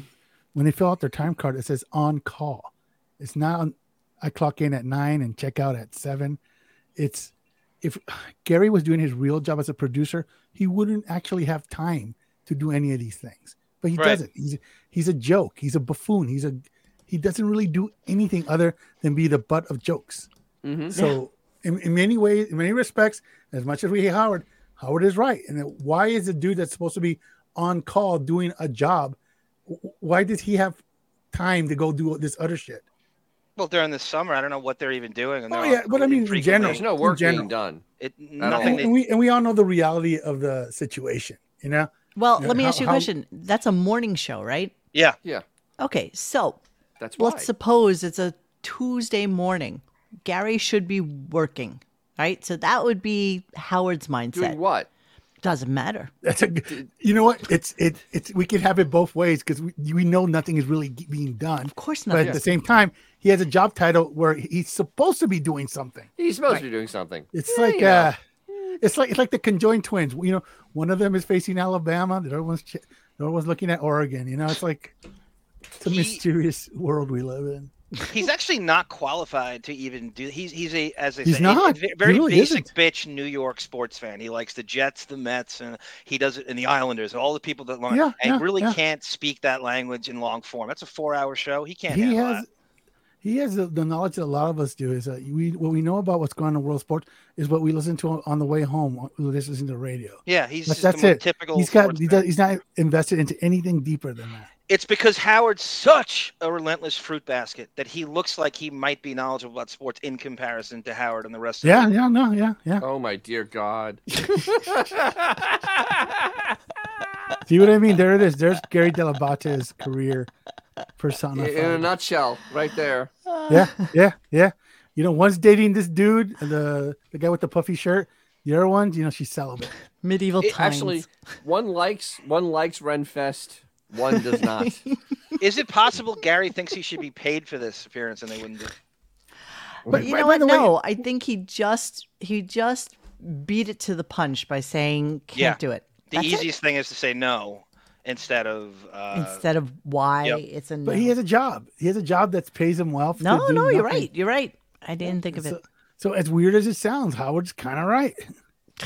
Speaker 4: when they fill out their time card, it says on call. It's not. On, I clock in at nine and check out at seven. It's if Gary was doing his real job as a producer, he wouldn't actually have time to do any of these things. But he
Speaker 16: Right.
Speaker 4: doesn't. He's he's a joke. He's a buffoon. He's a he doesn't really do anything other than be the butt of jokes.
Speaker 3: Mm-hmm.
Speaker 4: So in, in many ways, in many respects, as much as we hate Howard, Howard is right. And then why is the dude that's supposed to be on call doing a job? w- Why does he have time to go do this other shit?
Speaker 2: Well, during the summer, I don't know what they're even doing. And
Speaker 4: Oh
Speaker 2: they're all
Speaker 4: yeah, but I mean in
Speaker 2: freaking
Speaker 4: general,
Speaker 2: out.
Speaker 4: in general.
Speaker 3: done.
Speaker 2: It
Speaker 4: And-
Speaker 2: nothing.
Speaker 4: And,
Speaker 2: They,
Speaker 4: we and we all know the reality of the situation. You know.
Speaker 1: Well,
Speaker 4: Yeah,
Speaker 1: let me
Speaker 4: how-
Speaker 1: ask you a
Speaker 4: how-
Speaker 1: question. That's a morning show, right?
Speaker 2: yeah.
Speaker 3: Yeah.
Speaker 1: Okay, so
Speaker 3: That's why.
Speaker 1: let's suppose it's a Tuesday morning. Gary should be working, right? So that would be Howard's mindset.
Speaker 4: Doing
Speaker 3: what?
Speaker 1: Doesn't matter.
Speaker 4: That's a. good- You know what? It's it it's we could have it both ways because we, we know nothing is really g- being done. Of
Speaker 1: course
Speaker 4: But at
Speaker 3: not.
Speaker 4: the same time, he has a job title where he's supposed to be doing something.
Speaker 3: He's supposed to be doing something.
Speaker 4: It's
Speaker 3: Yeah,
Speaker 4: like
Speaker 3: you know.
Speaker 4: uh, it's like it's like the conjoined twins. You know, one of them is facing Alabama, the other one's ch- the other one's looking at Oregon. You know, it's like it's a mysterious world we live in.
Speaker 2: he's actually not qualified to even do. He's he's a as I
Speaker 4: He's
Speaker 2: say,
Speaker 4: not.
Speaker 2: A,
Speaker 4: He
Speaker 2: very
Speaker 4: really
Speaker 2: basic bitch New York sports fan. He likes the Jets, the Mets, and he does it in the Islanders and all the people that learn.
Speaker 4: Yeah,
Speaker 2: and
Speaker 4: yeah,
Speaker 2: really
Speaker 4: yeah.
Speaker 2: can't speak that language in long form. That's a four-hour show. He can't.
Speaker 4: he
Speaker 2: handle
Speaker 4: has
Speaker 2: that.
Speaker 4: he has the, the knowledge that a lot of us do is that we what we know about what's going on in world sports is what we listen to on the way home we listen to the radio
Speaker 2: Yeah, he's
Speaker 4: that's,
Speaker 2: just the
Speaker 4: that's
Speaker 2: most
Speaker 4: it
Speaker 2: typical
Speaker 4: he's got
Speaker 2: sports
Speaker 4: he does, he's not invested into anything deeper than that
Speaker 2: It's because Howard's such a relentless fruit basket that he looks like he might be knowledgeable about sports in comparison to Howard and the rest. of
Speaker 4: yeah yeah no yeah yeah
Speaker 3: Oh my dear God.
Speaker 4: uh, see what i mean there it is there's gary delabate's career personified
Speaker 3: In a nutshell, right there.
Speaker 4: yeah yeah yeah you know one's dating this dude the the guy with the puffy shirt the other one you know she's celibate
Speaker 1: medieval
Speaker 3: It- actually, one likes one likes Renfest, one does not.
Speaker 2: Is it possible Gary thinks he should be paid for this appearance and they wouldn't do? it?
Speaker 1: But you know what? No, I think he just he just beat it to the punch by saying can't
Speaker 2: Yeah.
Speaker 1: do it.
Speaker 2: The
Speaker 1: That's it.
Speaker 2: easiest thing is to say no instead of uh,
Speaker 1: Instead of why
Speaker 2: Yep.
Speaker 1: it's a no.
Speaker 4: but he has a job he has a job that pays him well for
Speaker 1: no,
Speaker 4: doing
Speaker 1: no, you're
Speaker 4: nothing.
Speaker 1: right. You're right. I didn't think of it.
Speaker 4: So as weird as it sounds, Howard's kind of right.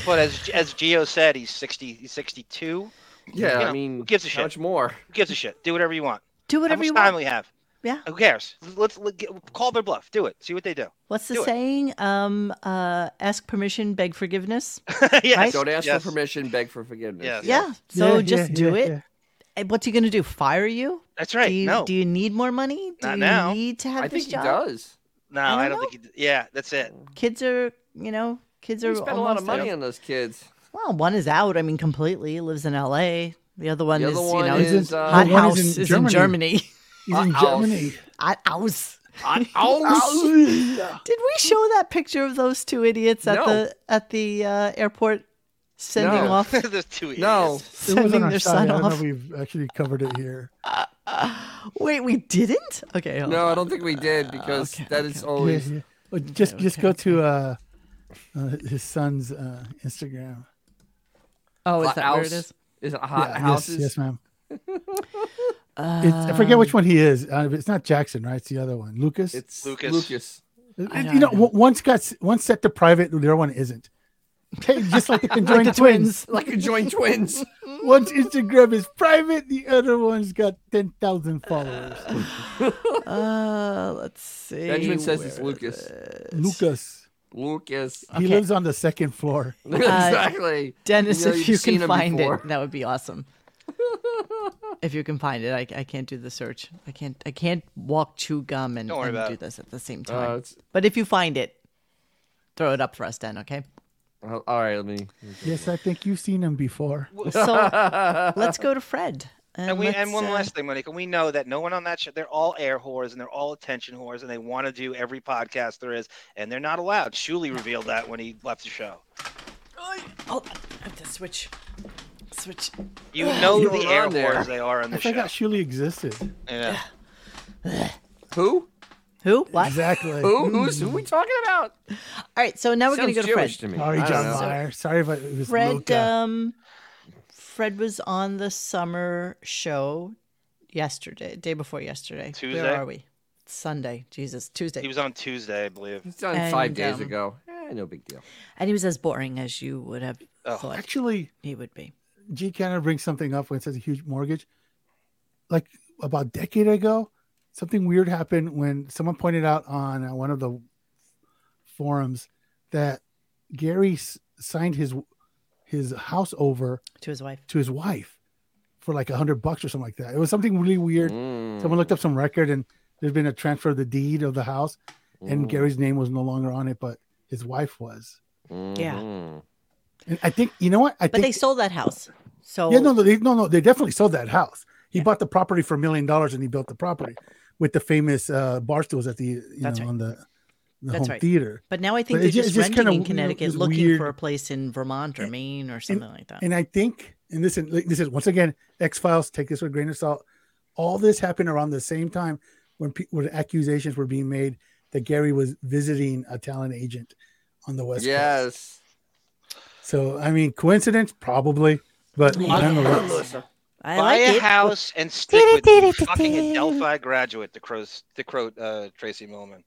Speaker 2: But as as Gio said, he's 60, he's 62.
Speaker 3: Yeah,
Speaker 2: You
Speaker 3: I
Speaker 2: know,
Speaker 3: mean,
Speaker 2: who gives a
Speaker 3: how
Speaker 2: shit?
Speaker 3: much more?
Speaker 2: Who gives a shit? Do whatever you want.
Speaker 1: Do
Speaker 2: How
Speaker 1: whatever
Speaker 2: much
Speaker 1: you
Speaker 2: time
Speaker 1: want.
Speaker 2: we have.
Speaker 1: Yeah.
Speaker 2: Who cares? Let's, let get, call their bluff. Do it. See what they do.
Speaker 1: What's the
Speaker 2: Do it.
Speaker 1: saying? Um, uh, ask permission, beg forgiveness.
Speaker 2: Yes.
Speaker 1: right?
Speaker 3: Don't ask
Speaker 2: Yes.
Speaker 3: for permission, beg for forgiveness.
Speaker 2: Yes.
Speaker 1: Yeah. So
Speaker 4: Yeah,
Speaker 1: just
Speaker 4: yeah,
Speaker 1: do
Speaker 4: yeah,
Speaker 1: it. And What's he going to do? Fire you?
Speaker 2: That's right.
Speaker 1: Do you,
Speaker 2: No.
Speaker 1: Do you need more money? Do
Speaker 2: Not
Speaker 1: you
Speaker 2: now.
Speaker 1: need to have
Speaker 3: I
Speaker 1: this
Speaker 3: think he
Speaker 1: job?
Speaker 3: does.
Speaker 2: No,
Speaker 1: I
Speaker 2: I
Speaker 1: don't
Speaker 2: don't, think. He, d- yeah, that's it.
Speaker 1: Kids are, you know, kids are
Speaker 3: He spent a lot
Speaker 1: almost
Speaker 3: of money
Speaker 1: out.
Speaker 3: on those kids.
Speaker 1: Well, one is out. I mean, completely lives in L.A. The other one
Speaker 3: The
Speaker 1: is,
Speaker 3: other
Speaker 1: you
Speaker 3: one
Speaker 1: know,
Speaker 3: is, uh,
Speaker 1: hot
Speaker 3: the one
Speaker 1: house
Speaker 3: is in
Speaker 1: is in
Speaker 3: Germany.
Speaker 1: Germany.
Speaker 4: He's
Speaker 1: Hot
Speaker 4: in
Speaker 1: house.
Speaker 4: Germany.
Speaker 1: Hot house.
Speaker 3: house.
Speaker 1: Did we show that picture of those two idiots at
Speaker 3: No.
Speaker 1: the at the uh, airport? Sending
Speaker 3: No.
Speaker 1: off
Speaker 2: There's two
Speaker 3: No.
Speaker 1: sending their
Speaker 3: son
Speaker 4: I don't know
Speaker 3: off.
Speaker 4: if we've actually covered it here.
Speaker 1: Wait, we Ah, didn't? Okay. hold
Speaker 3: No,
Speaker 1: on.
Speaker 3: I don't think we did because that is always.
Speaker 4: Yeah, yeah. Well, just just go to uh, uh, his son's uh, Instagram.
Speaker 1: Oh, is
Speaker 3: Hot
Speaker 1: that where it
Speaker 3: house.
Speaker 1: is?
Speaker 3: Is it hot
Speaker 4: Yeah, yes,
Speaker 3: houses? Uh,
Speaker 4: yes, ma'am. It's, I forget
Speaker 1: Um,
Speaker 4: which one he is. Uh, it's not Jackson, right? It's the other one, Lucas.
Speaker 3: It's Lucas. Lucas.
Speaker 4: you know, one- one's got s- one's set to private, the other one isn't. Hey, just like the conjoined
Speaker 3: the
Speaker 4: twins.
Speaker 3: twins. Like conjoined twins.
Speaker 4: one's Instagram is private, the other one's got ten thousand followers.
Speaker 1: Uh, let's see.
Speaker 3: Benjamin says it's
Speaker 1: where-
Speaker 3: Lucas.
Speaker 4: Lucas.
Speaker 3: Lucas.
Speaker 4: He lives on the second floor.
Speaker 1: Uh,
Speaker 3: Exactly.
Speaker 1: Dennis,
Speaker 3: You know,
Speaker 1: uh, if
Speaker 3: you've
Speaker 1: you
Speaker 3: seen
Speaker 1: can
Speaker 3: him
Speaker 1: find
Speaker 3: before.
Speaker 1: it, that would be awesome. if you can find it, I, I can't do the search. I can't I can't walk chew gum and,
Speaker 2: Don't worry
Speaker 1: and
Speaker 2: about
Speaker 1: do
Speaker 2: it.
Speaker 1: this at the same
Speaker 3: Uh,
Speaker 1: time.
Speaker 3: it's-
Speaker 1: but if you find it, throw it up for us then, okay?
Speaker 3: Oh, all right, let me.
Speaker 4: Yes, I think you've seen him before.
Speaker 1: So let's go to Fred.
Speaker 2: And we and
Speaker 1: let's,
Speaker 2: one
Speaker 1: uh,
Speaker 2: last thing, Monica, we know that no one on that show they're all air whores and they're all attention whores and they want to do every podcast there is and they're not allowed. Shuley revealed that when he left the show.
Speaker 1: Oh, I have to switch. Switch.
Speaker 2: You know
Speaker 4: You
Speaker 2: the
Speaker 4: were
Speaker 2: air
Speaker 4: on there.
Speaker 2: whores they are on
Speaker 4: I
Speaker 2: the show.
Speaker 4: forgot Shuli existed.
Speaker 2: Yeah.
Speaker 3: Who?
Speaker 1: Who? What?
Speaker 4: Exactly.
Speaker 3: Who? Who's who? We talking about?
Speaker 1: All right, so now we're going
Speaker 3: Sounds
Speaker 1: go to
Speaker 3: Jewish
Speaker 1: Fred.
Speaker 3: to me.
Speaker 4: Sorry,
Speaker 3: I don't
Speaker 4: John
Speaker 3: know.
Speaker 4: Meyer. Sorry if I, it was
Speaker 1: Fred,
Speaker 4: Luca.
Speaker 1: um, Fred was on the summer show yesterday, day before yesterday.
Speaker 2: Tuesday?
Speaker 1: Where are we? It's Sunday. Jesus, Tuesday.
Speaker 2: He was on Tuesday, I believe.
Speaker 3: It's done five
Speaker 1: And,
Speaker 3: days
Speaker 1: um,
Speaker 3: ago. Eh, no big deal.
Speaker 1: and he was as boring as you would have thought
Speaker 4: Actually,
Speaker 1: he would be.
Speaker 4: G Canada brings something up when it says a huge mortgage. Like about a decade ago, something weird happened when someone pointed out on uh, one of the forums that Gary s- signed his his house over
Speaker 1: To his wife.
Speaker 4: to his wife for like a hundred bucks or something like that. It was something really weird. Someone looked up some record and there's been a transfer of the deed of the house, and
Speaker 3: Mm.
Speaker 4: Gary's name was no longer on it, but his wife was.
Speaker 1: Yeah.
Speaker 3: Mhm.
Speaker 4: And I think you know what? I
Speaker 1: But
Speaker 4: think
Speaker 1: they sold that house. So
Speaker 4: yeah, no, no, they, no, no. They definitely sold that house. He bought the property for a million dollars, and he built the property with the famous uh, bar stools at the you
Speaker 1: That's
Speaker 4: know
Speaker 1: right.
Speaker 4: on the, the
Speaker 1: that's
Speaker 4: home
Speaker 1: right.
Speaker 4: theater.
Speaker 1: But now I think
Speaker 4: But
Speaker 1: they're
Speaker 4: it's ju-
Speaker 1: just,
Speaker 4: it's just
Speaker 1: renting
Speaker 4: kinda,
Speaker 1: in
Speaker 4: you know,
Speaker 1: Connecticut,
Speaker 4: just
Speaker 1: looking
Speaker 4: weird.
Speaker 1: for a place in Vermont or Maine or something like that.
Speaker 4: And I think, and this is this is once again X Files. Take this with a grain of salt. All this happened around the same time when pe- when accusations were being made that Gary was visiting a talent agent on the West Coast.
Speaker 3: Yes.
Speaker 4: So I mean, coincidence probably, but nonetheless.
Speaker 1: I
Speaker 2: Buy
Speaker 1: like
Speaker 2: a
Speaker 1: it.
Speaker 2: house and stick with the fucking Adelphi graduate, the crow, the crow, uh, Tracy Millman.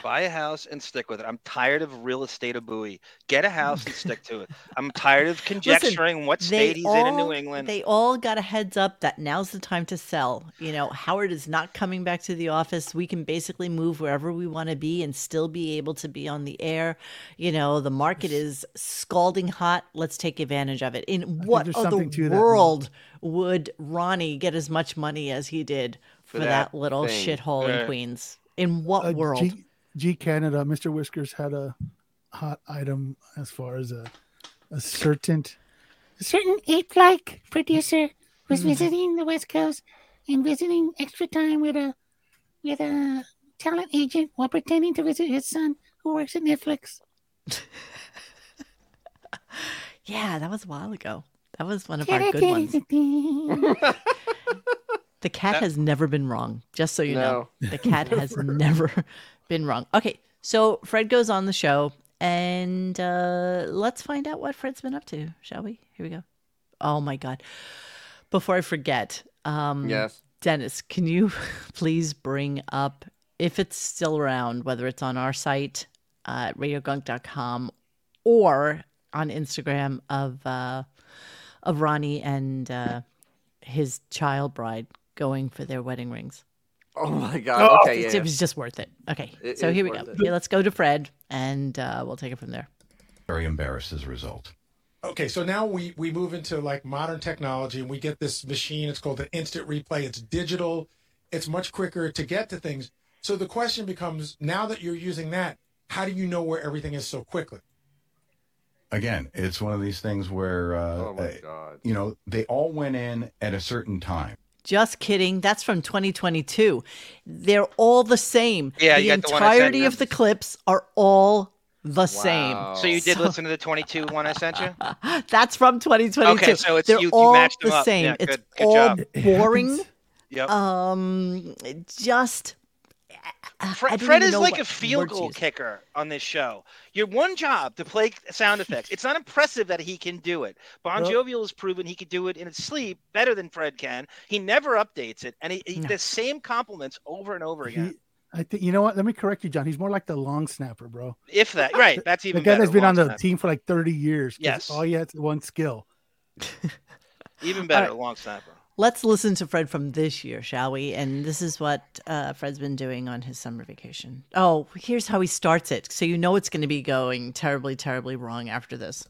Speaker 2: Buy a house and stick with it. I'm tired of real estate abui. Get a house and stick to it. I'm tired of conjecturing what
Speaker 1: They
Speaker 2: state he's in in
Speaker 1: all-
Speaker 2: New England.
Speaker 1: They all got a heads up that now's the time to sell. You know, Howard is not coming back to the office. We can basically move wherever we want to be and still be able to be on the air. You know, the market is scalding hot. Let's take advantage of it. In what
Speaker 4: there's
Speaker 1: other
Speaker 4: something to that, man.
Speaker 1: world would Ronnie get as much money as he did for, that,
Speaker 3: that
Speaker 1: little
Speaker 3: thing.
Speaker 1: shithole
Speaker 3: Yeah.
Speaker 1: in Queens? In what
Speaker 4: uh,
Speaker 1: world?
Speaker 4: G, G Canada, Mr. Whiskers had a hot item as far as a a certain
Speaker 13: A certain ape-like producer was
Speaker 1: Hmm.
Speaker 13: visiting the West Coast and visiting extra time with a with a talent agent while pretending to visit his son who works at Netflix.
Speaker 1: Yeah, that was a while ago. That was one of our good ones. The cat has never been wrong, just so you know. The cat has never been wrong. Okay, so Fred goes on the show, and uh, let's find out what Fred's been up to, shall we? Here we go. Oh my God. Before I forget, um,
Speaker 3: Yes.
Speaker 1: Dennis, can you please bring up, if it's still around, whether it's on our site, uh, radiogunk.com, or on Instagram of uh, of Ronnie and uh, his child bride going for their wedding rings.
Speaker 3: Oh my God. Okay.
Speaker 1: it,
Speaker 3: yeah,
Speaker 1: was just worth it. Okay,
Speaker 3: It
Speaker 1: so
Speaker 3: is
Speaker 1: here we go.
Speaker 3: worth it.
Speaker 1: Yeah, let's go to Fred, and uh, we'll take it from there.
Speaker 14: Very embarrassed as a result.
Speaker 16: Okay, so now we we move into like modern technology, and we get this machine. It's called the Instant Replay. It's digital. It's much quicker to get to things. So the question becomes: Now that you're using that, how do you know where everything is so quickly?
Speaker 17: again, it's one of these things where, uh,
Speaker 3: Oh, my
Speaker 17: uh,
Speaker 3: God.
Speaker 17: you know, they all went in at a certain time.
Speaker 1: Just kidding. That's from 2022. They're all the same.
Speaker 17: Yeah,
Speaker 1: the
Speaker 17: you got the one I sent
Speaker 1: entirety
Speaker 17: you.
Speaker 1: of the clips are all the same.
Speaker 2: So you did listen to the 22 one I sent you?
Speaker 1: That's from 2022.
Speaker 2: Okay, so it's-
Speaker 1: They're
Speaker 2: you- you
Speaker 1: all
Speaker 2: matched them
Speaker 1: the
Speaker 2: up.
Speaker 1: same.
Speaker 2: Yeah,
Speaker 1: it's
Speaker 2: good- good
Speaker 1: all
Speaker 2: job. It
Speaker 1: boring.
Speaker 2: happens. Yep.
Speaker 1: Um, just
Speaker 2: Fre-
Speaker 1: don't
Speaker 2: Fred
Speaker 1: even
Speaker 2: is
Speaker 1: know
Speaker 2: like
Speaker 1: what
Speaker 2: a field
Speaker 1: word to
Speaker 2: goal
Speaker 1: use.
Speaker 2: kicker on this show. Your one job to play sound effects. It's not impressive that he can do it. Bon
Speaker 1: Well-
Speaker 2: Jovial has proven he could do it in his sleep better than Fred can. He never updates it, and he, he- the same compliments over and over again.
Speaker 4: I think you know what. Let me correct you, John. He's more like the long snapper, bro.
Speaker 2: if that, right? That's even
Speaker 4: the guy
Speaker 2: better.
Speaker 4: that's been
Speaker 2: long
Speaker 4: on the
Speaker 2: snapper.
Speaker 4: team for like 30 years. 'cause
Speaker 2: Yes.
Speaker 4: all he has is Oh, one skill.
Speaker 2: Even better,
Speaker 1: right.
Speaker 2: long snapper.
Speaker 1: let's listen to Fred from this year, shall we? And this is what uh, Fred's been doing on his summer vacation. Oh, here's how he starts it. So you know it's going to be going terribly, terribly wrong after this.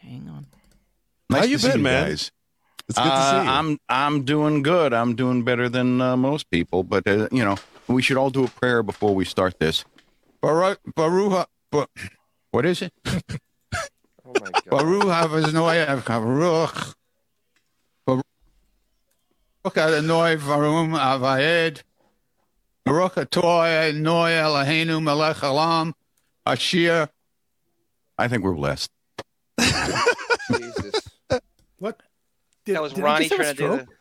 Speaker 1: Hang on.
Speaker 18: Nice
Speaker 1: How you
Speaker 18: to see
Speaker 1: been,
Speaker 18: you
Speaker 1: man?
Speaker 18: Guys.
Speaker 1: It's good to
Speaker 18: Uh,
Speaker 1: see you.
Speaker 18: I'm I'm doing good. I'm doing better than uh, most people, but uh, you know, we should all do a prayer before we start this. Baruch Baruch Bar- What is it? Baruch Havaznoi Baruch Baruch Adonai Varum Avayed Baruch Atoy Noi Eloheinu Melech Olam Ashir. I think we're blessed.
Speaker 3: Jesus.
Speaker 4: What?
Speaker 2: that was
Speaker 4: did he
Speaker 2: Ronnie
Speaker 4: just
Speaker 2: trying to
Speaker 4: have a
Speaker 2: do the,
Speaker 4: stroke?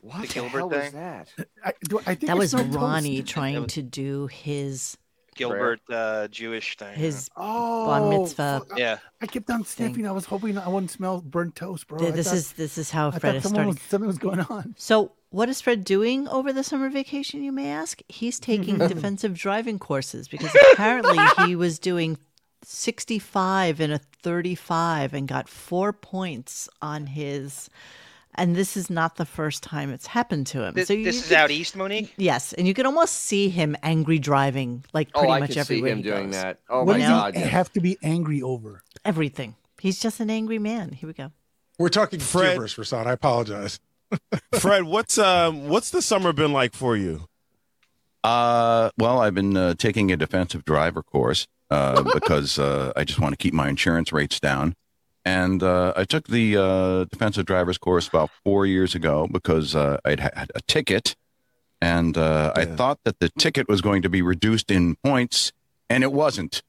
Speaker 3: What
Speaker 2: the
Speaker 3: the
Speaker 2: Gilbert
Speaker 3: hell was
Speaker 2: thing.
Speaker 3: that?
Speaker 4: I, do, I think
Speaker 1: That was
Speaker 4: it's not
Speaker 1: Ronnie
Speaker 4: toast.
Speaker 1: trying to do his
Speaker 2: Gilbert uh, Jewish thing.
Speaker 1: his
Speaker 4: Oh,
Speaker 1: bar mitzvah.
Speaker 4: fuck.
Speaker 2: Yeah.
Speaker 4: I kept on sniffing. I was hoping I wouldn't smell burnt toast, bro.
Speaker 1: Th-
Speaker 4: I
Speaker 1: this
Speaker 4: thought-
Speaker 1: is this is how
Speaker 4: I
Speaker 1: Fred
Speaker 4: thought
Speaker 1: is
Speaker 4: someone
Speaker 1: starting.
Speaker 4: was- something was going on.
Speaker 1: So, what is Fred doing over the summer vacation? You may ask. He's taking defensive driving courses because apparently he was doing 65 in a 35 and got four points on his. And this is not the first time it's happened
Speaker 4: Oh,
Speaker 1: to him.
Speaker 2: Th-
Speaker 1: so you,
Speaker 2: this
Speaker 1: you
Speaker 2: is
Speaker 1: could-
Speaker 2: out east, Monique.
Speaker 1: Yes, and you can almost see him angry driving, like
Speaker 4: Oh,
Speaker 1: pretty
Speaker 4: I
Speaker 1: much
Speaker 4: could see
Speaker 1: everywhere
Speaker 4: him
Speaker 1: he
Speaker 4: doing
Speaker 1: goes.
Speaker 4: that. Oh What my does he God, yes. have to be angry over?
Speaker 1: Everything. He's just an angry man. Here we go.
Speaker 16: We're talking
Speaker 9: Fred-
Speaker 16: Fred. hubris, Rasad. I apologize.
Speaker 9: Fred, what's um, what's the summer been like for you?
Speaker 18: Uh, well, I've been uh, taking a defensive driver course uh, because uh, I just want to keep my insurance rates down. And uh, I took the uh, defensive driver's course about four years ago because uh, I'd had a ticket, and uh, I thought that the ticket was going to be reduced in points, and it wasn't.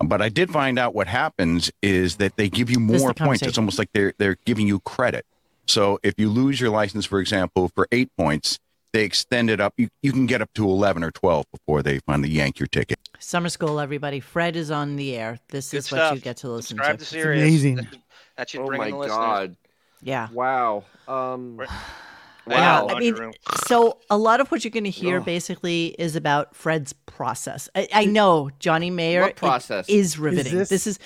Speaker 18: But I did find out what happens is that they give you
Speaker 1: This is
Speaker 18: more
Speaker 1: the
Speaker 18: points. It's
Speaker 1: conversation.
Speaker 18: almost like they're they're giving you credit. So if you lose your license, for example, for eight points, they extend it up. You, you can get up to eleven or twelve before they finally yank your ticket.
Speaker 1: Summer school, everybody. Fred is on the air. This is what
Speaker 2: stuff.
Speaker 1: you get to listen
Speaker 2: Subscribe
Speaker 1: to.
Speaker 2: to Sirius.
Speaker 4: amazing.
Speaker 2: That should, that should
Speaker 3: Oh
Speaker 2: bring
Speaker 3: my
Speaker 2: in the listeners.
Speaker 3: God.
Speaker 1: Yeah.
Speaker 3: Wow. Um.
Speaker 1: Wow.
Speaker 3: Wow.
Speaker 1: I mean, so a lot of what you're going to hear basically is about Fred's process. I, I know Johnny Mayer
Speaker 3: What
Speaker 1: it
Speaker 3: process?
Speaker 1: is
Speaker 3: Is
Speaker 1: riveting.
Speaker 3: this-
Speaker 1: this... is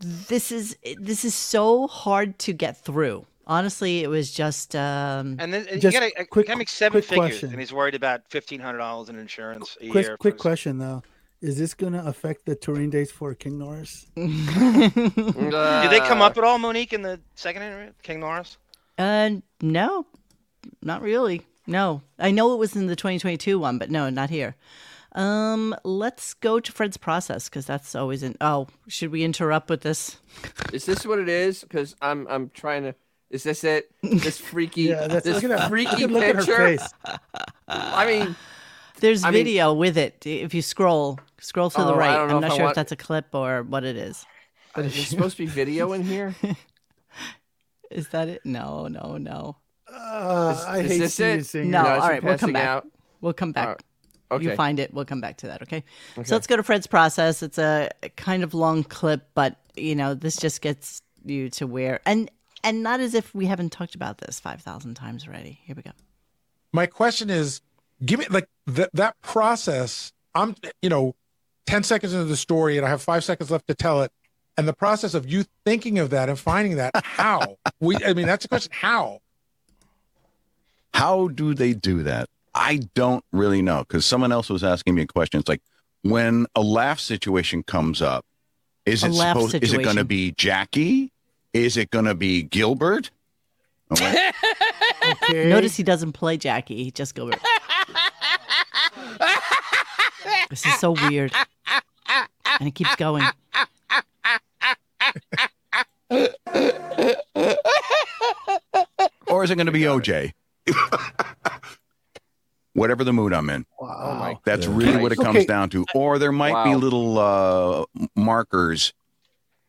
Speaker 1: this is this is so hard to get through. Honestly, it was just um
Speaker 2: And then and
Speaker 1: Just
Speaker 2: you got
Speaker 4: quick-
Speaker 2: to make seven
Speaker 4: quick
Speaker 2: figures,
Speaker 4: question.
Speaker 2: and he's worried about fifteen hundred dollars in insurance a
Speaker 4: Quick,
Speaker 2: year.
Speaker 4: quick question though: Is this going to affect the touring days for King Norris?
Speaker 2: Did they come up at all, Monique, in the second interview? King Norris.
Speaker 1: uh no. Not really. No. I know it was in the 2022 one, but no, not here. Um let's go to Fred's process cuz that's always an Oh, should we interrupt with this?
Speaker 3: Is this what it is? Because I'm I'm trying to. Is this it? This freaky.
Speaker 4: Yeah, that's-
Speaker 3: this
Speaker 4: look at that-
Speaker 3: freaky
Speaker 4: look at her
Speaker 3: picture. Uh,
Speaker 4: face.
Speaker 3: I mean,
Speaker 1: There's
Speaker 3: I mean-
Speaker 1: video with it. If you scroll, scroll to
Speaker 3: Oh,
Speaker 1: the
Speaker 3: I
Speaker 1: right.
Speaker 3: don't know
Speaker 1: I'm
Speaker 3: if
Speaker 1: not
Speaker 3: I
Speaker 1: sure
Speaker 3: want-
Speaker 1: if that's a clip or what it is. But
Speaker 3: is there supposed to be video in here?
Speaker 1: Is that it? No, no, no.
Speaker 4: Uh,
Speaker 3: Is- I is hate this seeing it? singers.
Speaker 1: No,
Speaker 3: You guys
Speaker 1: all
Speaker 3: are
Speaker 1: right, we'll come
Speaker 3: passing
Speaker 1: back.
Speaker 3: out?
Speaker 1: We'll come back.
Speaker 3: All right,
Speaker 1: You
Speaker 3: okay.
Speaker 1: find it. We'll come back to that. Okay.
Speaker 3: Okay.
Speaker 1: So let's go to Fred's process. It's a kind of long clip, but you know this just gets you to where and and not as if we haven't talked about this five thousand times already. Here we go.
Speaker 16: My question is, give me like that that process. I'm you know, ten seconds into the story, and I have five seconds left to tell it. And the process of you thinking of that and finding that, how? we, I mean, that's a question. How?
Speaker 18: How do they do that? I don't really know because someone else was asking me a question. It's like when a laugh situation comes up, is
Speaker 1: A
Speaker 18: it
Speaker 1: laugh
Speaker 18: supposed? Is it going
Speaker 1: situation.
Speaker 18: to be Jackie? Is it going to be Gilbert? I'm like,
Speaker 1: Notice he doesn't play Jackie. He just goes. this is so weird, and it keeps going.
Speaker 18: or is it going to be OJ?
Speaker 17: whatever the mood I'm in.
Speaker 3: Wow.
Speaker 17: That's really what it comes
Speaker 3: Okay.
Speaker 17: down to. Or there might be
Speaker 3: Wow.
Speaker 17: little uh, markers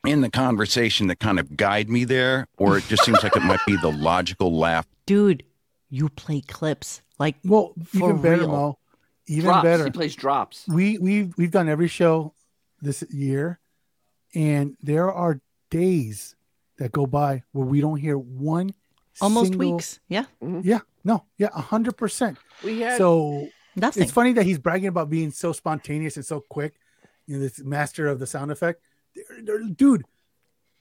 Speaker 17: in the conversation that kind of guide me there, or it just seems like it might be the logical laugh.
Speaker 1: Dude, you play clips like
Speaker 4: well
Speaker 1: for
Speaker 4: even better,
Speaker 1: real.
Speaker 4: Mo. Even
Speaker 3: drops.
Speaker 4: better.
Speaker 3: He plays drops.
Speaker 4: We we've we've done every show this year, and there are days that go by where we don't hear one.
Speaker 1: Almost
Speaker 4: single-
Speaker 1: weeks. Yeah.
Speaker 4: Yeah. No. Yeah. A hundred percent.
Speaker 3: Mm-hmm. We had-
Speaker 4: so
Speaker 1: Nothing.
Speaker 4: It's funny that he's bragging about being so spontaneous and so quick. You know, this master of the sound effect. There, there- dude,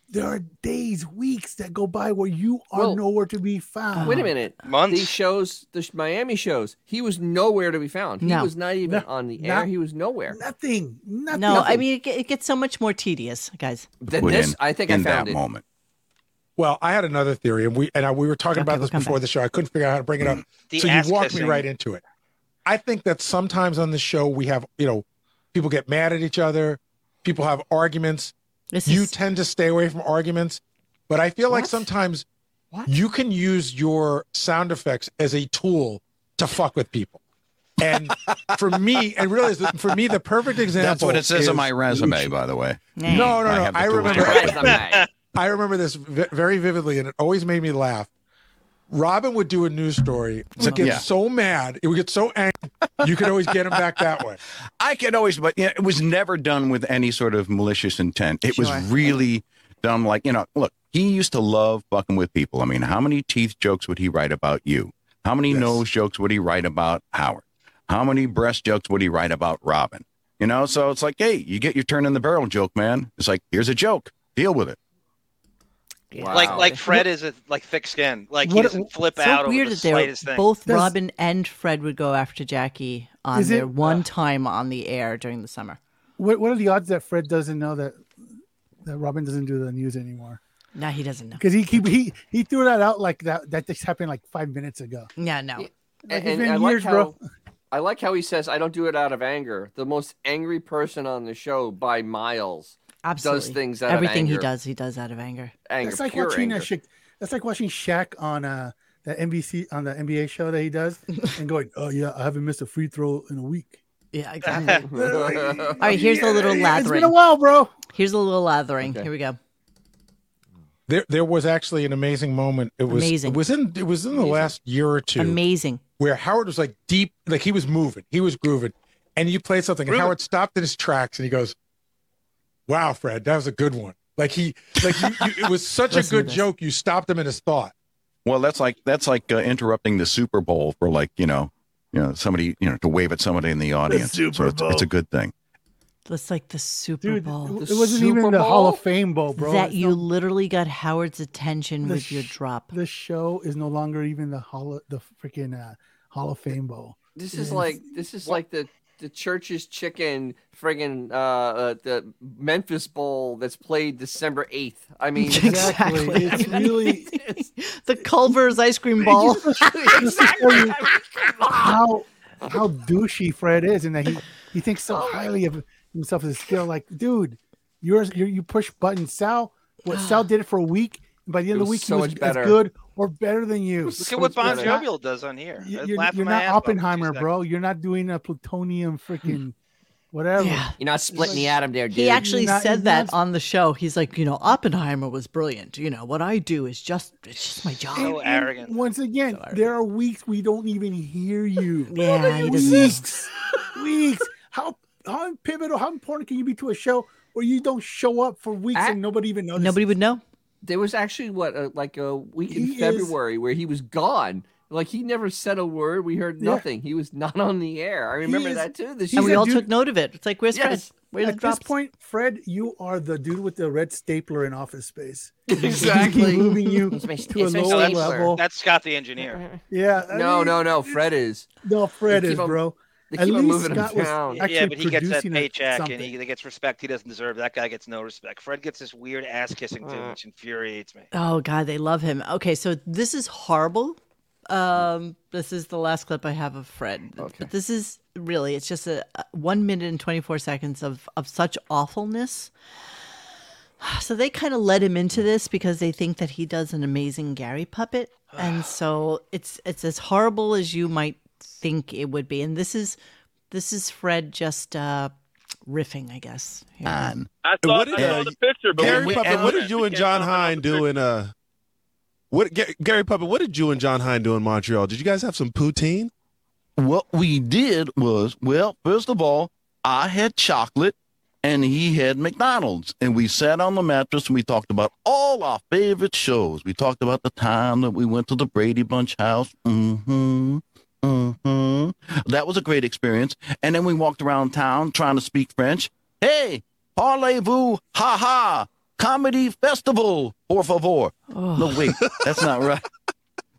Speaker 4: there are days, weeks that go by where you are
Speaker 3: Well,
Speaker 4: nowhere to be found.
Speaker 1: Oh.
Speaker 3: Wait a minute.
Speaker 2: Months.
Speaker 3: These shows, the sh- Miami shows, he was nowhere to be found. He
Speaker 1: No.
Speaker 3: was not even on the air.
Speaker 1: not-
Speaker 3: he was nowhere.
Speaker 4: Nothing. Nothing.
Speaker 1: No, I mean it, ge- it gets so much more tedious, guys.
Speaker 3: Th- Put this- in- I think I in that found it. moment.
Speaker 16: Well, I had another theory, and we and I, we were talking about this before the show. I couldn't figure out how to bring it up,
Speaker 2: Mm-hmm. The
Speaker 16: so
Speaker 2: ass
Speaker 16: you walked
Speaker 2: kissing.
Speaker 16: me right into it. I think that sometimes on the show we have you know people get mad at each other, people have arguments. you tend to stay away from arguments, but I feel like sometimes you can use your sound effects as a tool to fuck with people. And for me, and realize that for me, the perfect example
Speaker 17: That's what it says
Speaker 16: is
Speaker 17: on my resume, by the way.
Speaker 16: No, no, no.
Speaker 17: have the
Speaker 16: I
Speaker 17: tools
Speaker 16: remember-
Speaker 17: to help me.
Speaker 16: I remember this ve- very vividly, and it always made me laugh. Robin would do a news story to get
Speaker 17: Mm-hmm. Yeah.
Speaker 16: so mad, it would get so angry. You could always get him back that way.
Speaker 17: I could always, but yeah, it was never done with any sort of malicious intent. It
Speaker 16: Sure.
Speaker 17: was really dumb. Like, you know, look, he used to love fucking with people. I mean, how many teeth jokes would he write about you? How many nose jokes would he write about Howard? How many breast jokes would he write about Robin? You know, so it's like, hey, you get your turn in the barrel joke, man. It's like, here's a joke, deal with it.
Speaker 2: Like like Fred is a, like thick skin. Like he
Speaker 1: What-
Speaker 2: doesn't flip
Speaker 1: so
Speaker 2: out
Speaker 1: weird
Speaker 2: over the
Speaker 1: that they were-
Speaker 2: slightest thing.
Speaker 1: both Robin and Fred would go after Jackie on
Speaker 4: Is
Speaker 1: their
Speaker 4: it-
Speaker 1: one time on the air during the summer.
Speaker 4: What What are the odds that Fred doesn't know that that Robin doesn't do the news anymore?
Speaker 1: No, he doesn't know.
Speaker 4: Because he keep, he he threw that out like that. That just happened like five minutes ago.
Speaker 1: Yeah, no.
Speaker 4: Like,
Speaker 3: and,
Speaker 4: it's been
Speaker 3: I like
Speaker 4: years,
Speaker 3: how
Speaker 4: bro.
Speaker 3: I like how he says, "I don't do it out of anger." The most angry person on the show by miles
Speaker 1: Absolutely.
Speaker 3: does things out
Speaker 1: Everything
Speaker 3: of anger.
Speaker 1: he does, he does out of anger.
Speaker 3: Anger,
Speaker 4: That's like
Speaker 3: pure
Speaker 4: watching
Speaker 3: anger.
Speaker 4: a Sha- That's like watching Shaq on uh that NBC on the NBA show that he does, and going, "Oh yeah, I haven't missed a free throw in a week."
Speaker 1: Yeah, exactly. All right, here's a little
Speaker 4: Yeah,
Speaker 1: lathering.
Speaker 4: It's been a while, bro.
Speaker 1: Here's a little lathering. Here we go.
Speaker 16: There, there was actually an amazing moment. It was
Speaker 1: Amazing.
Speaker 16: It was in it was in the last year or two.
Speaker 1: Amazing.
Speaker 16: Where Howard was like deep, like he was moving, he was grooving, and you played something, and Howard stopped in his tracks, and he goes, "Wow, Fred, that was a good one." Like he, like you, you, it was such a
Speaker 17: Listen to
Speaker 16: good
Speaker 17: this.
Speaker 16: joke. You stopped him in his thought.
Speaker 17: Well, that's like that's like uh, interrupting the Super Bowl for like you know, you know somebody you know to wave at somebody in the audience. so
Speaker 1: Super
Speaker 17: it's, it's a good thing.
Speaker 1: That's like the Super Bowl.
Speaker 4: it wasn't even Super the Hall Bowl? of Fame Bowl, bro.
Speaker 1: That
Speaker 4: It's
Speaker 1: you literally got Howard's attention
Speaker 4: The
Speaker 1: with your
Speaker 4: sh-
Speaker 1: drop.
Speaker 4: The show is no longer even the hall of, the freaking uh, Hall of Fame bowl.
Speaker 3: This is
Speaker 4: Yeah.
Speaker 3: like this is like the the church's chicken friggin' uh, uh the Memphis Bowl that's played December eighth. I mean
Speaker 1: Exactly.
Speaker 4: It's really
Speaker 1: the Culver's ice cream ball.
Speaker 4: This is for you how how douchey Fred is, and that he he thinks so highly of himself as a skill. Like, dude, you're, you're you push button Sal. What Sal did it for a week, and by the end
Speaker 3: It
Speaker 4: of the
Speaker 3: was
Speaker 4: week,
Speaker 3: so
Speaker 4: he
Speaker 3: much
Speaker 4: was as
Speaker 3: better.
Speaker 4: good or better than you.
Speaker 2: Look at what Bon Jovial does on here. I
Speaker 4: You're,
Speaker 2: laugh
Speaker 4: you're
Speaker 2: my
Speaker 4: not
Speaker 2: ass off for two
Speaker 4: Oppenheimer,
Speaker 2: seconds.
Speaker 4: bro. You're not doing a plutonium freaking whatever.
Speaker 3: You're not splitting the atom there, dude.
Speaker 1: He actually
Speaker 4: You're not-
Speaker 1: said
Speaker 4: you're
Speaker 1: that
Speaker 4: not-
Speaker 1: on the show. He's like, you know, Oppenheimer was brilliant. You know, what I do is just it's just my job.
Speaker 4: And- and Once again, there are weeks we don't even hear you.
Speaker 1: Yeah, he doesn't know.
Speaker 4: weeks. weeks. How how pivotal, how important can you be to a show where you don't show up for weeks and nobody even knows?
Speaker 1: Nobody would know.
Speaker 3: There was actually what uh, like a week in
Speaker 4: He is-
Speaker 3: February where he was gone. Like he never said a word. We heard
Speaker 4: Yeah.
Speaker 3: nothing. He was not on the air. I remember
Speaker 4: is-
Speaker 3: that too. This
Speaker 4: he's
Speaker 1: and we
Speaker 4: a
Speaker 1: all
Speaker 4: dude-
Speaker 1: took note of it. It's like, where's
Speaker 3: Yes.
Speaker 1: Fred? Where's
Speaker 4: At
Speaker 1: the drops?
Speaker 4: this point, Fred, you are the dude with the red stapler in Office Space.
Speaker 3: Exactly.
Speaker 4: He's moving you
Speaker 3: It's my-
Speaker 4: to a
Speaker 3: it's my
Speaker 4: lower
Speaker 3: stapler.
Speaker 4: level.
Speaker 2: That's Scott the engineer.
Speaker 4: Yeah. I
Speaker 3: no,
Speaker 4: mean,
Speaker 3: no, no. Fred is.
Speaker 4: No, Fred
Speaker 3: They
Speaker 4: is,
Speaker 3: keep on-
Speaker 4: bro.
Speaker 3: they
Speaker 4: At
Speaker 3: keep on
Speaker 4: least
Speaker 3: moving him
Speaker 4: Scott was
Speaker 3: down.
Speaker 4: actually
Speaker 2: yeah, but he gets that
Speaker 4: producing a-
Speaker 2: paycheck and
Speaker 4: something.
Speaker 2: he gets respect he doesn't deserve. That guy gets no respect. Fred gets this weird ass kissing
Speaker 3: Uh.
Speaker 2: thing, which infuriates me.
Speaker 1: Oh God, they love him. Okay, so this is horrible. Um, this is the last clip I have of Fred, but this is really it's just a a one minute and twenty four seconds of of such awfulness. So they kind of led him into this because they think that he does an amazing Gary puppet, and so it's it's as horrible as you might think it would be. And this is this is Fred just uh, riffing, I guess. here.
Speaker 19: I
Speaker 18: thought
Speaker 19: Um, what
Speaker 18: I
Speaker 19: did-
Speaker 18: saw the picture, but
Speaker 19: Gary
Speaker 18: we-
Speaker 19: Puppet,
Speaker 18: and
Speaker 19: what
Speaker 18: we-
Speaker 19: did you and John Hine do in uh? What Ga- Gary Puppet? What did you and John Hine do in Montreal? Did you guys have some poutine?
Speaker 17: What we did was, well, first of all, I had chocolate and he had McDonald's. And we sat on the mattress and we talked about all our favorite shows. We talked about the time that we went to the Brady Bunch house. hmm. hmm. That was a great experience. And then we walked around town trying to speak French. Hey, parlez-vous, ha ha, comedy festival, por favor. No, wait, that's not right.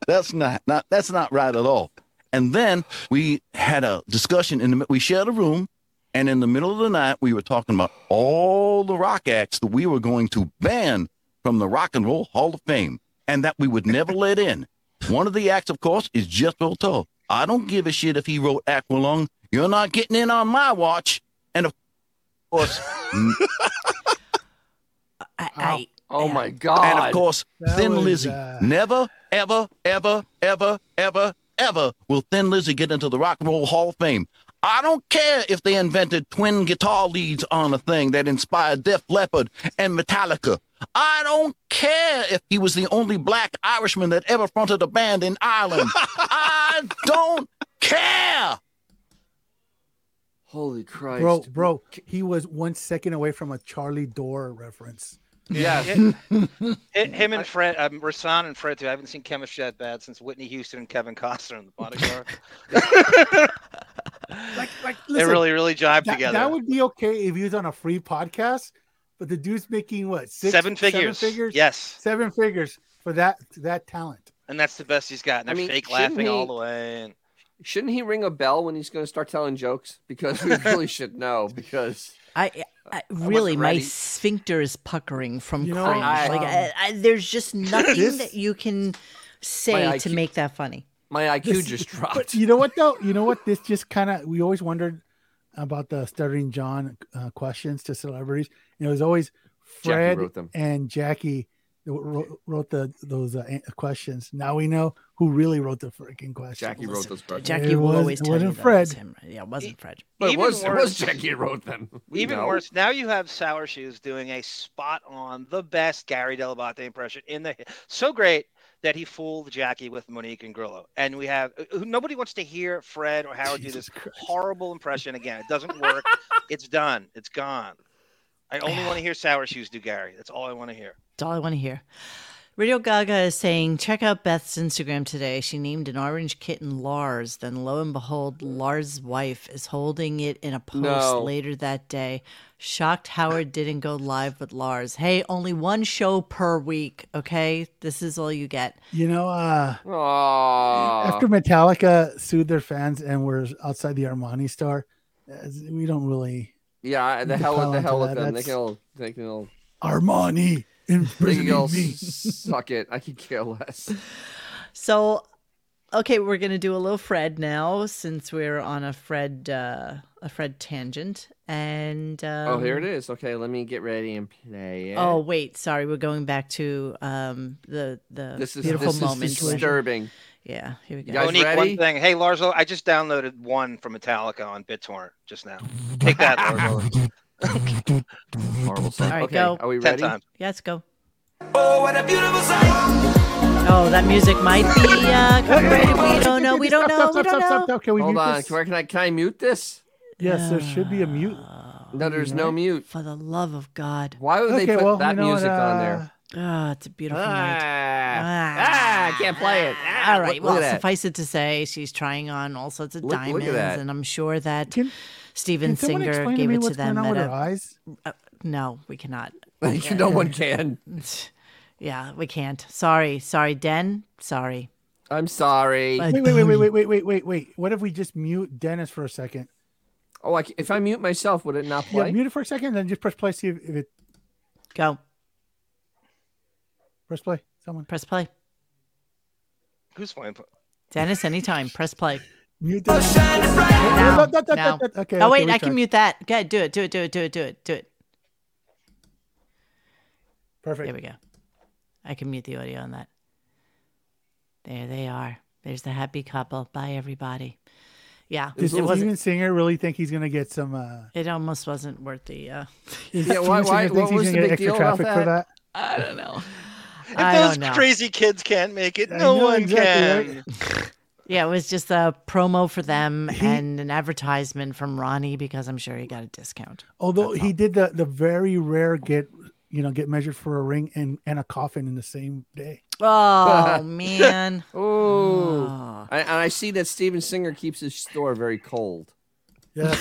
Speaker 17: That's not not that's not right at all. And then we had a discussion in the we shared a room, and in the middle of the night we were talking about all the rock acts that we were going to ban from the Rock and Roll Hall of Fame, and that we would never let in. One of the acts, of course, is Jethro Tull. I don't give a shit if he wrote Aqualung. You're not getting in on my watch. And of course,
Speaker 1: I,
Speaker 3: oh my
Speaker 17: And of
Speaker 3: God.
Speaker 17: course,
Speaker 3: That
Speaker 17: Thin
Speaker 3: was,
Speaker 17: Lizzy.
Speaker 3: uh,
Speaker 17: Never, ever, ever, ever, ever, ever will Thin Lizzy get into the Rock and Roll Hall of Fame. I don't care if they invented twin guitar leads on a thing that inspired Def Leppard and Metallica. I don't care if he was the only black Irishman that ever fronted a band in Ireland. I don't care.
Speaker 3: Holy Christ.
Speaker 4: Bro, bro, he was one second away from a Charlie Door reference.
Speaker 3: Yes.
Speaker 2: Him, him and Fred, um, Rasan and Fred too. I haven't seen chemistry that bad since Whitney Houston and Kevin Costner in the bodyguard.
Speaker 4: like, like,
Speaker 2: they really, really jive
Speaker 4: that,
Speaker 2: together.
Speaker 4: That would be okay if he was on a free podcast, but the dude's making what six,
Speaker 2: Seven figures.
Speaker 4: seven figures,
Speaker 2: Yes.
Speaker 4: seven figures for that that talent.
Speaker 2: and that's the best he's got. And
Speaker 3: I
Speaker 2: they're
Speaker 3: mean,
Speaker 2: fake
Speaker 3: shouldn't
Speaker 2: laughing all
Speaker 3: he-
Speaker 2: the way. And
Speaker 3: Shouldn't he ring a bell when he's going to start telling jokes? Because we really should know. Because
Speaker 1: I, I
Speaker 3: wasn't
Speaker 1: really my
Speaker 3: ready.
Speaker 1: sphincter is puckering from
Speaker 3: You know,
Speaker 1: cringe.
Speaker 3: I-
Speaker 1: like I,
Speaker 3: um,
Speaker 1: I, there's just nothing
Speaker 4: this-
Speaker 1: that you can say to
Speaker 4: IQ
Speaker 1: make that funny.
Speaker 3: my IQ
Speaker 4: This-
Speaker 3: just
Speaker 4: But
Speaker 3: dropped.
Speaker 4: you know what though? You know what? This just kind of we always wondered about the stuttering John uh, questions to celebrities, and it was always
Speaker 3: Jackie
Speaker 4: Fred
Speaker 3: wrote them.
Speaker 4: and Jackie that wrote, wrote the those uh, an- questions. Now we know who really wrote the freaking questions.
Speaker 3: Jackie wrote those questions.
Speaker 1: Jackie
Speaker 4: It
Speaker 1: will
Speaker 4: was-
Speaker 1: always
Speaker 4: it
Speaker 1: tell you
Speaker 4: wasn't
Speaker 1: that
Speaker 4: Fred.
Speaker 1: was him. Yeah, it wasn't Fred.
Speaker 3: But it
Speaker 2: Even
Speaker 3: was, it was
Speaker 2: worse-
Speaker 3: Jackie wrote them. We
Speaker 2: Even
Speaker 3: know.
Speaker 2: worse, now you have Sour Shoes doing a spot on the best Gary Delabate impression in the so great that he fooled Jackie with Monique and Grillo. And we have who- nobody wants to hear Fred or Howard do this horrible impression again. It doesn't work. it's done. It's gone. I only want to hear Sour Shoes do Gary. That's all I want to hear.
Speaker 1: That's all I want to hear. Radio Gaga is saying, check out Beth's Instagram today. She named an orange kitten Lars. Then, lo and behold, Lars' wife is holding it in a post
Speaker 3: No.
Speaker 1: later that day. Shocked Howard didn't go live with Lars. Hey, only one show per week, okay? This is all you get.
Speaker 4: You know, uh,
Speaker 3: Aw.
Speaker 4: after Metallica sued their fans and were outside the Armani store, uh, we don't really
Speaker 3: yeah, the
Speaker 4: need to
Speaker 3: hell with
Speaker 4: pile
Speaker 3: the
Speaker 4: into
Speaker 3: hell with
Speaker 4: that.
Speaker 3: them. They
Speaker 4: That's
Speaker 3: can all, they can all,
Speaker 4: Armani
Speaker 3: they can all
Speaker 4: imprisoning me.
Speaker 3: suck it. I could care less.
Speaker 1: So, okay, we're gonna do a little Fred now since we're on a Fred uh, a Fred tangent. And um,
Speaker 3: oh, here it is. Okay, let me get ready and play it.
Speaker 1: Oh wait, sorry, we're going back to um, the the
Speaker 3: This is-
Speaker 1: beautiful
Speaker 3: this is
Speaker 1: moment. where-
Speaker 3: disturbing.
Speaker 1: Yeah, here we go.
Speaker 3: You guys
Speaker 2: Monique,
Speaker 3: ready?
Speaker 2: one thing. Hey, Lars, I just downloaded one from Metallica on BitTorrent just now. Take that, Lars.
Speaker 3: Horrible
Speaker 1: All
Speaker 3: song.
Speaker 1: right,
Speaker 3: okay,
Speaker 1: go.
Speaker 3: are we
Speaker 2: Ten
Speaker 3: ready?
Speaker 2: times.
Speaker 1: Yeah, let's go. Oh, that music might be uh, copyrighted. We don't know. We don't know. We don't know.
Speaker 4: Can we
Speaker 3: Hold
Speaker 4: mute
Speaker 3: on.
Speaker 4: this?
Speaker 3: Where can I, can I mute this?
Speaker 4: Yes, there should be a mute.
Speaker 3: No, there's no mute.
Speaker 1: For the love of God.
Speaker 3: Why would
Speaker 4: Okay,
Speaker 3: they put
Speaker 4: well,
Speaker 3: that
Speaker 4: you know what, uh,
Speaker 3: music on there?
Speaker 1: Ah, it's a beautiful night.
Speaker 3: Ah, ah, I can't play it. Ah,
Speaker 1: All right.
Speaker 3: look,
Speaker 1: well,
Speaker 3: look at that.
Speaker 1: suffice it to say, she's trying on all sorts of
Speaker 3: Look- look at
Speaker 1: diamonds,
Speaker 3: that.
Speaker 1: and I'm sure that Steven
Speaker 4: Can someone
Speaker 1: Singer
Speaker 4: explain
Speaker 1: gave
Speaker 4: to me
Speaker 1: it to
Speaker 4: what's
Speaker 1: them.
Speaker 4: going on
Speaker 1: at
Speaker 4: with
Speaker 1: a,
Speaker 4: her eyes?
Speaker 1: uh, no, we cannot.
Speaker 3: no one can.
Speaker 1: Yeah, we can't. Sorry, sorry, Den. Sorry.
Speaker 3: I'm sorry.
Speaker 1: Like-
Speaker 4: Wait, wait, wait, wait, wait, wait, wait, wait, wait. What if we just mute Dennis for a second?
Speaker 3: Oh, I c if I mute myself, would it not
Speaker 4: Yeah,
Speaker 3: play?
Speaker 4: mute it for a second, then just press play. See if, if it
Speaker 1: Go.
Speaker 4: press play. Someone
Speaker 1: Press play.
Speaker 2: Who's playing?
Speaker 1: Dennis, anytime. Press play.
Speaker 4: mute
Speaker 1: No,
Speaker 4: Dennis. No, no, no,
Speaker 1: no.
Speaker 4: no, no. Okay,
Speaker 1: oh
Speaker 4: okay,
Speaker 1: wait,
Speaker 4: we
Speaker 1: I can
Speaker 4: tried.
Speaker 1: mute that. Good. Do it. Do it. Do it. Do it. Do it. Do it.
Speaker 4: Perfect.
Speaker 1: There we go. I can mute the audio on that. There they are. There's the happy couple. Bye, everybody. Yeah,
Speaker 4: Does
Speaker 1: it wasn't.
Speaker 4: Steven Singer really think he's going to get some? Uh,
Speaker 1: It almost wasn't worth the. Uh,
Speaker 4: Yeah, why- Steven why- Singer thinks what he's was gonna the get big extra deal about traffic for that?
Speaker 1: I don't know.
Speaker 2: If
Speaker 1: I
Speaker 2: those
Speaker 1: don't know.
Speaker 2: crazy kids can't make it,
Speaker 1: I
Speaker 2: no
Speaker 1: know
Speaker 2: one
Speaker 1: exactly,
Speaker 2: can.
Speaker 1: Yeah, it was just a promo for them and an advertisement from Ronnie because I'm sure he got a discount.
Speaker 4: although he did the the very rare get you know get measured for a ring and and a coffin in the same day.
Speaker 1: Oh man. Ah.
Speaker 3: Ooh. I, and I see that Steven Singer keeps his store very cold.
Speaker 4: Yes,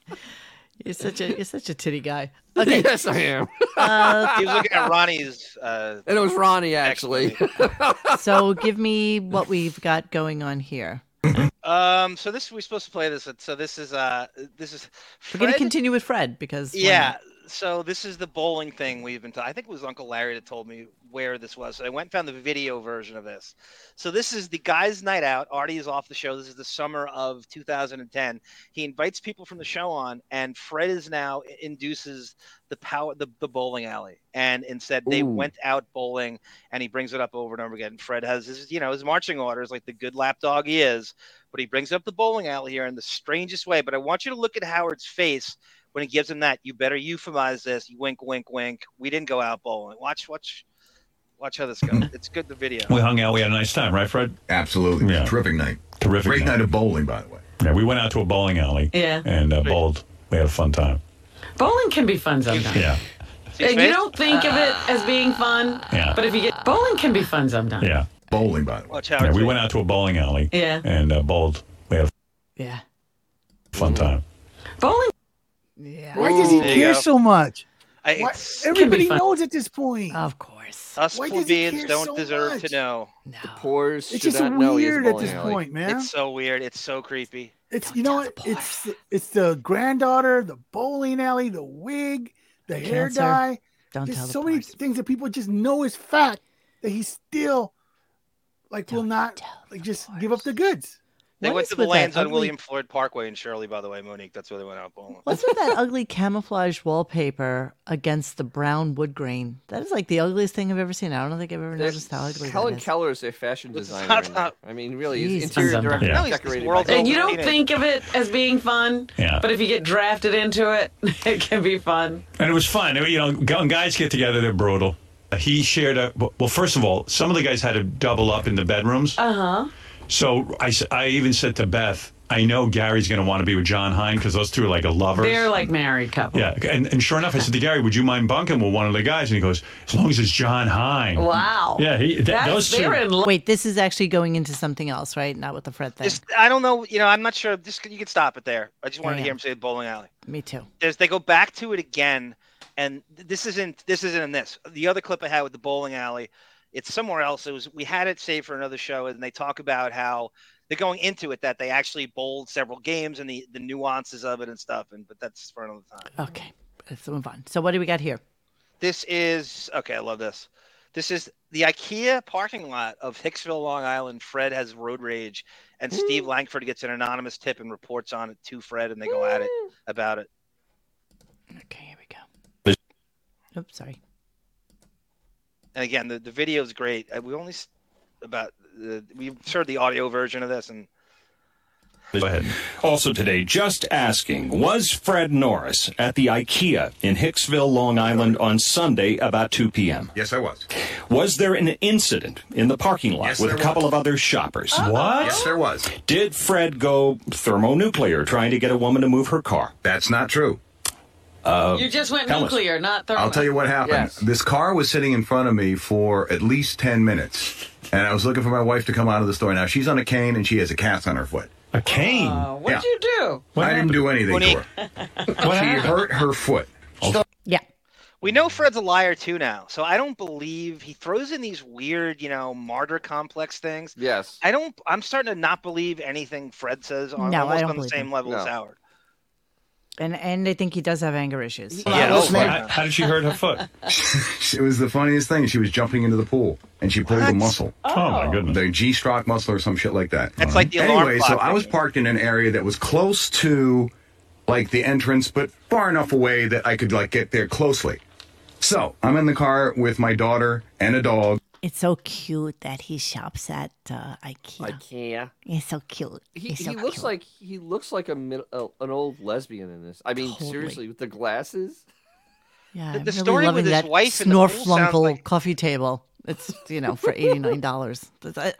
Speaker 1: You're such a you're such a titty guy. Okay.
Speaker 3: Yes, I am.
Speaker 1: Uh,
Speaker 2: he was looking at Ronnie's. Uh,
Speaker 3: and it was Ronnie actually.
Speaker 1: so give me what we've got going on here.
Speaker 2: Um, so this we're supposed to play this. So this is uh, this is.
Speaker 1: We're going
Speaker 2: Fred-
Speaker 1: to continue with Fred because why
Speaker 2: Yeah.
Speaker 1: not?
Speaker 2: So this is the bowling thing we've been. T- I think it was Uncle Larry that told me where this was. So I went and found the video version of this. So this is the guys' night out. Artie is off the show. This is the summer of 2010. He invites people from the show on, and Fred is now induces the power the, the bowling alley, and instead they
Speaker 18: Ooh.
Speaker 2: went out bowling, and he brings it up over and over again. Fred has his you know his marching orders like the good lapdog he is, but he brings up the bowling alley here in the strangest way. But I want you to look at Howard's face when he gives him that. You better euphemize this. You wink, wink, wink. We didn't go out bowling. Watch, watch, watch how this
Speaker 3: Mm.
Speaker 2: goes. It's good the video.
Speaker 6: We hung out. We had a nice time, right, Fred?
Speaker 18: Absolutely. Terrific night.
Speaker 6: Terrific.
Speaker 18: Great night of bowling, by the way.
Speaker 6: Yeah, we went out to a bowling alley.
Speaker 5: Yeah.
Speaker 6: And uh, bowled. We had a fun time.
Speaker 5: Bowling can be fun sometimes.
Speaker 6: Yeah.
Speaker 5: And you don't think of it as being fun,
Speaker 6: Yeah.
Speaker 5: but if you get bowling can be fun sometimes.
Speaker 6: Yeah.
Speaker 18: Bowling, by the
Speaker 2: way. Watch
Speaker 6: Yeah, we went out to a bowling alley.
Speaker 5: Yeah.
Speaker 6: And uh, bowled. We had
Speaker 1: Yeah.
Speaker 6: a fun time.
Speaker 5: Bowling.
Speaker 4: Why does he
Speaker 6: There you
Speaker 4: care
Speaker 6: go.
Speaker 4: so much?
Speaker 2: I,
Speaker 4: Why-
Speaker 2: it's-
Speaker 4: everybody knows at this point.
Speaker 1: Of course,
Speaker 2: Us
Speaker 4: Why does he
Speaker 2: plebeians
Speaker 4: care
Speaker 2: don't
Speaker 4: so
Speaker 2: deserve to know.
Speaker 3: The pores
Speaker 4: It's
Speaker 3: should
Speaker 4: just
Speaker 3: not know he is
Speaker 4: weird at
Speaker 3: bowling
Speaker 4: this
Speaker 3: alley.
Speaker 4: point, man.
Speaker 2: It's so weird. It's so creepy.
Speaker 4: It's you know what? It's the- it's the granddaughter, the bowling alley, the wig, the hair
Speaker 1: Cancer.
Speaker 4: dye.
Speaker 1: Don't
Speaker 4: There's
Speaker 1: tell the
Speaker 4: so many things that people just know is fact that he still like will not like just give up the goods.
Speaker 2: They
Speaker 1: What
Speaker 2: went
Speaker 1: is
Speaker 2: to the
Speaker 1: with that
Speaker 2: lands on
Speaker 1: ugly-
Speaker 2: William Floyd Parkway in Shirley, by the way, Monique. That's where they went out bowling.
Speaker 1: What's with that ugly camouflage wallpaper against the brown wood grain? That is like the ugliest thing I've ever seen. I don't think I've ever noticed how ugly
Speaker 3: Helen
Speaker 1: that is.
Speaker 3: Keller is a fashion designer.
Speaker 2: not
Speaker 3: in
Speaker 2: that-
Speaker 3: there. I mean, really, is
Speaker 1: Jeez.
Speaker 3: interior
Speaker 1: Sometimes.
Speaker 3: director
Speaker 1: Yeah. No, he's-
Speaker 3: decorated.
Speaker 2: world's
Speaker 3: by-
Speaker 5: And you don't think of it as being fun,
Speaker 6: Yeah.
Speaker 5: but if you get drafted into it, it can be fun.
Speaker 6: And it was fun. You know, when guys get together, they're brutal. He shared a. Well, first of all, some of the guys had to double up in the bedrooms.
Speaker 5: Uh huh.
Speaker 6: So I, s- I even said to Beth, I know Gary's going to want to be with John Hine because those two are like a lovers.
Speaker 5: They're like married couple.
Speaker 6: Yeah, and, and sure enough, I said to Gary, "Would you mind bunking with one of the guys?" And he goes, "As long as it's John Hine."
Speaker 5: Wow.
Speaker 6: Yeah, he, th- those two.
Speaker 1: Wait, this is actually going into something else, right? Not with the Fred thing.
Speaker 2: Just, I don't know. You know, I'm not sure. Just you can stop it there. I just wanted
Speaker 1: Oh,
Speaker 2: to
Speaker 1: Yeah.
Speaker 2: hear him say bowling alley.
Speaker 1: Me too.
Speaker 2: There's they go back to it again, and th- this isn't this isn't in this. The other clip I had with the bowling alley, it's somewhere else. It was we had it saved for another show, and they talk about how they're going into it that they actually bowled several games and the the nuances of it and stuff. And but that's for another time.
Speaker 1: Okay, let's move on. So what do we got here?
Speaker 2: This is okay. I love this. This is the IKEA parking lot of Hicksville, Long Island. Fred has road rage, and Steve Langford gets an anonymous tip and reports on it to Fred, and they go at it about it.
Speaker 1: Oops, sorry.
Speaker 2: And again, the the video is great. Uh, We only s- about the, we heard the audio version of this, and
Speaker 20: Go ahead. Also today, just asking, was Fred Norris at the IKEA in Hicksville, Long Island on Sunday about 2 p.m.?
Speaker 18: Yes, I was.
Speaker 20: Was there an incident in the parking lot
Speaker 18: Yes,
Speaker 20: with a
Speaker 18: there
Speaker 20: couple of other shoppers?
Speaker 18: What? Yes, there was.
Speaker 20: Did Fred go thermonuclear trying to get a woman to move her car?
Speaker 18: That's not true.
Speaker 20: Uh,
Speaker 5: You just went
Speaker 18: tell us.
Speaker 5: nuclear, not thermal.
Speaker 18: I'll tell you what happened. This car was sitting in front of me for at least 10 minutes, and I was looking for my wife to come out of the store. Now, she's on a cane and she has a cast on her foot.
Speaker 6: A cane?
Speaker 5: Uh, What'd you do?
Speaker 18: I didn't do anything to
Speaker 2: Monique.
Speaker 18: her. she hurt her foot.
Speaker 1: Yeah.
Speaker 2: We know Fred's a liar too now, so I don't believe he throws in these weird, you know, martyr complex things.
Speaker 3: Yes.
Speaker 2: I don't. I'm starting to not believe anything Fred says on
Speaker 1: No, I
Speaker 2: almost
Speaker 1: don't
Speaker 2: on the
Speaker 1: believe
Speaker 2: same
Speaker 1: him.
Speaker 2: level as
Speaker 1: No.
Speaker 2: Howard.
Speaker 1: And and I think he does have anger issues.
Speaker 6: how, how did she hurt her foot?
Speaker 18: It was the funniest thing. She was jumping into the pool and she pulled a muscle.
Speaker 6: Oh, my goodness.
Speaker 18: The G stroke muscle or some shit like that.
Speaker 2: That's like the alarm
Speaker 18: Anyway, so
Speaker 2: clock
Speaker 18: I was parked in an area that was close to like the entrance, but far enough away that I could like get there closely. So I'm in the car with my daughter and a dog.
Speaker 1: It's so cute that he shops at uh, IKEA.
Speaker 3: IKEA.
Speaker 1: It's so cute.
Speaker 3: He,
Speaker 1: It's so
Speaker 3: he looks
Speaker 1: cute.
Speaker 3: like he looks like a mid, uh, an old lesbian in this. I mean,
Speaker 1: Totally.
Speaker 3: seriously, with the glasses.
Speaker 1: yeah,
Speaker 3: the-
Speaker 1: I'm
Speaker 3: the story with
Speaker 1: loving
Speaker 3: his
Speaker 1: that
Speaker 3: wife in the pool sounds
Speaker 1: snorflunkle coffee table. It's you know for eighty nine dollars.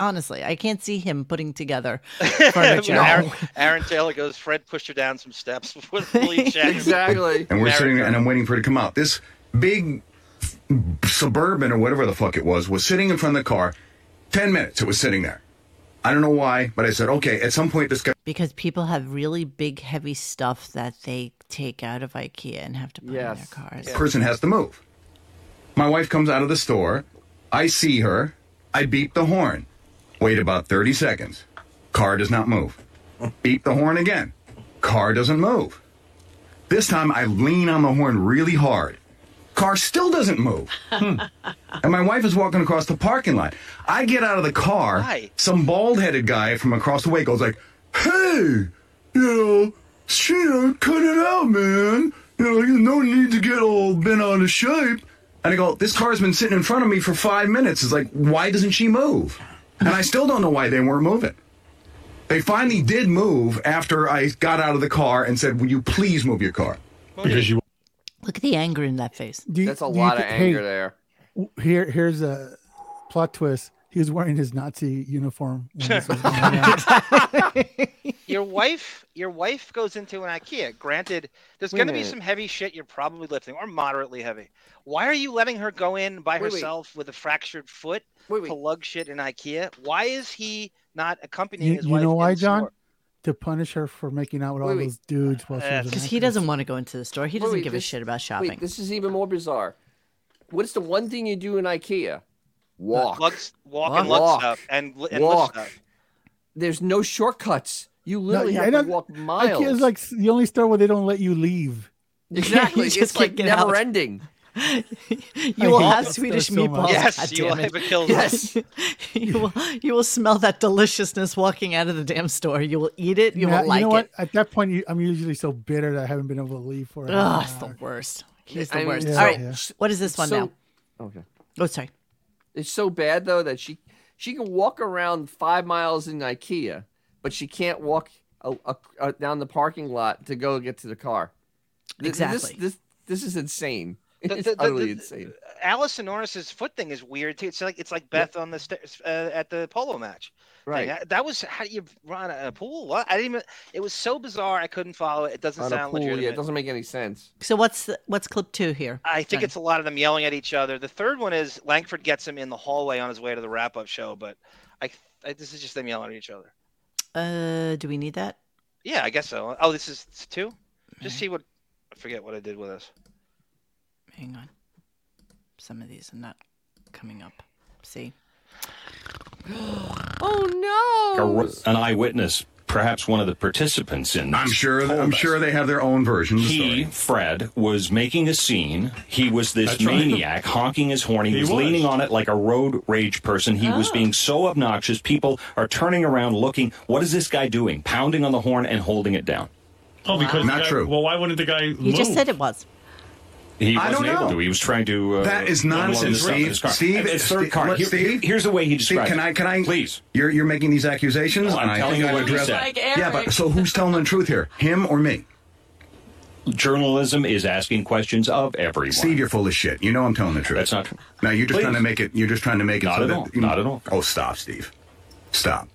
Speaker 1: Honestly, I can't see him putting together furniture.
Speaker 2: Aaron, Aaron Taylor goes, Fred pushed her down some steps before the police checked.
Speaker 18: And we're
Speaker 2: Married
Speaker 18: sitting
Speaker 2: her.
Speaker 18: there, and I'm waiting for it to come out. This big suburban or whatever the fuck it was was sitting in front of the car. Ten minutes it was sitting there. I don't know why, but I said, okay, at some point this guy.
Speaker 1: because people have really big, heavy stuff that they take out of IKEA and have to put in their cars.
Speaker 18: person has to move. My wife comes out of the store. I see her. I beep the horn. Wait about 30 seconds. Car does not move. Beep the horn again. Car doesn't move. This time I lean on the horn really hard. Car still doesn't move.
Speaker 1: Hmm.
Speaker 18: and my wife is walking across the parking lot. I get out of the car.
Speaker 2: Why?
Speaker 18: Some bald-headed guy from across the way goes like, "Hey, you know, shit, cut it out, man. You know, there's no need to get all bent out of shape." And I go, "This car's been sitting in front of me for five minutes. It's like, why doesn't she move?" And I still don't know why they weren't moving. They finally did move after I got out of the car and said, "Will you please move your car?"
Speaker 1: Because you Look at the anger in that face.
Speaker 3: That's a
Speaker 4: do you
Speaker 3: lot of
Speaker 4: thi-
Speaker 3: anger
Speaker 4: hey,
Speaker 3: there.
Speaker 4: w- Here, here's a plot twist. He was wearing his Nazi uniform. when this was going on.
Speaker 2: your wife your wife goes into an ikea granted there's
Speaker 4: Wait a
Speaker 2: going to be
Speaker 4: minute.
Speaker 2: some heavy shit you're probably lifting or moderately heavy why are you letting her go in by
Speaker 3: Wait, wait.
Speaker 2: herself with a fractured foot
Speaker 3: wait, wait.
Speaker 2: to lug shit in ikea why is he not accompanying
Speaker 4: you,
Speaker 2: his
Speaker 4: you
Speaker 2: wife
Speaker 4: know
Speaker 2: in
Speaker 4: why,
Speaker 2: the
Speaker 4: John?
Speaker 2: store?
Speaker 4: To punish her for making out with all
Speaker 3: Wait, wait.
Speaker 4: those dudes while
Speaker 2: Uh,
Speaker 4: she was an
Speaker 1: Because
Speaker 4: actress.
Speaker 1: Uh, he doesn't want to go into the store. He
Speaker 3: Wait,
Speaker 1: doesn't
Speaker 3: wait,
Speaker 1: give
Speaker 3: this-
Speaker 1: a shit about
Speaker 3: Wait,
Speaker 1: shopping.
Speaker 3: this is even more bizarre. What's the one thing you do in IKEA? Walk.
Speaker 2: Lug s- walk, and
Speaker 3: Walk.
Speaker 2: lug stuff and, li- and
Speaker 3: Walk.
Speaker 2: lift stuff
Speaker 3: There's no shortcuts. You literally
Speaker 4: yeah, I
Speaker 3: have to
Speaker 4: don't-
Speaker 3: walk
Speaker 4: Like,
Speaker 3: miles.
Speaker 4: it's like the only store where they don't let you leave.
Speaker 3: exactly.
Speaker 4: You just
Speaker 3: it's like
Speaker 4: can't get
Speaker 3: never
Speaker 4: out.
Speaker 3: ending.
Speaker 1: You will have Swedish meatballs.
Speaker 2: yes
Speaker 1: God
Speaker 2: you will
Speaker 1: damn it.
Speaker 2: have a kill
Speaker 1: Yes. you, will, you will smell that deliciousness walking out of the damn store. You will eat it. You
Speaker 4: Nah,
Speaker 1: will like
Speaker 4: you know
Speaker 1: it.
Speaker 4: what? At that point, you, I'm usually so bitter that I haven't been able to leave for.
Speaker 1: Ugh, it's the worst. He's the
Speaker 3: I mean,
Speaker 1: worst.
Speaker 3: so-
Speaker 1: All right.
Speaker 3: Yeah.
Speaker 1: What is this one
Speaker 3: so-
Speaker 1: now?
Speaker 3: Okay.
Speaker 1: Oh, sorry.
Speaker 3: It's so bad though that she she can walk around five miles in IKEA, but she can't walk a, a, a, down the parking lot to go get to the car. Th- th-
Speaker 1: Exactly.
Speaker 3: This this, this is insane.
Speaker 2: The-
Speaker 3: It's
Speaker 2: the- the-
Speaker 3: utterly
Speaker 2: the-
Speaker 3: insane.
Speaker 2: Allison Norris's foot thing is weird too. It's like it's like Beth on the stairs uh, at the polo match. thing.
Speaker 3: Right.
Speaker 2: That, that was how do you run a pool? What? I didn't even. It was so bizarre. I couldn't follow it. It doesn't
Speaker 3: On a
Speaker 2: sound
Speaker 3: pool, yeah,
Speaker 2: legitimate.
Speaker 3: it doesn't make any sense.
Speaker 1: So what's the, what's clip two here?
Speaker 2: I think
Speaker 1: Johnny?
Speaker 2: it's a lot of them yelling at each other. The third one is Langford gets him in the hallway on his way to the wrap-up show, but I, I this is just them yelling at each other.
Speaker 1: Uh, do we need that?
Speaker 2: Yeah, I guess so. Oh, this is it's two. Just see what. I forget what I did with this.
Speaker 1: Hang on. Some of these are not coming up. See.
Speaker 3: oh
Speaker 20: A ro- An eyewitness, perhaps one of the participants in this.
Speaker 18: I'm sure. I'm sure they have their own version. of the
Speaker 20: He, Fred, was making a scene. He was this
Speaker 18: That's right.
Speaker 20: maniac honking his horn. He,
Speaker 18: He
Speaker 20: was,
Speaker 18: was.
Speaker 20: leaning on it like a road rage person. He was
Speaker 18: Ah.
Speaker 20: being so obnoxious. People are turning around looking. What is this guy doing? Pounding on the horn and holding it down.
Speaker 1: Oh, because Not the guy- true.
Speaker 20: Well, why wouldn't the guy you
Speaker 1: You just said it was.
Speaker 20: He
Speaker 18: I
Speaker 20: wasn't
Speaker 18: don't
Speaker 20: able
Speaker 18: know.
Speaker 20: to. He was trying to. Uh,
Speaker 18: That is
Speaker 20: unload the
Speaker 18: nonsense,
Speaker 20: stuff in
Speaker 18: Steve.
Speaker 20: his car.
Speaker 18: Steve,
Speaker 20: And it's third
Speaker 18: Steve,
Speaker 20: car.
Speaker 18: look,
Speaker 20: Here-
Speaker 18: Steve.
Speaker 20: here's the way he
Speaker 18: Steve,
Speaker 20: described.
Speaker 18: can I? Can I?
Speaker 20: Please.
Speaker 18: You're you're making these accusations.
Speaker 20: No, I'm
Speaker 18: and I
Speaker 20: telling
Speaker 18: think
Speaker 20: you
Speaker 18: I
Speaker 20: what he
Speaker 18: addressed
Speaker 20: said. Like
Speaker 18: Yeah,
Speaker 20: Eric.
Speaker 18: but so who's telling the truth here? Him or me?
Speaker 20: Journalism is asking questions of everyone.
Speaker 18: Steve, you're full of shit. You know I'm telling the truth. That's
Speaker 20: not true.
Speaker 18: No, you're just
Speaker 20: Please.
Speaker 18: trying to make it. You're just trying to make it.
Speaker 20: Not
Speaker 18: so
Speaker 20: at
Speaker 18: that,
Speaker 20: all. Not at all.
Speaker 18: Oh, stop, Steve. Stop.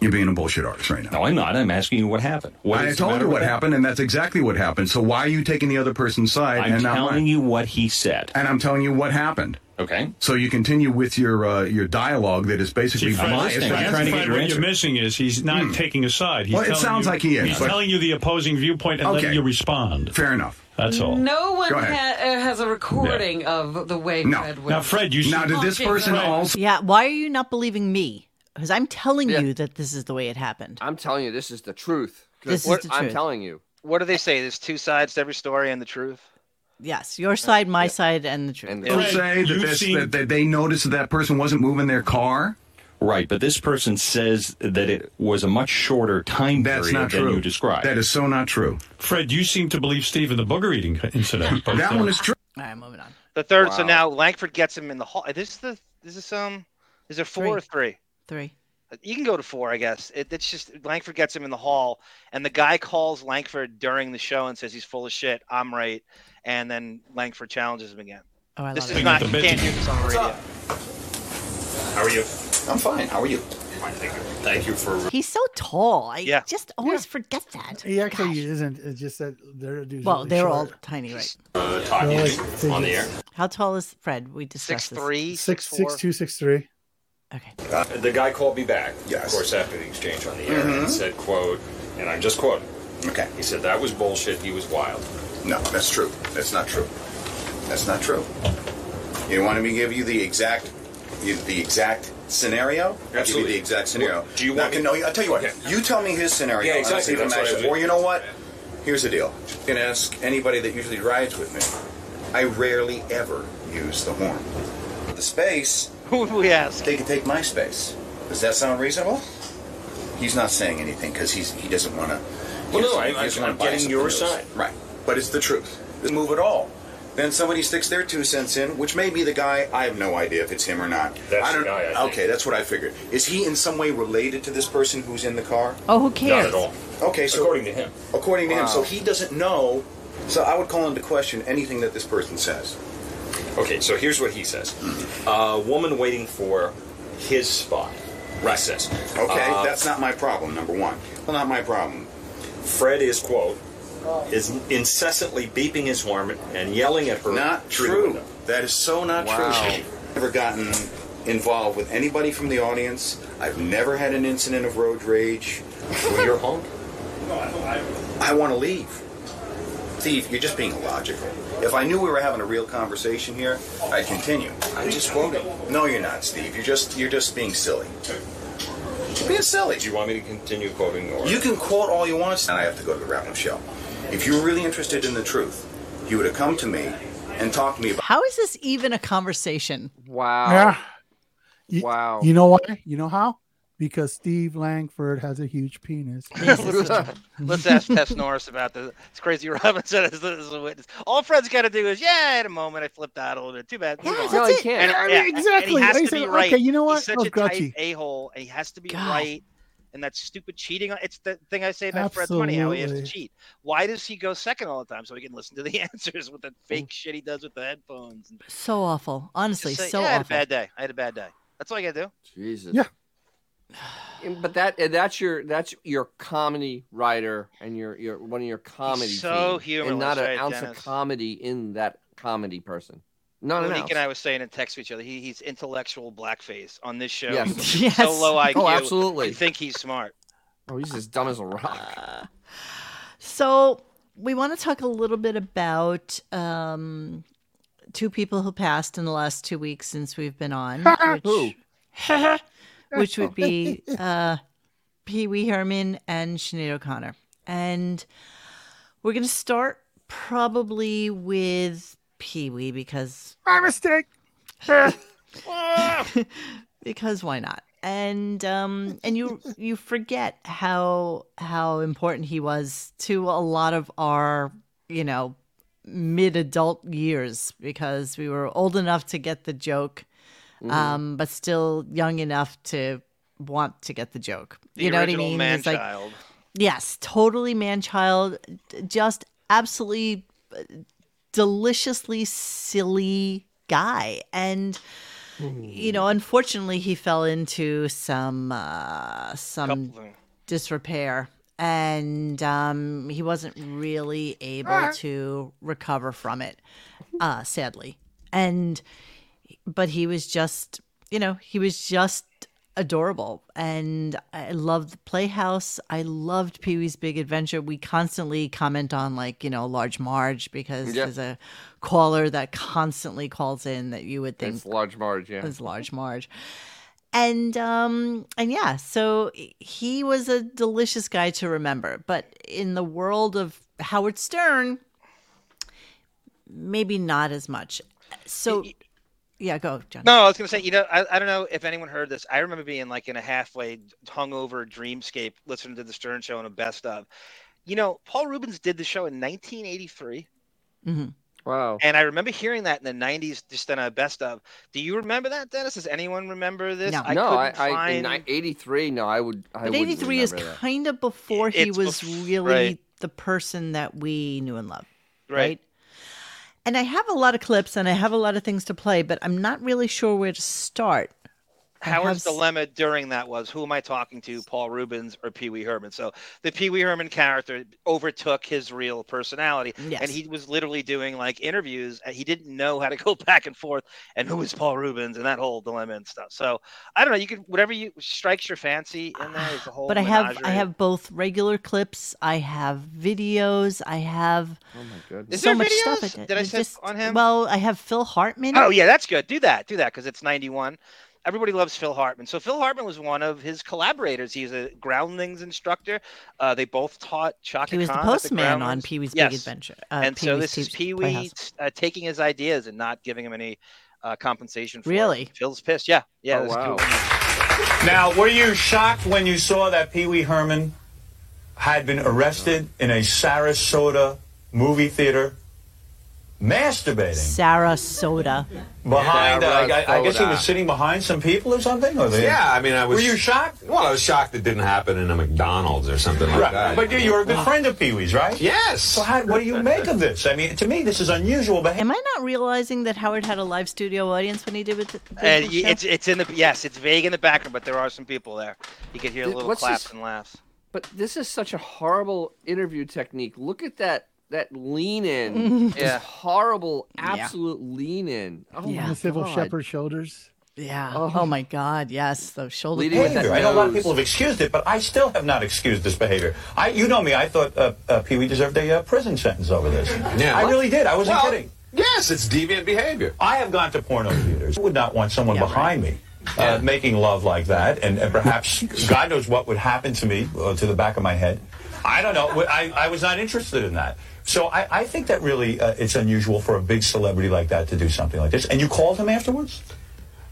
Speaker 18: You're being a bullshit artist right now.
Speaker 20: No, I'm not. I'm asking you what happened. What
Speaker 18: I
Speaker 20: is the
Speaker 18: told
Speaker 20: matter
Speaker 18: you
Speaker 20: with
Speaker 18: what
Speaker 20: that?
Speaker 18: happened, and that's exactly what happened. So why are you taking the other person's side
Speaker 20: I'm
Speaker 18: and not
Speaker 20: telling
Speaker 18: mine?
Speaker 20: you what he said,
Speaker 18: and I'm telling you what happened.
Speaker 20: Okay.
Speaker 18: So you continue with your uh, your dialogue that is basically
Speaker 6: See, Fred,
Speaker 18: biased.
Speaker 6: Fred,
Speaker 18: against
Speaker 6: Fred,
Speaker 18: the
Speaker 6: what you're missing is he's not taking a side. He's
Speaker 18: Hmm. Well, it
Speaker 6: telling
Speaker 18: sounds
Speaker 6: you-
Speaker 18: like he is,
Speaker 6: He's
Speaker 18: but-
Speaker 6: telling you the opposing viewpoint and letting
Speaker 18: Okay.
Speaker 6: you respond.
Speaker 18: Fair enough.
Speaker 6: That's all.
Speaker 5: No one
Speaker 6: Go
Speaker 5: ha-
Speaker 6: ahead.
Speaker 5: uh, has a recording of the way Fred was.
Speaker 1: Yeah. Why are you not believing me? Because I'm telling
Speaker 3: Yeah.
Speaker 1: you that this is the way it happened.
Speaker 3: I'm telling you, this is the truth.
Speaker 1: This is
Speaker 3: What-
Speaker 1: the
Speaker 3: I'm
Speaker 1: truth.
Speaker 3: telling you.
Speaker 2: What do they say? There's two sides to every story and the truth.
Speaker 1: Yes, your side, my side, and the truth.
Speaker 18: Don't say that, this, that, that they noticed that that person wasn't moving their car.
Speaker 20: right? But this person says that it was a much shorter time
Speaker 18: That's
Speaker 20: period
Speaker 18: not
Speaker 20: than
Speaker 18: true.
Speaker 20: you described.
Speaker 18: That is so not true.
Speaker 6: Fred, you seem to believe Steve in the booger eating incident.
Speaker 18: That one is true.
Speaker 1: All right, moving on.
Speaker 2: The third. So
Speaker 6: Wow.
Speaker 2: now Langford gets him in the hall. This is the Is this um? Is there four or three?
Speaker 1: Three.
Speaker 2: You can go to four, I guess. It, it's just Langford gets him in the hall, and the guy calls Langford during the show and says he's full of shit. I'm right, and then Langford challenges him again.
Speaker 1: Oh, I love
Speaker 2: this is
Speaker 1: it.
Speaker 2: not you can't do this on the
Speaker 1: What's
Speaker 2: radio.
Speaker 12: How are you?
Speaker 18: I'm fine. How are you?
Speaker 12: Fine, thank you. Thank you for.
Speaker 1: He's so tall. I
Speaker 12: Yeah.
Speaker 1: just always forget that.
Speaker 4: He actually isn't. It's just that they're usually
Speaker 1: Well, they're all
Speaker 4: short.
Speaker 1: tiny, right?
Speaker 12: Uh, talking
Speaker 4: They're
Speaker 12: to you on the air.
Speaker 1: How tall is Fred? We discussed this.
Speaker 4: six, six, two, six, three.
Speaker 12: Uh, the guy called me back,
Speaker 18: Yes.
Speaker 12: of course, after the exchange on the air,
Speaker 18: Mhm.
Speaker 12: and said, "quote," and I'm just quoting.
Speaker 18: Okay.
Speaker 12: He said that was bullshit. He was wild.
Speaker 18: No, that's true. That's not true. That's not true. You want me to give you the exact, you, the exact scenario? I'll Give you
Speaker 12: Absolutely.
Speaker 18: the exact scenario.
Speaker 12: do you
Speaker 18: Now,
Speaker 12: want me-
Speaker 18: No, I'll tell you what.
Speaker 12: Yeah.
Speaker 18: You tell me his scenario.
Speaker 12: Yeah,
Speaker 18: and I'll
Speaker 12: exactly.
Speaker 18: see if I'm
Speaker 12: That's what I
Speaker 18: actually-
Speaker 12: would-
Speaker 18: Or you know what? Here's the deal. You can ask anybody that usually rides with me. I rarely ever use the horn. The space.
Speaker 2: Who would we ask?
Speaker 18: They can take my space. Does that sound reasonable? He's not saying anything because he's he doesn't want to.
Speaker 12: Well, no, I'm- I'm- I'm getting your side.
Speaker 18: Right. But it's the truth. Doesn't move at all. Then somebody sticks their two cents in, which may be the guy. I have no idea if it's him or not.
Speaker 12: That's
Speaker 18: I don't,
Speaker 12: the guy, I think.
Speaker 18: Okay, that's what I figured. Is he in some way related to this person who's in the car?
Speaker 1: Oh, who cares?
Speaker 18: Okay, so
Speaker 12: according to him,
Speaker 18: according to him, so
Speaker 12: Wow.
Speaker 18: he doesn't know. So I would call into question anything that this person says.
Speaker 12: Okay, so here's what he says: uh, woman waiting for his spot. Right. Says.
Speaker 18: Okay,
Speaker 12: uh,
Speaker 18: that's not my problem. Number one, well, not my problem.
Speaker 12: Fred is quote is incessantly beeping his horn and yelling at her.
Speaker 18: Not
Speaker 12: through the
Speaker 18: true.
Speaker 12: window.
Speaker 18: That is so not
Speaker 12: Wow.
Speaker 18: true. Never gotten involved with anybody from the audience. I've never had an incident of road rage. Well, you're home. I want to leave. Steve, you're just being illogical. If I knew we were having a real conversation here, I'd continue. I just quoted. No, you're not, Steve. You're just you're just being silly. You're being silly.
Speaker 12: Do you want me to continue quoting or?
Speaker 18: You can quote all you want, and I have to go to the wrap-up show. If you were really interested in the truth, you would have come to me and talked to me about.
Speaker 1: How is this even a conversation?
Speaker 4: Wow. wow. You know why? You know how? Because Steve Langford has a huge penis.
Speaker 2: Let's ask Tess Norris about this. It's crazy. Robinson is, is a witness. All Fred's got to do is, yeah, I had a moment. I flipped out a little bit. Too bad. Yeah,
Speaker 4: that's No, he it. can't. I mean, exactly.
Speaker 2: And he has
Speaker 4: Like I
Speaker 2: to be
Speaker 4: said,
Speaker 2: right.
Speaker 4: okay, you know what?
Speaker 2: He's such
Speaker 4: Look,
Speaker 2: a tight
Speaker 4: Grouchy.
Speaker 2: a hole, and he has to be right. And that stupid cheating. on- It's the thing I say about Fred's money. How he has to
Speaker 4: Absolutely.
Speaker 2: cheat. Why does he go second all the time so he can listen to the answers with the fake shit he does with the headphones? And
Speaker 1: So awful. Honestly,
Speaker 2: just say,
Speaker 1: so
Speaker 2: yeah, I had a
Speaker 1: awful.
Speaker 2: bad day. I had a bad day. That's all I got to do.
Speaker 3: Jesus.
Speaker 4: Yeah.
Speaker 3: But that and that's your that's your comedy writer and your your one of your comedy
Speaker 2: so
Speaker 3: themes, and
Speaker 2: humorless,
Speaker 3: not an
Speaker 2: right,
Speaker 3: ounce
Speaker 2: Dennis?
Speaker 3: of comedy in that comedy person. Not an
Speaker 2: Monique
Speaker 3: ounce.
Speaker 2: and I was saying in text to each other, he, he's intellectual blackface on this show.
Speaker 3: Yes.
Speaker 2: He's
Speaker 3: Yes.
Speaker 2: So low
Speaker 3: Oh,
Speaker 2: IQ.
Speaker 3: absolutely.
Speaker 2: You think he's smart.
Speaker 3: Oh, he's as dumb as a rock.
Speaker 1: So we want to talk a little bit about um, two people who passed in the last two weeks since we've been on, which, which would be uh, Pee Wee Herman and Sinead O'Connor. And we're going to start probably with Pee Wee because
Speaker 4: My mistake. Ah.
Speaker 1: because why not? And um and you you forget how how important he was to a lot of our, you know, mid adult years because we were old enough to get the joke
Speaker 4: Mm-hmm.
Speaker 1: um but still young enough to want to get the joke.
Speaker 2: The
Speaker 1: you know what I
Speaker 2: original
Speaker 1: mean?
Speaker 2: man
Speaker 1: It's like-
Speaker 2: child.
Speaker 1: Yes, totally man child, just absolutely uh, deliciously silly guy. And you know, unfortunately, he fell into some uh, some disrepair, and um, he wasn't really able to recover from it, uh, sadly. And but he was just, you know, he was just adorable, and I loved the Playhouse. I loved Pee Wee's Big Adventure. We constantly comment on like you know Large Marge because
Speaker 3: Yeah.
Speaker 1: there's a caller that constantly calls in that you would think
Speaker 3: It's large Marge, yeah.
Speaker 1: was large marge and um and yeah so he was a delicious guy to remember but in the world of howard stern maybe not as much so yeah go john
Speaker 2: No, I was gonna say, you know, I, I don't know if anyone heard this. I remember being like in a halfway hungover dreamscape, listening to the Stern Show and a best of. You know, Paul Rubens did the show in 1983.
Speaker 1: Mhm.
Speaker 3: Wow.
Speaker 2: And I remember hearing that in the 90s, just in a best of. Do you remember that, Dennis? Does anyone remember this?
Speaker 3: No, I,
Speaker 2: couldn't
Speaker 3: I, in
Speaker 2: find-
Speaker 3: ni- 83, no, I would. I
Speaker 1: But
Speaker 3: wouldn't
Speaker 1: 83 is
Speaker 3: remember that.
Speaker 1: kind of before he
Speaker 3: It's
Speaker 1: was
Speaker 3: bef-
Speaker 1: really
Speaker 3: right.
Speaker 1: the person that we knew and loved.
Speaker 2: Right.
Speaker 1: And I have a lot of clips and I have a lot of things to play, but I'm not really sure where to start. I have
Speaker 2: Howard's
Speaker 1: s-
Speaker 2: dilemma during that was who am I talking to, Paul Rubens or Pee Wee Herman? So the Pee Wee Herman character overtook his real personality,
Speaker 1: Yes.
Speaker 2: and he was literally doing like interviews. And he didn't know how to go back and forth and who is Paul Rubens and that whole dilemma and stuff. So I don't know. You could whatever you strikes your fancy in there is the whole.
Speaker 1: Ah, But I have I
Speaker 2: menagerie.
Speaker 1: have both regular clips, I have videos, I have
Speaker 3: Oh my goodness.
Speaker 2: Is
Speaker 1: so
Speaker 2: there
Speaker 1: much stuff.
Speaker 2: videos?
Speaker 1: did.
Speaker 2: Did I
Speaker 1: There's
Speaker 2: say on him?
Speaker 1: Well, I have Phil Hartman.
Speaker 2: Oh yeah, that's good. Do that. Do that because it's 91. Everybody loves Phil Hartman. So Phil Hartman was one of his collaborators. He's a Groundlings instructor. Uh, they both taught Chaka
Speaker 1: He was the
Speaker 2: Khan at
Speaker 1: postman on
Speaker 2: Groundlings.
Speaker 1: Pee Wee's
Speaker 2: Yes.
Speaker 1: Big Adventure. uh,
Speaker 2: and so
Speaker 1: Pee-wee's
Speaker 2: this is
Speaker 1: Tee's
Speaker 2: Pee Wee
Speaker 1: Playhouse.
Speaker 2: uh, taking his ideas and not giving him any uh, compensation for
Speaker 1: Really?
Speaker 2: it. Phil's pissed. Yeah. Yeah.
Speaker 8: Oh,
Speaker 2: this is
Speaker 8: wow.
Speaker 2: Pee-wee.
Speaker 8: Now, were you shocked when you saw that Pee Wee Herman had been arrested in a Sarasota movie theater masturbating
Speaker 1: Sarah Soda.
Speaker 8: behind? uh, I, I- I guess he
Speaker 1: Sarasota.
Speaker 8: was sitting behind some people or something. Or they-
Speaker 21: Yeah, I mean, I was.
Speaker 8: Were you shocked?
Speaker 21: Well, I was shocked it didn't happen in a McDonald's or something like
Speaker 8: Right,
Speaker 21: that.
Speaker 8: but you- you were a good friend of Pee Wee's, right?
Speaker 21: Yes.
Speaker 8: So, how, what do you make of this? I mean, to me, this is unusual behavior.
Speaker 1: Am I not realizing that Howard had a live studio audience when he did with the,
Speaker 2: And
Speaker 1: with the
Speaker 2: y-
Speaker 1: show?
Speaker 2: it's it's in the yes, it's vague in the background, but there are some people there. You could hear
Speaker 3: Th-
Speaker 2: little
Speaker 3: what's
Speaker 2: claps
Speaker 3: this-
Speaker 2: and laughs.
Speaker 3: But this is such a horrible interview technique. Look at that that lean in.
Speaker 2: Mhm. Yeah.
Speaker 3: This horrible, absolute lean in. Oh
Speaker 4: yeah.
Speaker 3: my
Speaker 4: The civil
Speaker 3: God.
Speaker 4: shepherd shoulders.
Speaker 1: Yeah. Oh. my God. Yes. The shoulder.
Speaker 8: Leading with that I know a lot of people have excused it, but I still have not excused this behavior. I, you know me. I thought uh, uh, Pee Wee deserved a uh, prison sentence over this.
Speaker 21: Yeah.
Speaker 8: I really did. I wasn't
Speaker 21: Well,
Speaker 8: kidding.
Speaker 21: Yes, it's deviant behavior.
Speaker 8: I have gone to porno theaters. I would not want someone behind me. Uh, making love like that, and, and perhaps God knows what would happen to me uh, to the back of my head. I don't know. W- I, I was not interested in that. So I, I think that really uh, it's unusual for a big celebrity like that to do something like this. And you called him afterwards?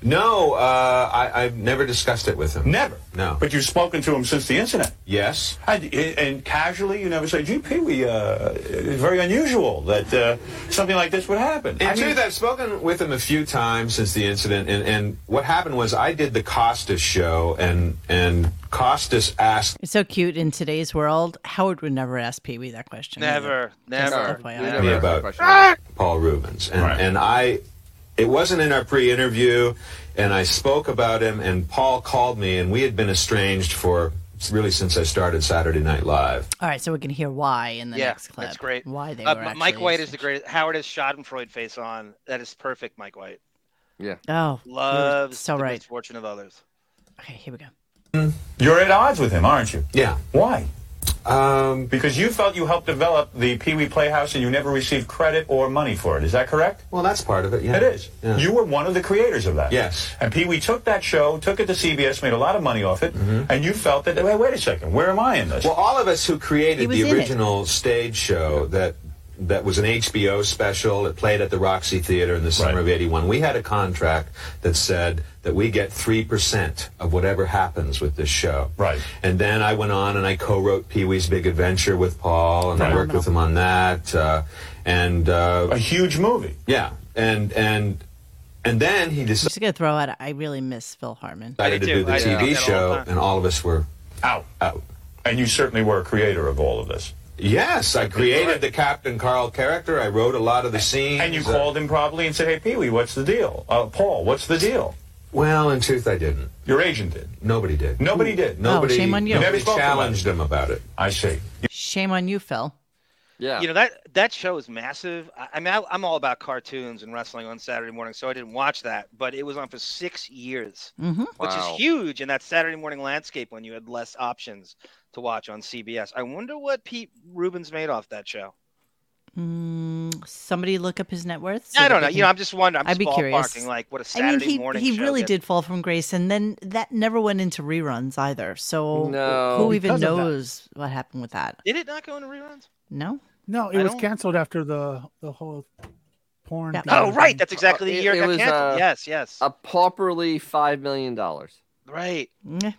Speaker 21: No, uh, I, I've never discussed it with him.
Speaker 8: Never.
Speaker 21: No.
Speaker 8: But you've spoken to him since the incident.
Speaker 21: Yes.
Speaker 8: And, and casually, you never say, gee, Pee Wee, uh, it's very unusual that uh, something like this would happen.
Speaker 21: In
Speaker 8: I mean-
Speaker 21: truth, I've spoken with him a few times since the incident, and, and what happened was I did the Costas show, and and Costas asked
Speaker 1: It's so cute in today's world. Howard would never ask Pee Wee that question. either.
Speaker 2: Never,
Speaker 1: Just
Speaker 2: never.
Speaker 1: FYI.
Speaker 21: me about Paul Rubens, and and I, it wasn't in our pre-interview, and I spoke about him, and Paul called me, and we had been estranged for really since I started Saturday Night Live.
Speaker 1: All right, so we can hear why in the next clip.
Speaker 2: That's great.
Speaker 1: Why they
Speaker 2: Uh,
Speaker 1: were
Speaker 2: M- Mike
Speaker 1: actually
Speaker 2: White is the greatest. Howard has Schadenfreude face on. That is perfect, Mike White.
Speaker 3: Yeah.
Speaker 1: Oh, you were
Speaker 2: Loves
Speaker 1: so
Speaker 2: the
Speaker 1: right.
Speaker 2: misfortune of others.
Speaker 1: Okay, here we go.
Speaker 8: You're at odds with him, aren't you?
Speaker 21: Yeah.
Speaker 8: Why?
Speaker 21: Um,
Speaker 8: because you felt you helped develop the Pee Wee Playhouse and you never received credit or money for it. Is that correct?
Speaker 21: Well, that's part of it. Yeah.
Speaker 8: It is.
Speaker 21: Yeah.
Speaker 8: You were one of the creators of that.
Speaker 21: Yes.
Speaker 8: And Pee Wee took that show, took it to CBS, made a lot of money off it, and you felt that. Hey, wait a second, where am I in this?
Speaker 21: Mm-hmm. Well, all of us who
Speaker 8: He
Speaker 21: created
Speaker 8: was in
Speaker 21: the
Speaker 8: it.
Speaker 21: original stage show that that was an HBO special. It played at the Roxy Theater in the summer of '81. We had a contract that said that we get three percent of whatever happens with this show. Right. And then I went on and I co-wrote Pee Wee's Big Adventure with Paul, and I worked with him on that. Uh, and uh, a
Speaker 8: huge movie.
Speaker 21: Yeah. And and and then he
Speaker 1: I'm
Speaker 21: decided
Speaker 1: just gonna throw out. I really miss Phil Harmon.
Speaker 21: to do the TV show, and all of us were
Speaker 8: out.
Speaker 21: Out.
Speaker 8: And you certainly were a creator of all of this.
Speaker 21: Yes, I created the Captain Carl character. I wrote a lot of the scenes.
Speaker 8: And you called him probably and said, "Hey, Pee Wee, what's the deal? Uh, Paul, what's the deal?"
Speaker 21: Well, in truth, I didn't.
Speaker 8: Your agent did.
Speaker 21: Nobody did. Oh,
Speaker 8: Nobody did.
Speaker 21: Nobody.
Speaker 1: shame on you.
Speaker 21: nobody
Speaker 1: Never spoke about
Speaker 21: challenged him about it.
Speaker 8: I see.
Speaker 1: Shame on you, Phil.
Speaker 3: Yeah.
Speaker 2: You know that that show is massive. I, I mean, I, I'm all about cartoons and wrestling on Saturday morning, so I didn't watch that, but it was on for six years,
Speaker 1: Mhm.
Speaker 2: which
Speaker 1: Wow.
Speaker 2: is huge in that Saturday morning landscape when you had less options to watch on CBS. I wonder what Pete Rubens made off that show.
Speaker 1: Mm, somebody look up his net worth.
Speaker 2: I
Speaker 1: that
Speaker 2: don't
Speaker 1: they
Speaker 2: know. You know,
Speaker 1: can-
Speaker 2: I'm just wondering. I'm
Speaker 1: I'd
Speaker 2: just
Speaker 1: be curious.
Speaker 2: ballparking, like, what a
Speaker 1: I mean,
Speaker 2: Saturday
Speaker 1: he,
Speaker 2: morning
Speaker 1: he
Speaker 2: show
Speaker 1: really
Speaker 2: gets.
Speaker 1: did fall from grace, and then that never went into reruns either. So
Speaker 4: No.
Speaker 1: who even
Speaker 4: Because of that.
Speaker 1: knows what happened with that?
Speaker 2: Did it not go into reruns?
Speaker 1: No.
Speaker 4: No, it
Speaker 1: I
Speaker 4: was
Speaker 1: don't-
Speaker 4: canceled after the the whole porn.
Speaker 1: Yeah.
Speaker 4: thing.
Speaker 2: Oh, right. That's exactly
Speaker 4: Uh,
Speaker 2: the
Speaker 4: it-
Speaker 2: year
Speaker 4: it
Speaker 2: it, got
Speaker 4: was,
Speaker 2: canceled.
Speaker 4: uh,
Speaker 2: yes, yes.
Speaker 3: A pauperly five million dollars.
Speaker 2: Right.
Speaker 1: Ah.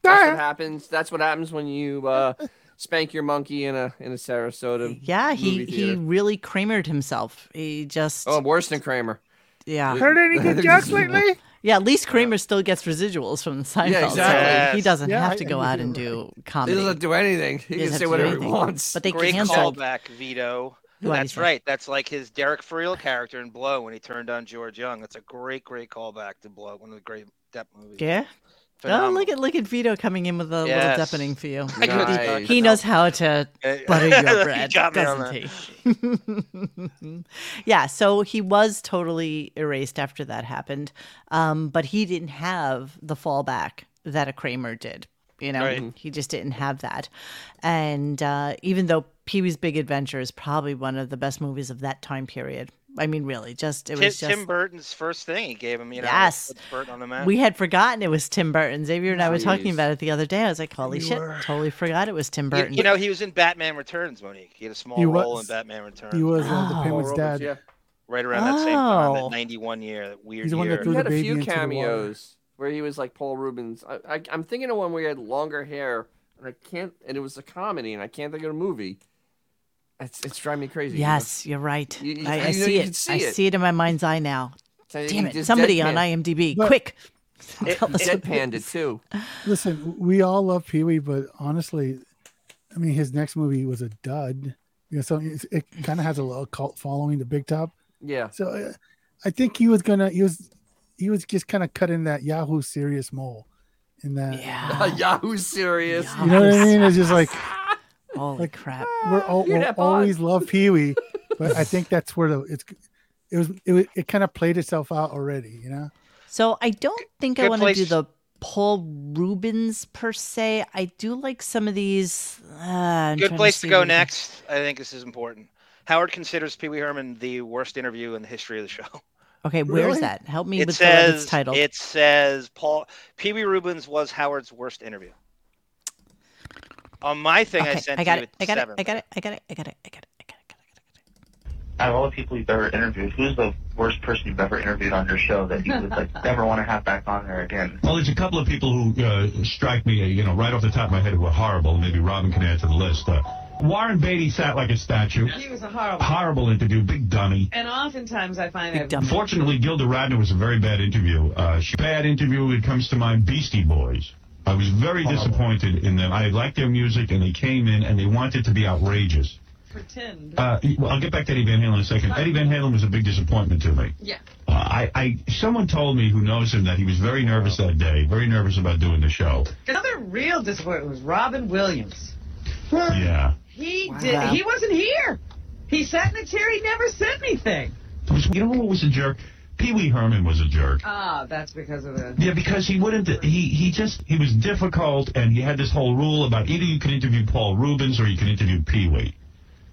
Speaker 3: That's what happens. That's what happens when you uh, spank your monkey in a in a Sarasota.
Speaker 1: Yeah, he
Speaker 3: movie
Speaker 1: he
Speaker 3: theater.
Speaker 1: really Kramered himself. He just
Speaker 3: Oh, worse than Kramer.
Speaker 1: yeah.
Speaker 3: Heard any good jokes lately?
Speaker 1: Yeah, at least Kramer still gets residuals from Seinfeld.
Speaker 3: Yeah,
Speaker 1: So
Speaker 3: exactly.
Speaker 1: he doesn't
Speaker 3: Yeah,
Speaker 1: have
Speaker 3: I-
Speaker 1: to
Speaker 3: I
Speaker 1: go
Speaker 3: think
Speaker 1: out
Speaker 3: you're
Speaker 1: and do comedy.
Speaker 3: doesn't do anything. He can
Speaker 1: doesn't
Speaker 3: say
Speaker 1: have to do
Speaker 3: whatever he
Speaker 1: anything.
Speaker 3: wants.
Speaker 1: But they
Speaker 2: Great
Speaker 1: can not
Speaker 2: callback, Vito.
Speaker 1: Go on,
Speaker 2: That's
Speaker 1: Ethan.
Speaker 2: right. That's like his Derek Friel character in Blow when he turned on George Young. That's a great, great callback to Blow, one of the great Depp movies.
Speaker 1: Yeah. Oh,
Speaker 2: Phenomenal.
Speaker 1: look at look at Vito coming in with a
Speaker 2: Yes.
Speaker 1: little deafening for you.
Speaker 2: I got
Speaker 1: He-
Speaker 2: you.
Speaker 1: He knows how to
Speaker 2: Uh,
Speaker 1: butter
Speaker 2: you
Speaker 1: your bread,
Speaker 2: got me on
Speaker 1: doesn't he? yeah. So he was totally erased after that happened, um, but he didn't have the fallback that a Kramer did. You know,
Speaker 11: Right.
Speaker 1: he just didn't have that. And uh, even though Pee Wee's Big Adventure is probably one of the best movies of that time period, I mean, really, just it
Speaker 2: Tim,
Speaker 1: was just
Speaker 2: Tim Burton's first thing he gave him, you know,
Speaker 1: Yes.
Speaker 2: put Burton on the map.
Speaker 1: we had forgotten it was Tim Burton. Xavier and I were talking
Speaker 2: Jeez.
Speaker 1: about it the other day. I was like, "Holy
Speaker 2: We
Speaker 1: shit!"
Speaker 2: were.
Speaker 1: Totally forgot it was Tim
Speaker 2: You,
Speaker 1: Burton.
Speaker 2: you know, he was in Batman Returns, Monique. He had a small
Speaker 1: He
Speaker 2: role in
Speaker 1: was-
Speaker 2: Batman Returns.
Speaker 1: he was, uh, the Oh. penguin's
Speaker 4: dad.
Speaker 2: Right around that same time,
Speaker 1: Oh.
Speaker 2: that 91 year, that weird
Speaker 4: He's the one that
Speaker 2: year.
Speaker 4: threw
Speaker 3: He had
Speaker 4: the
Speaker 3: a
Speaker 4: baby
Speaker 3: few
Speaker 4: into the water.
Speaker 3: cameos where he was like Paul Rubens. I, I, I'm thinking of one where he had longer hair, and I can't. And it was a comedy, and I can't think of a movie. It's it's driving me crazy.
Speaker 1: yes, you're right.
Speaker 3: You- you-
Speaker 1: I,
Speaker 3: you
Speaker 1: I
Speaker 3: know,
Speaker 1: see
Speaker 3: you
Speaker 1: it.
Speaker 3: can see
Speaker 1: I
Speaker 3: it.
Speaker 1: see it in my mind's eye now.
Speaker 3: So you
Speaker 1: Damn it!
Speaker 3: just
Speaker 1: Somebody on
Speaker 3: deadpan.
Speaker 1: IMDb, quick!
Speaker 3: It,
Speaker 1: Tell us what it
Speaker 3: deadpanned it too.
Speaker 4: uh, Listen, we all love Pee Wee, but honestly, I mean, his next movie was a dud. You know, so it, it kind of has a little cult following, The Big Top.
Speaker 3: Yeah.
Speaker 4: So uh, I think he was gonna, he was, he was just kind of cut in that Yahoo serious mole, in that.
Speaker 3: Yahoo serious.
Speaker 4: You know what I mean? It's just like,
Speaker 1: holy crap!
Speaker 4: We're all,
Speaker 3: You're
Speaker 4: we'll
Speaker 3: not bond.
Speaker 4: always love Pee Wee, but I think that's where the it's, it was, it, was- it kind of played itself out already. You know.
Speaker 1: So I don't think I
Speaker 4: good
Speaker 1: want to do
Speaker 4: place.
Speaker 1: the Paul Rubens per se. I do like some of these. Uh, I'm trying
Speaker 2: Good place to
Speaker 1: see
Speaker 2: go
Speaker 1: what we can-
Speaker 2: next. I think this is important. Howard considers Pee Wee Herman the worst interview in the history of the show.
Speaker 1: Okay, where's that? Help me
Speaker 2: it
Speaker 1: with the
Speaker 2: says,
Speaker 1: it's title.
Speaker 2: It says Paul Pee Wee Rubens was Howard's worst interview. On my thing, I
Speaker 1: Okay,
Speaker 2: sent
Speaker 1: I got
Speaker 2: you
Speaker 1: it.
Speaker 2: at
Speaker 1: I got it.
Speaker 2: seven.
Speaker 1: I got it. I got it. I got it. I got it.
Speaker 22: Out of all the people you've ever interviewed, who's the worst person you've ever interviewed on your show that you would like never want to have back on there again?
Speaker 8: Well, there's a couple of people who uh, strike me, uh, you know, right off the top of my head who are horrible. Maybe Robin can add to the list. Uh, Warren Beatty sat like a statue.
Speaker 23: He was a horrible.
Speaker 8: Horrible interview, big dummy.
Speaker 23: And oftentimes I find that
Speaker 8: Fortunately, Gilda Radner was a very bad interview. Uh, she, bad interview, it comes to mind, Beastie Boys. I was very disappointed in them. I liked their music, and they came in, and they wanted to be outrageous.
Speaker 23: pretend.
Speaker 8: Uh, well, I'll get back to Eddie Van Halen in a second. Eddie Van Halen was a big disappointment to me.
Speaker 23: Yeah.
Speaker 8: Uh, I, I, someone told me who knows him that he was very nervous that day, very nervous about doing the show.
Speaker 23: Another real disappointment was Robin Williams.
Speaker 8: Yeah.
Speaker 23: He did. He wasn't here. He sat in a chair. He never said anything.
Speaker 8: It was- you know who was a jerk? Pee Wee Herman was a jerk.
Speaker 23: Ah, that's because of the.
Speaker 8: Yeah, because he wouldn't. He he just he was difficult, and he had this whole rule about either you can interview Paul Rubens or you can interview Pee Wee,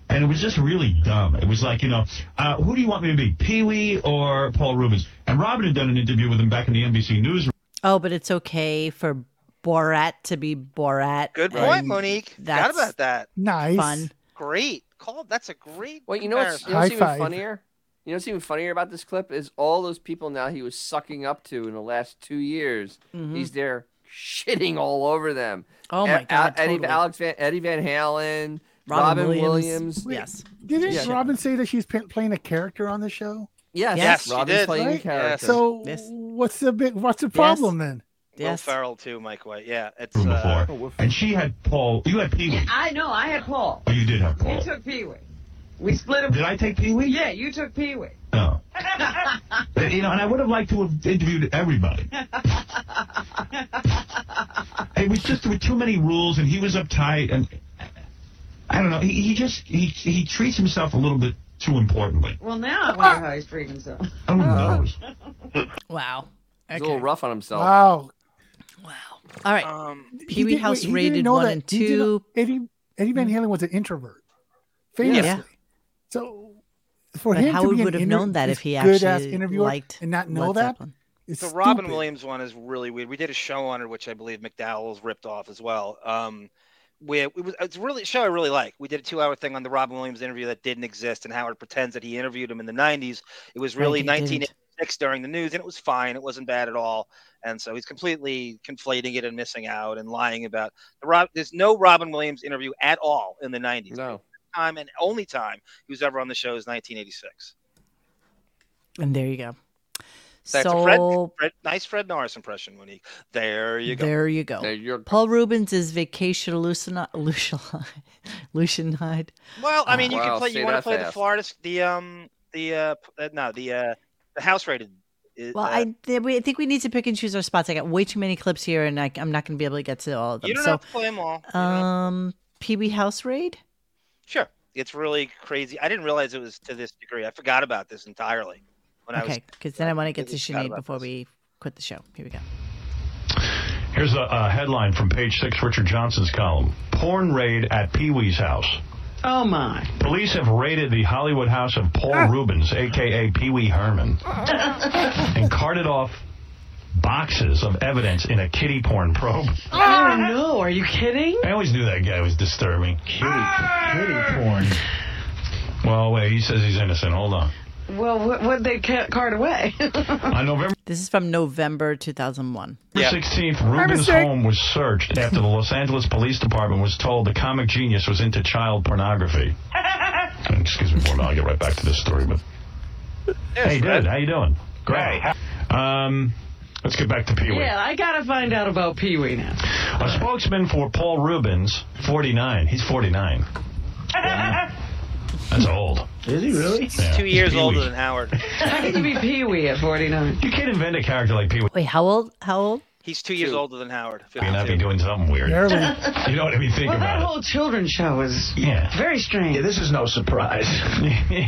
Speaker 8: and it was just really dumb. It was like you know, uh, who do you want me to be, Pee Wee or Paul Rubens? And Robin had done an interview with him back in the NBC newsroom.
Speaker 1: Oh, but it's okay for Borat to be Borat.
Speaker 2: Good
Speaker 1: and
Speaker 2: point, Monique. Forgot
Speaker 1: That's
Speaker 2: about that.
Speaker 1: Nice. Fun.
Speaker 2: Great call. That's a great.
Speaker 3: Well, you know what's,
Speaker 2: comparison.
Speaker 3: you know what's even funnier? You know what's even funnier about this clip is all those people now he was sucking up to in the last two years.
Speaker 1: Mhm.
Speaker 3: He's there shitting all over them.
Speaker 1: Oh my
Speaker 3: E-
Speaker 1: God,
Speaker 3: Eddie,
Speaker 1: totally.
Speaker 3: Alex Van, Eddie Van Halen,
Speaker 1: Robin
Speaker 3: Robin,
Speaker 1: Williams.
Speaker 3: Williams.
Speaker 1: Yes.
Speaker 4: Didn't
Speaker 3: Yeah.
Speaker 4: Robin say that she's pa- playing a character on the show?
Speaker 3: Yes, Yes, she Robin's did. playing a character.
Speaker 4: So
Speaker 2: Yes.
Speaker 4: what's the big? What's the problem then?
Speaker 2: Will
Speaker 3: Oh,
Speaker 2: Ferrell too, Mike White. Yeah, it's uh,
Speaker 8: before, and she had Paul. You had Pee Wee.
Speaker 23: I know. I had Paul.
Speaker 8: Oh, you did have
Speaker 23: You
Speaker 8: Paul.
Speaker 23: took Pee Wee. We split him.
Speaker 8: Did I take Pee Wee?
Speaker 23: Yeah, you took Pee Wee.
Speaker 8: No. But, Uh, You know, and I would have liked to have interviewed everybody. it was just there were too many rules, and he was uptight, and I don't know. He, he just he he treats himself a little bit too importantly.
Speaker 23: Well, now I wonder how he's freaking himself.
Speaker 4: Oh,
Speaker 8: Who knows?
Speaker 1: Wow.
Speaker 3: He's a little rough on himself.
Speaker 4: Wow.
Speaker 1: All right.
Speaker 4: He
Speaker 2: Um,
Speaker 1: Pee Wee
Speaker 4: didn't-
Speaker 1: House
Speaker 4: he didn't
Speaker 1: rated
Speaker 4: know
Speaker 1: one
Speaker 4: that-
Speaker 1: and
Speaker 4: he didn't know-
Speaker 1: two.
Speaker 4: Eddie Eddie Van Halen was an introvert.
Speaker 1: Yeah.
Speaker 4: Famously.
Speaker 1: Yeah.
Speaker 4: So for
Speaker 1: But
Speaker 4: him
Speaker 1: how
Speaker 4: to
Speaker 1: we
Speaker 4: be an
Speaker 1: would have
Speaker 4: inter-
Speaker 1: known that
Speaker 4: this
Speaker 1: if he
Speaker 4: good-ass
Speaker 1: actually
Speaker 4: interviewer
Speaker 1: liked
Speaker 4: and not know
Speaker 1: Led
Speaker 4: that
Speaker 1: Zeppelin.
Speaker 4: is
Speaker 2: the Robin
Speaker 4: stupid.
Speaker 2: Williams one is really weird. We did a show on it, which I believe McDowell's ripped off as well. Um, we it was it's really a show I really like. We did a two-hour thing on the Robin Williams interview that didn't exist, and Howard pretends that he interviewed him in the '90s. It was
Speaker 1: Right,
Speaker 2: really
Speaker 1: he didn't.
Speaker 2: 1986 six during the news, and it was fine. It wasn't bad at all. And so he's completely conflating it and missing out and lying about the Rob. There's no Robin Williams interview at all in the '90s.
Speaker 3: No
Speaker 2: time and only time he was ever on the show is 1986.
Speaker 1: And there you go.
Speaker 2: That's
Speaker 1: so
Speaker 2: a Fred, Fred, nice Fred Norris impression, Monique. There you go.
Speaker 1: There you go. Paul Rubens is vacation Lucina, Lucianide.
Speaker 2: Well, I mean, you
Speaker 1: Wow,
Speaker 2: can play.
Speaker 1: see,
Speaker 2: You want to
Speaker 1: that's
Speaker 2: play the
Speaker 1: fast.
Speaker 2: Florida, the um, the uh, p- uh, no, the uh, the house rated. uh,
Speaker 1: Well, I, th- we, I think we need to pick and choose our spots. I got way too many clips here, and I, I'm not going to be able to get to all of them.
Speaker 2: You don't
Speaker 1: so,
Speaker 2: have to play them all. you know?
Speaker 1: um, Pee Wee House Raid.
Speaker 2: Sure, it's really crazy. I didn't realize it was to this degree. I forgot about this entirely when I was
Speaker 1: Okay, because then I want to get to
Speaker 2: forgot
Speaker 1: Sinead
Speaker 2: about
Speaker 1: before we quit the show. Here we go.
Speaker 8: Here's a, a headline from page six, Richard Johnson's column Porn raid at Pee Wee's house. Oh, my. Ah. Police have raided the Hollywood house of Paul Rubens, a.k.a. Pee Wee Herman, and carted off boxes of evidence in a kitty porn probe.
Speaker 23: Oh no, are you kidding?
Speaker 8: I always knew that guy was disturbing. Kitty, kitty porn. Well, wait, he says he's innocent. Hold on.
Speaker 23: Well, what what they ca- cart away?
Speaker 8: On November
Speaker 1: This is from November 2001.
Speaker 8: November 16th, Rubin's
Speaker 1: mistake.
Speaker 8: home was searched after the Los Angeles Police Department was told the comic genius was into child pornography. Excuse me for a minute. I'll get right back to this story. But hey, dude, how you doing? Great. Um, let's get back to Pee Wee.
Speaker 23: yeah, I gotta find out about Pee Wee now.
Speaker 8: A spokesman for Paul Rubens, 49. He's 49. That's old. Is he really?
Speaker 2: this. two years older than Howard.
Speaker 23: How can you be Pee Wee at 49?
Speaker 8: You can't invent a character like Pee Wee.
Speaker 1: Wait, how old? How old?
Speaker 2: He's two years older than Howard.
Speaker 8: You're not be doing something weird.
Speaker 23: Barely.
Speaker 8: You know what I mean? Think
Speaker 23: well,
Speaker 8: about
Speaker 23: that
Speaker 8: it.
Speaker 23: whole children's show is
Speaker 8: yeah.
Speaker 23: very strange. Yeah,
Speaker 8: this is no surprise.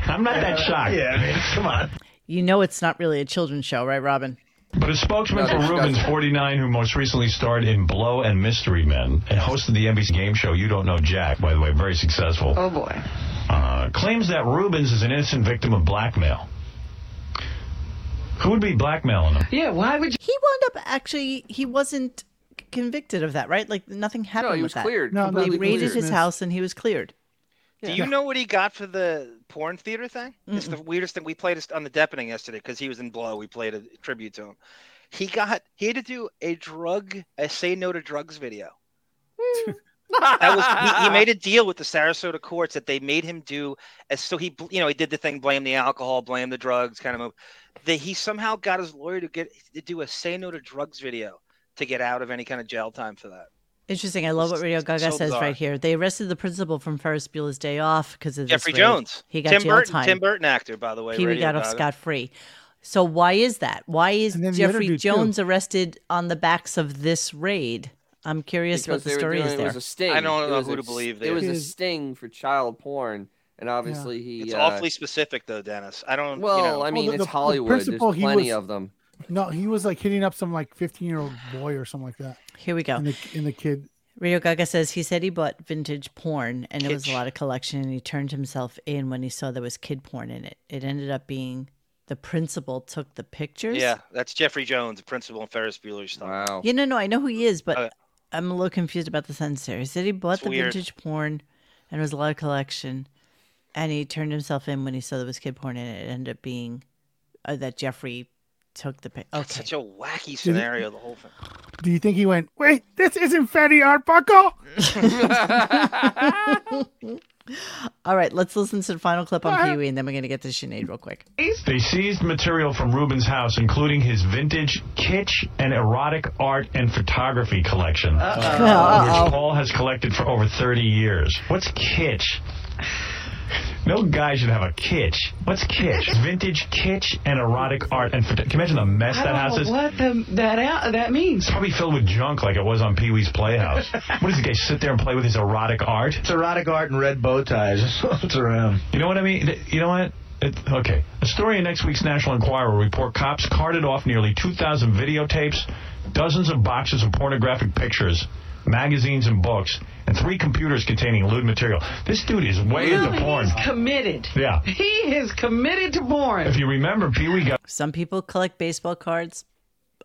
Speaker 8: I'm not that shocked. Yeah, I mean, come on.
Speaker 1: You know it's not really a children's show, right, Robin?
Speaker 8: But a spokesman
Speaker 1: No,
Speaker 8: for
Speaker 1: that's-
Speaker 8: Rubens, 49, who most recently starred in Blow and Mystery Men and hosted the NBC game show You Don't Know Jack, by the way, very successful. Oh, boy. Uh, claims that Rubens is an innocent victim of blackmail. Who would be blackmailing him?
Speaker 1: Yeah, why would you? He wound up actually. He wasn't c- convicted of that, right? Like nothing happened.
Speaker 3: he
Speaker 1: with
Speaker 3: was
Speaker 1: that.
Speaker 3: cleared. No,
Speaker 1: they
Speaker 3: completely
Speaker 1: raided
Speaker 3: cleared.
Speaker 1: his house and he was cleared.
Speaker 2: Do you know what he got for the porn theater thing? It's the weirdest thing. We played it on the Depening yesterday because he was in Blow. We played a tribute to him. He got he had to do a drug a say no to drugs video. That was he, he made a deal with the Sarasota courts that they made him do. as So he bl- you know he did the thing blame the alcohol, blame the drugs kind of move. That he somehow got his lawyer to get to do a say no to drugs video to get out of any kind of jail time for that.
Speaker 1: Interesting. I love what Radio Gaga
Speaker 2: so
Speaker 1: says
Speaker 2: bizarre.
Speaker 1: right here. They arrested the principal from Ferris Bueller's Day Off because of this
Speaker 2: Jeffrey
Speaker 1: raid.
Speaker 2: Jones.
Speaker 1: He got
Speaker 2: Tim
Speaker 1: jail
Speaker 2: Burton,
Speaker 1: time.
Speaker 2: Tim Burton actor, by the way.
Speaker 1: Pee Wee
Speaker 2: Radio
Speaker 1: got off
Speaker 2: Gaga.
Speaker 1: scot free. So why is that? Why is
Speaker 2: And then the other
Speaker 1: Jeffrey
Speaker 2: dude, too.
Speaker 1: Jones arrested on the backs of this raid? I'm curious what
Speaker 3: because they
Speaker 1: the
Speaker 3: were
Speaker 1: story
Speaker 3: doing
Speaker 1: is
Speaker 3: it
Speaker 1: there.
Speaker 3: was a sting.
Speaker 2: I don't
Speaker 3: It
Speaker 2: know
Speaker 3: was
Speaker 2: who
Speaker 3: a
Speaker 2: to
Speaker 3: s-
Speaker 2: believe
Speaker 3: It was a
Speaker 2: there.
Speaker 3: sting for child porn, and obviously he.
Speaker 2: It's
Speaker 3: uh,
Speaker 2: awfully specific, though, Dennis. I don't.
Speaker 3: Well,
Speaker 2: you know.
Speaker 3: I mean,
Speaker 4: the-
Speaker 3: it's
Speaker 4: the
Speaker 3: Hollywood. There's
Speaker 4: principal, he
Speaker 3: plenty
Speaker 4: was-
Speaker 3: of them.
Speaker 4: No, he was like hitting up some like 15 year old boy or something like that.
Speaker 1: Here we go.
Speaker 4: And the, and the kid.
Speaker 1: Radio Gaga says he said he bought vintage porn and it was a lot of collection and he turned himself in when he saw there was kid porn in it. It ended up being the principal took the pictures.
Speaker 2: yeah, that's Jeffrey Jones, the principal in Ferris Bueller's stuff.
Speaker 3: Wow.
Speaker 1: Yeah, no, no, I know who he is, but I'm a little confused about the sentence there. He said he bought
Speaker 2: Oh, It's
Speaker 1: the
Speaker 2: weird.
Speaker 1: vintage porn and it was a lot of collection, and he turned himself in when he saw there was kid porn, and it ended up being uh, that Jeffrey took the pic.
Speaker 2: That's
Speaker 1: Okay.
Speaker 2: such a wacky scenario. The whole thing.
Speaker 4: Do you think he went, wait, this isn't Fatty Arbuckle?
Speaker 1: All right, let's listen to the final clip on Pee Wee, and then we're going to get to Sinead real quick.
Speaker 8: They seized material from Rubin's house, including his vintage kitsch and erotic art and photography collection,
Speaker 1: Uh-oh.
Speaker 8: which Paul has collected for over 30 years. What's kitsch? No guy should have a kitsch. What's kitsch? vintage kitsch and erotic art and photo- can you imagine the mess
Speaker 23: I
Speaker 8: that
Speaker 23: don't
Speaker 8: house
Speaker 23: know
Speaker 8: is?
Speaker 23: what the, that out, that means.
Speaker 8: It's probably filled with junk like it was on Pee Wee's Playhouse. what does the guy sit there and play with his erotic art? It's erotic art and red bow ties. It's around. You know what I mean? Th- You know what? It, okay. A story in next week's National Enquirer will report cops carted off nearly 2,000 videotapes, dozens of boxes of pornographic pictures, magazines and books, and three computers containing lewd material. This dude is way into
Speaker 23: Really,
Speaker 8: porn.
Speaker 23: he's committed.
Speaker 8: Yeah.
Speaker 23: He is committed to porn.
Speaker 8: If you remember, Pee Wee got
Speaker 1: Some people collect baseball cards.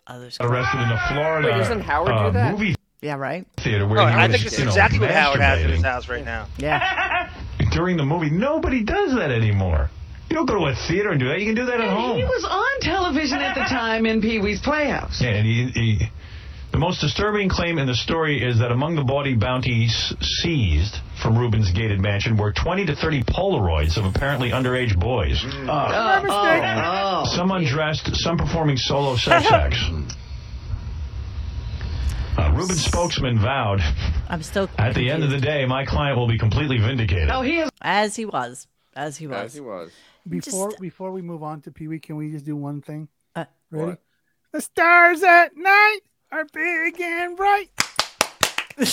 Speaker 8: arrested in a Florida
Speaker 1: Wait, doesn't Howard
Speaker 8: uh,
Speaker 1: do that?
Speaker 8: movie
Speaker 1: Yeah, right?
Speaker 8: theater where
Speaker 2: Oh,
Speaker 8: he
Speaker 2: I
Speaker 8: was,
Speaker 2: think this is
Speaker 8: you know,
Speaker 2: exactly what Howard has in
Speaker 8: masturbating.
Speaker 2: his house right now.
Speaker 1: Yeah.
Speaker 8: during the movie. Nobody does that anymore. You don't go to a theater and do that. You can do that at home.
Speaker 23: He was on television at the time in Pee Wee's Playhouse.
Speaker 8: Yeah, and he, he, the most disturbing claim in the story is that among the body bounties seized from Rubin's gated mansion were 20 to 30 Polaroids of apparently underage boys.
Speaker 23: Oh, oh,
Speaker 8: Some undressed, some performing solo sex acts. Uh, Rubin's spokesman vowed,
Speaker 1: I'm still
Speaker 8: at the end of the day, my client will be completely vindicated.
Speaker 1: he is as he was, as he was, as he was.
Speaker 4: Before before we move on to Pee Wee, can we just do one thing?
Speaker 1: Uh,
Speaker 4: Ready?
Speaker 3: what?
Speaker 4: The stars at night are big and bright. In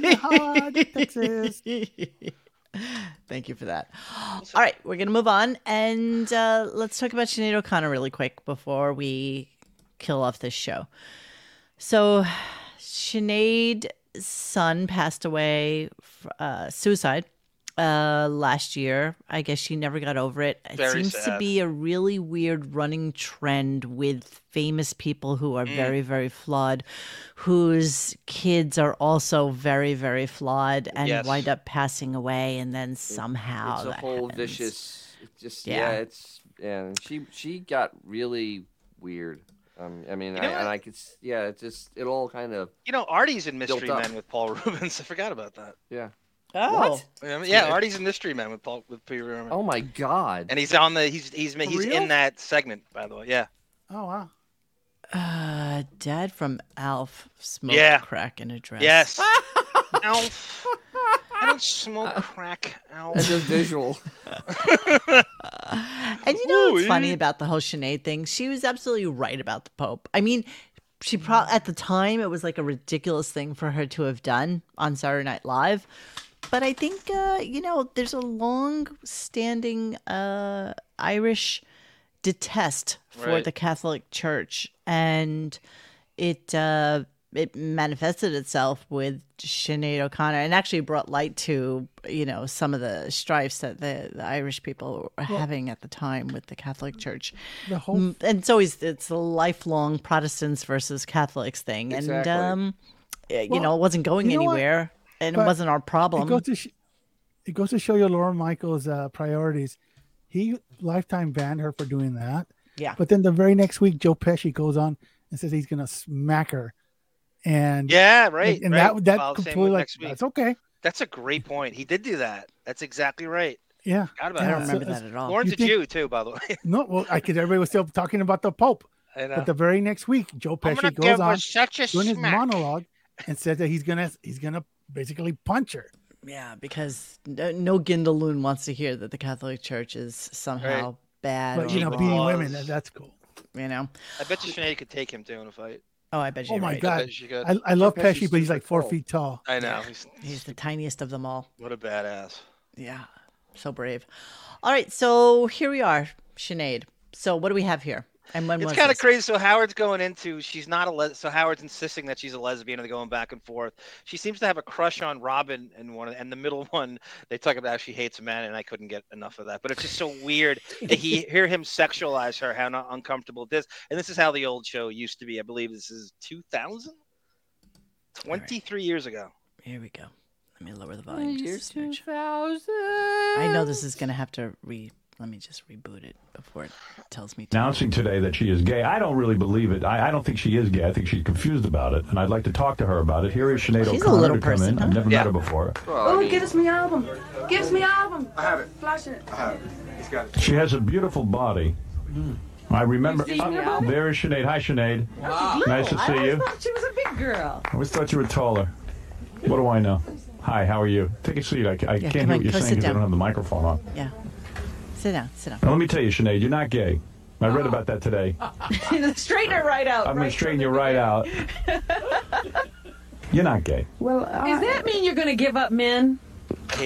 Speaker 4: the heart of Texas.
Speaker 1: Thank you for that. All right, we're gonna move on and uh, let's talk about Sinead O'Connor really quick before we kill off this show. So, Sinead's son passed away, f- uh, suicide, uh, last year. I guess she never got over it. It
Speaker 2: Very
Speaker 1: seems to
Speaker 2: sad.
Speaker 1: be a really weird running trend with famous people who are
Speaker 2: Mm.
Speaker 1: very, very flawed, whose kids are also very, very flawed and
Speaker 3: Yes.
Speaker 1: wind up passing away. And then somehow
Speaker 3: it's a
Speaker 1: that
Speaker 3: whole
Speaker 1: happens.
Speaker 3: vicious. it Just
Speaker 1: Yeah.
Speaker 3: yeah. it's yeah. and She she got really weird. Um, I mean,
Speaker 2: You
Speaker 3: I,
Speaker 2: know
Speaker 3: and
Speaker 2: what?
Speaker 3: I could s- yeah. It just it all kind of
Speaker 2: You know, Artie's in Mystery
Speaker 3: Built up.
Speaker 2: Men with Paul Rubens. I forgot about that.
Speaker 3: yeah.
Speaker 1: Oh.
Speaker 3: What?
Speaker 2: Yeah, yeah, Artie's in Mystery Men with Paul with Peter Rubens.
Speaker 3: Oh my god.
Speaker 2: And he's on the he's he's he's
Speaker 4: real?
Speaker 2: in that segment by the way. Yeah.
Speaker 4: Oh wow.
Speaker 1: Uh, Dad from Alf smoked
Speaker 2: Yeah.
Speaker 1: crack in a dress.
Speaker 2: Yes. Alf. I don't smoke crack. Alf.
Speaker 3: That's Uh, a visual.
Speaker 1: And you know what's funny
Speaker 2: Ooh-ee.
Speaker 1: about the whole Sinead thing? She was absolutely right about the Pope. I mean, she probably at the time it was like a ridiculous thing for her to have done on Saturday Night Live. But I think uh, you know, there's a long-standing uh, Irish detest for
Speaker 7: Right.
Speaker 1: the Catholic Church, and it uh, it manifested itself with Sinead O'Connor, and actually brought light to you know some of the strifes that the, the Irish people were
Speaker 4: Well-
Speaker 1: having at the time with the Catholic Church.
Speaker 4: The whole-
Speaker 1: Mm, and it's always it's a lifelong Protestants versus Catholics thing, and
Speaker 4: Exactly.
Speaker 1: um, eh, you
Speaker 4: Well,
Speaker 1: know, it wasn't going
Speaker 4: you know what?
Speaker 1: anywhere, and it
Speaker 4: But
Speaker 1: wasn't our problem.
Speaker 4: It goes to, sh- it goes to show you Lauren Michaels' uh, priorities. He lifetime banned her for doing that.
Speaker 1: Yeah.
Speaker 4: But then the very next week, Joe Pesci goes on and says he's gonna smack her. And
Speaker 2: Yeah, right.
Speaker 4: And
Speaker 2: right.
Speaker 4: that that
Speaker 2: Well, same
Speaker 4: completely
Speaker 2: with
Speaker 4: like
Speaker 2: next week.
Speaker 4: that's okay.
Speaker 2: That's a great point. He did do that. That's exactly right.
Speaker 4: Yeah.
Speaker 2: Forgot about
Speaker 4: Yeah,
Speaker 2: that.
Speaker 4: so it's-
Speaker 2: Lauren's
Speaker 4: you
Speaker 2: a
Speaker 4: think-
Speaker 2: Jew too, by the way.
Speaker 4: No, well, I could. Everybody was still talking about the Pope.
Speaker 2: I know.
Speaker 4: But the very next week, Joe
Speaker 2: I'm gonna
Speaker 4: Pesci
Speaker 2: give
Speaker 4: goes
Speaker 2: her
Speaker 4: on
Speaker 2: such a
Speaker 4: doing his
Speaker 2: smack.
Speaker 4: monologue and said that he's gonna he's gonna basically punch her.
Speaker 1: Yeah, because no, no Gindaloon wants to hear that the Catholic Church is somehow
Speaker 2: Right.
Speaker 1: bad.
Speaker 4: But
Speaker 1: or
Speaker 4: you know,
Speaker 1: wrong,
Speaker 4: beating women that, that's cool.
Speaker 1: you know.
Speaker 2: I bet you Sinead could take him too in a fight.
Speaker 1: Oh, I bet you.
Speaker 4: Oh my
Speaker 1: right.
Speaker 4: god,
Speaker 2: bet she could.
Speaker 4: I, I love
Speaker 2: Joe Pesci's
Speaker 4: Pesci, but he's like
Speaker 2: super
Speaker 4: four
Speaker 2: tall.
Speaker 4: feet tall.
Speaker 2: I know. He's,
Speaker 1: He's the tiniest of them all.
Speaker 2: what a badass.
Speaker 1: Yeah, so brave. All right, so here we are, Sinead. So what do we have here? And when
Speaker 2: It's
Speaker 1: was
Speaker 2: kind of
Speaker 1: this?
Speaker 2: crazy. So Howard's going into she's not a les- so Howard's insisting that she's a lesbian, and they're going back and forth. She seems to have a crush on Robin, and one of- and the middle one they talk about how she hates men, and I couldn't get enough of that. But it's just so weird to he, hear him sexualize her, how not uncomfortable it is. And this is how the old show used to be. I believe this is 2000, 23 years ago.
Speaker 1: Here we go. Let me lower the volume. just a sec.
Speaker 7: I
Speaker 1: I know this is gonna have to re. Let me just reboot it before it tells me.
Speaker 8: announcing today that she is gay. I don't really believe it. I, I don't think she is gay. I think she's confused about it, and I'd like to talk to her about it. Here is Sinead
Speaker 1: She's a
Speaker 8: O'Connor
Speaker 1: little
Speaker 8: to come in. I've never met her before.
Speaker 23: oh, give us me album. Give us me album. I have it. Flash it. I have it. He's got it.
Speaker 8: She has a beautiful body. I remember.
Speaker 23: You've seen
Speaker 8: Oh,
Speaker 23: her body?
Speaker 8: there is Sinead. Hi, Sinead.
Speaker 23: Wow.
Speaker 8: Nice to see you.
Speaker 23: She was a big girl.
Speaker 8: I always thought you were taller. What do I know? Hi, how are you? Take a seat. I, I
Speaker 1: Yeah,
Speaker 8: can't
Speaker 1: come
Speaker 8: hear
Speaker 1: on,
Speaker 8: what you're
Speaker 1: go
Speaker 8: saying
Speaker 1: sit
Speaker 8: because I
Speaker 1: down.
Speaker 8: don't have the microphone on.
Speaker 1: Yeah. Sit down. Sit down.
Speaker 8: Now, let me tell you, Sinead, you're not gay. I read about that today.
Speaker 23: Straighten her right out.
Speaker 8: Oh. I'm going
Speaker 23: Oh.
Speaker 8: to
Speaker 23: right?
Speaker 8: straighten you right out. You're not gay.
Speaker 23: Well, does that mean you're going to give up men?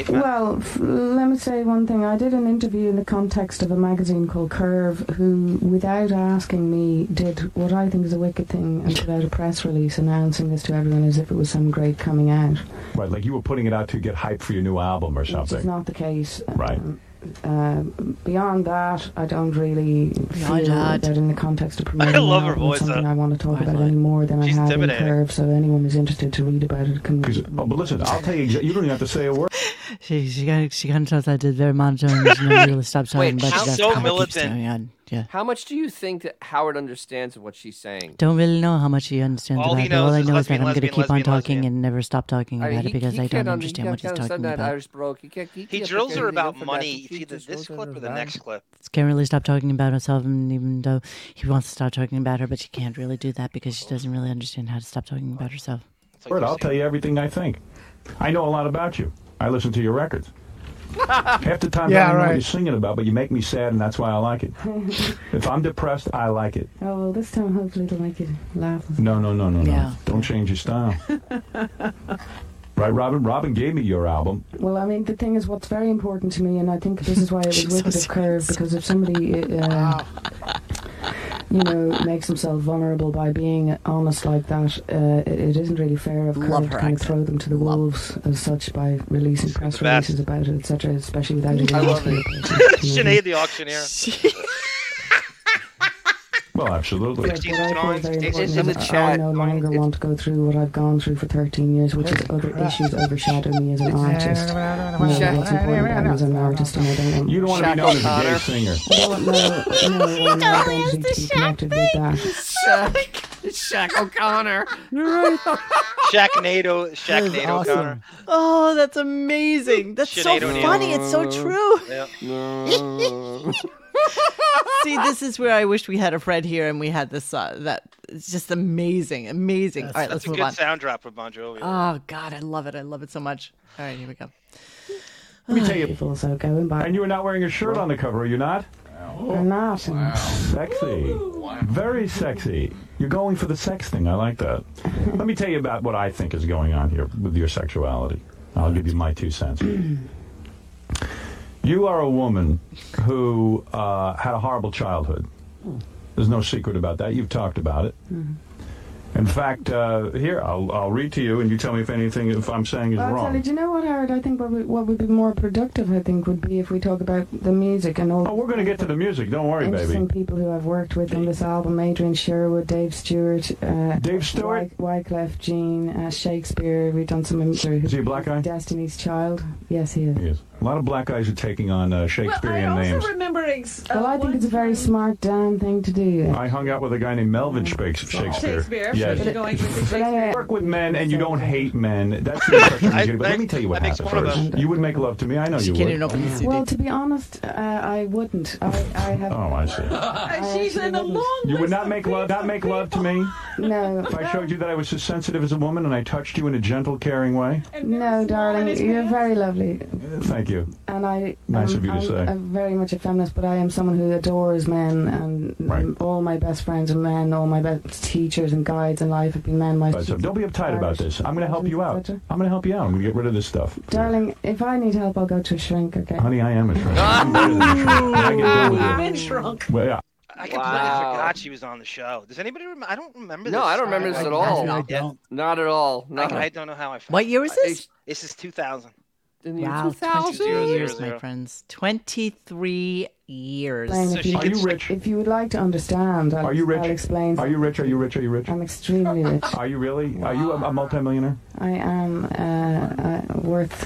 Speaker 9: Well, f- let me say one thing. I did an interview in the context of a magazine called Curve, who, without asking me, did what I think is a wicked thing and put out a press release announcing this to everyone as if it was some great coming out.
Speaker 8: Right, like you were putting it out to get hype for your new album or
Speaker 9: Which is
Speaker 8: something.
Speaker 9: not the case.
Speaker 8: Right.
Speaker 9: Uh, beyond that, I don't really feel
Speaker 23: that.
Speaker 9: that. in the context of promoting
Speaker 23: I love her
Speaker 9: an album,
Speaker 23: voice,
Speaker 9: something
Speaker 23: though.
Speaker 9: I want to talk about any more than I have in
Speaker 8: intimidating.
Speaker 9: Curve. So anyone who's interested to read about it can.
Speaker 8: Oh, but listen, I'll tell you, exa- you don't even have to say a word.
Speaker 1: She she got she kind of knows I did very much and she never really stopped
Speaker 3: Wait,
Speaker 1: talking about
Speaker 3: how-
Speaker 1: it. That's
Speaker 3: so
Speaker 1: kinda keeps
Speaker 3: militant.
Speaker 1: going on. Yeah.
Speaker 3: How much do you think that Howard understands of what she's saying?
Speaker 1: Don't really know how much he understands
Speaker 3: All
Speaker 1: about
Speaker 3: he
Speaker 1: it. but All
Speaker 3: knows
Speaker 1: I
Speaker 3: is
Speaker 1: know is that
Speaker 3: lesbian,
Speaker 1: I'm going to
Speaker 3: lesbian,
Speaker 1: keep on
Speaker 3: lesbian,
Speaker 1: talking and never stop talking
Speaker 3: I mean,
Speaker 1: about
Speaker 3: he-
Speaker 1: it because
Speaker 3: he
Speaker 1: I don't
Speaker 3: can't under-
Speaker 1: understand
Speaker 3: he
Speaker 1: what he's
Speaker 3: can't
Speaker 1: talking
Speaker 3: understand that
Speaker 1: about.
Speaker 3: Irish broke. He, can't, he,
Speaker 2: He
Speaker 3: can't
Speaker 2: drills
Speaker 3: fucking
Speaker 2: her
Speaker 3: do
Speaker 2: about
Speaker 3: nothing
Speaker 2: money.
Speaker 3: it.
Speaker 2: It's
Speaker 3: He
Speaker 2: either
Speaker 3: just
Speaker 2: this
Speaker 3: goes
Speaker 2: clip
Speaker 3: under
Speaker 2: or the
Speaker 3: that.
Speaker 2: next clip.
Speaker 1: Can't really stop talking about herself, and even though he wants to stop talking about her, but she can't really do that because she doesn't really understand how to stop talking about herself.
Speaker 8: Bert, I'll tell you everything I think. I know a lot about you. I listen to your records. Half the time,
Speaker 4: Yeah,
Speaker 8: I don't know
Speaker 4: right.
Speaker 8: what you're singing about, but you make me sad, and that's why I like it. if I'm depressed, I like it.
Speaker 23: Oh, well, this time hopefully it'll make you laugh.
Speaker 8: No, no, no, no,
Speaker 23: Yeah.
Speaker 8: no. Don't change your style. right, Robin? Robin gave me your album.
Speaker 23: Well, I mean, the thing is, what's very important to me, and I think this is why it was
Speaker 8: She's so
Speaker 23: wicked of Curve, because if somebody, uh, you know, makes himself vulnerable by being honest like that, uh, it, it isn't really fair of
Speaker 1: Love
Speaker 23: Curve to
Speaker 1: her
Speaker 23: kind of throw them to the wolves as such by releasing press
Speaker 2: the best.
Speaker 23: releases about it, etc., especially without it.
Speaker 2: I love it. Sinead the auctioneer.
Speaker 8: Well, absolutely.
Speaker 23: But what I feel is very
Speaker 2: It's
Speaker 23: important
Speaker 2: in the
Speaker 23: is I- I
Speaker 2: chat.
Speaker 23: no longer want to go through what I've gone through for 13 years, which is other issues overshadow me as an artist. You know, what's important about me as an artist, and I don't want
Speaker 8: You don't want to be known as a gay singer.
Speaker 23: no, no, I don't need to be connected with that.
Speaker 3: Shaq, Shaq O'Connor.
Speaker 2: Shacknado, Shacknado
Speaker 1: awesome.
Speaker 2: Connor.
Speaker 1: Oh, that's amazing! That's so
Speaker 2: Sinead O'Neill.
Speaker 1: funny. It's so true.
Speaker 2: Yeah.
Speaker 1: See, this is where I wish we had a Fred here and we had this. Uh, that it's just amazing, amazing. All right, let's
Speaker 2: That's a
Speaker 1: move
Speaker 2: good
Speaker 1: on.
Speaker 2: sound drop of Bon Jovi.
Speaker 1: Oh God, I love it. I love it so much. All right, here we go.
Speaker 8: Let me tell you.
Speaker 23: People so going by.
Speaker 8: And you were not wearing a shirt on the cover, are you not?
Speaker 23: I'm not.
Speaker 8: Sexy. Very sexy. You're going for the sex thing. I like that. Let me tell you about what I think is going on here with your sexuality. I'll give you my two cents. You are a woman who uh, had a horrible childhood. There's no secret about that. You've talked about it.
Speaker 23: Mm-hmm.
Speaker 8: In fact, uh, here, I'll, I'll read to you and you tell me if anything, if I'm saying is
Speaker 23: Well, I'll tell you,
Speaker 8: wrong.
Speaker 23: do you know what, Howard? I think what, we, what would be more productive, I think, would be if we talk about the music and all.
Speaker 8: Oh, we're going to get to the music. Don't worry, baby.
Speaker 23: Interesting people who I've worked with on this album: Adrian Sherwood, Dave Stewart, uh, Dave Stewart, Wyclef Jean, uh, Shakespeare. We've done some. Is he
Speaker 8: a black guy?
Speaker 23: Destiny's Child. Yes, he is.
Speaker 8: Yes. A lot of black guys are taking on uh, Shakespearean names.
Speaker 23: remembering. uh, well, I think it's a very smart damn thing to do.
Speaker 8: I hung out with a guy named Melvin Shakes- Shakespeare.
Speaker 23: Shakespeare,
Speaker 8: Yes.
Speaker 23: you're going with
Speaker 8: But anyway- Work with men and you don't hate men. That's the impression you get. But let me tell you what happened first. You would make love to me. I know you would.
Speaker 23: Well, to be honest, uh, I wouldn't. I, I have.
Speaker 8: Oh, I see.
Speaker 23: She's in a long.
Speaker 8: You would not make love, not make love to me.
Speaker 23: No.
Speaker 8: If I showed you that I was so sensitive as a woman and I touched you in a gentle, caring way.
Speaker 23: No, darling, you're very lovely.
Speaker 8: Thank you.
Speaker 23: And I,
Speaker 8: Nice
Speaker 23: um,
Speaker 8: of you to
Speaker 23: I'm,
Speaker 8: say.
Speaker 23: I'm very much a feminist, but I am someone who adores men, and um, all my best friends are men. All my best teachers and guides in life have been men. My
Speaker 8: But so don't be uptight about this. I'm going to help you out. I'm going to help you out. I'm going to get rid of this stuff.
Speaker 23: darling, if I need help, I'll go to a shrink. Okay.
Speaker 8: Honey, I am a shrink. I'm better than a shrink. I get done with it. Well, yeah.
Speaker 2: I completely forgot she was on the show. Does anybody remember? I don't remember this.
Speaker 3: No, I don't remember this at all. Not at all. No.
Speaker 2: I, I don't know how I found
Speaker 1: What year
Speaker 2: it.
Speaker 1: is this?
Speaker 2: This is 2000.
Speaker 1: Wow, 23 years, my
Speaker 2: 2000.
Speaker 1: friends. 23 years.
Speaker 23: Darling, if you, If you would like to understand, I'll,
Speaker 8: Are you rich?
Speaker 23: I'll explain.
Speaker 8: Are you rich? Are you rich? Are you rich?
Speaker 23: I'm extremely rich.
Speaker 8: Are you really? Are you a, a multimillionaire?
Speaker 23: I am uh, uh, worth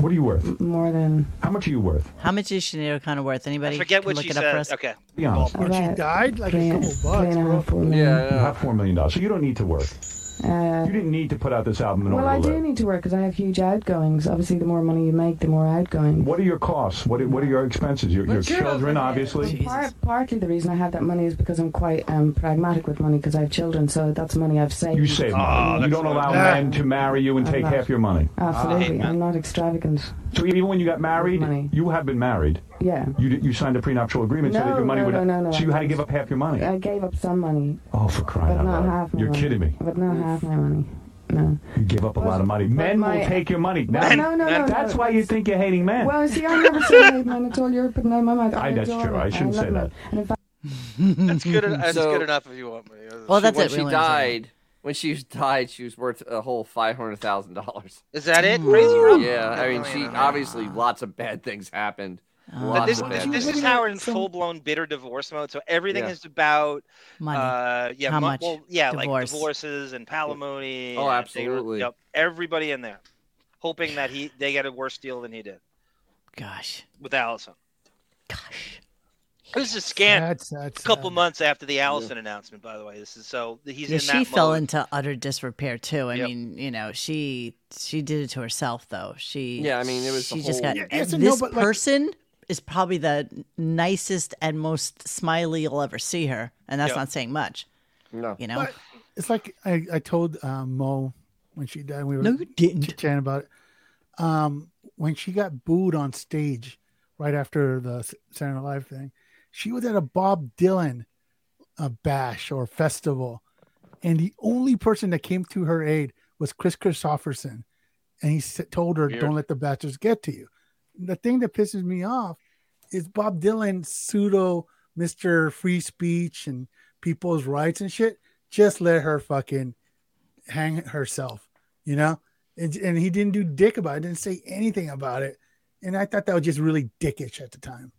Speaker 8: What are you worth?
Speaker 23: more than.
Speaker 8: How much are you worth?
Speaker 1: How much is Sinead O'Connor worth? Anybody
Speaker 2: forget
Speaker 1: can
Speaker 2: what
Speaker 1: look
Speaker 2: she
Speaker 1: it up
Speaker 2: said.
Speaker 1: for us?
Speaker 2: Okay.
Speaker 8: Be honest.
Speaker 23: About she
Speaker 4: died like a couple bucks, bro.
Speaker 8: Not four million dollars. So you don't need to work. you didn't need to put out this album in
Speaker 23: Uh, Well, I
Speaker 8: order to
Speaker 23: do
Speaker 8: live.
Speaker 23: need to work because I have huge outgoings. Obviously, the more money you make, the more outgoing.
Speaker 8: What are your costs? What are, what are your expenses? Your, your children, obviously.
Speaker 23: Part, partly the reason I have that money is because I'm quite um, pragmatic with money because I have children, so that's money I've saved.
Speaker 8: You save
Speaker 23: Ah,
Speaker 8: money. you don't allow men to marry you and
Speaker 23: I'm
Speaker 8: take
Speaker 23: not.
Speaker 8: half your money.
Speaker 23: Absolutely, I'm not extravagant.
Speaker 8: So even when you got married, you have been married.
Speaker 23: Yeah.
Speaker 8: You did- you signed a prenuptial agreement so that
Speaker 23: No,
Speaker 8: your money
Speaker 23: no,
Speaker 8: would.
Speaker 23: no, no, no.
Speaker 8: so you had to give up half your money.
Speaker 23: I gave up some money,
Speaker 8: oh, for crying
Speaker 23: but
Speaker 8: out
Speaker 23: not
Speaker 8: loud!
Speaker 23: half my
Speaker 8: You're
Speaker 23: money.
Speaker 8: kidding me.
Speaker 23: but not half my money. No.
Speaker 8: You give up a lot of money. Men
Speaker 23: my-
Speaker 8: will take your money.
Speaker 23: No,
Speaker 8: Men-
Speaker 23: no, no, no,
Speaker 8: That's
Speaker 23: no.
Speaker 8: why you think you're hating men.
Speaker 23: Well, see, I never said hate man at all. You're putting that in my mouth. I
Speaker 8: I- that's
Speaker 23: adore
Speaker 8: true.
Speaker 23: it.
Speaker 8: I shouldn't
Speaker 23: love
Speaker 8: say that.
Speaker 23: it. And in fact,
Speaker 2: That's good. That's
Speaker 3: So-
Speaker 2: good enough if you want me.
Speaker 3: She- when She died. When she died, she was worth a whole five hundred thousand dollars.
Speaker 2: Is that it? Crazy Rob?
Speaker 3: Yeah, I mean, she obviously lots of bad things happened.
Speaker 1: Oh,
Speaker 2: But
Speaker 3: Lots
Speaker 2: this,
Speaker 3: of
Speaker 2: this,
Speaker 3: bad
Speaker 2: this
Speaker 3: things.
Speaker 2: is how we're in full blown bitter divorce mode. So everything
Speaker 3: Yeah.
Speaker 2: is about
Speaker 1: Money.
Speaker 2: Uh, yeah,
Speaker 1: How
Speaker 2: mo-
Speaker 1: much?
Speaker 2: Well, yeah, like
Speaker 1: Divorce.
Speaker 2: divorces and palimony. and they
Speaker 3: Oh,
Speaker 2: were-
Speaker 3: absolutely.
Speaker 2: Yep, everybody in there. hoping that he they get a worse deal than he did
Speaker 1: Gosh.
Speaker 2: with Allison. Gosh. It was a scandal.
Speaker 4: Sad, sad,
Speaker 2: a
Speaker 3: uh,
Speaker 2: couple months after the Allison announcement, by the way. This is so he's
Speaker 1: Yeah,
Speaker 2: in that
Speaker 1: she fell
Speaker 2: mode.
Speaker 1: into utter disrepair too. I mean, you know, she she did it to herself though. She
Speaker 3: Yeah, I mean, it was the
Speaker 1: she just
Speaker 3: whole-
Speaker 1: got
Speaker 3: Yeah, yes
Speaker 1: and
Speaker 3: and no,
Speaker 1: this
Speaker 3: but, like-
Speaker 1: person is probably the nicest and most smiley you'll ever see her, and that's
Speaker 4: Yeah.
Speaker 1: not saying much.
Speaker 3: No,
Speaker 1: you know,
Speaker 4: But it's like I, I told um, Mo when she died. We were
Speaker 1: No, you didn't.
Speaker 4: chatting about it. Um, when she got booed on stage right after the S- Saturday Night Live thing, she was at a Bob Dylan uh bash or festival, and the only person that came to her aid was Chris Christopherson, and he s- told her,
Speaker 7: Weird.
Speaker 4: "Don't let the bastards get to you." The thing that pisses me off is Bob Dylan pseudo Mr. Free Speech and people's rights and shit. Just let her fucking hang herself, you know? And, and he didn't do dick about it, didn't say anything about it. And I thought that was just really dickish at the time.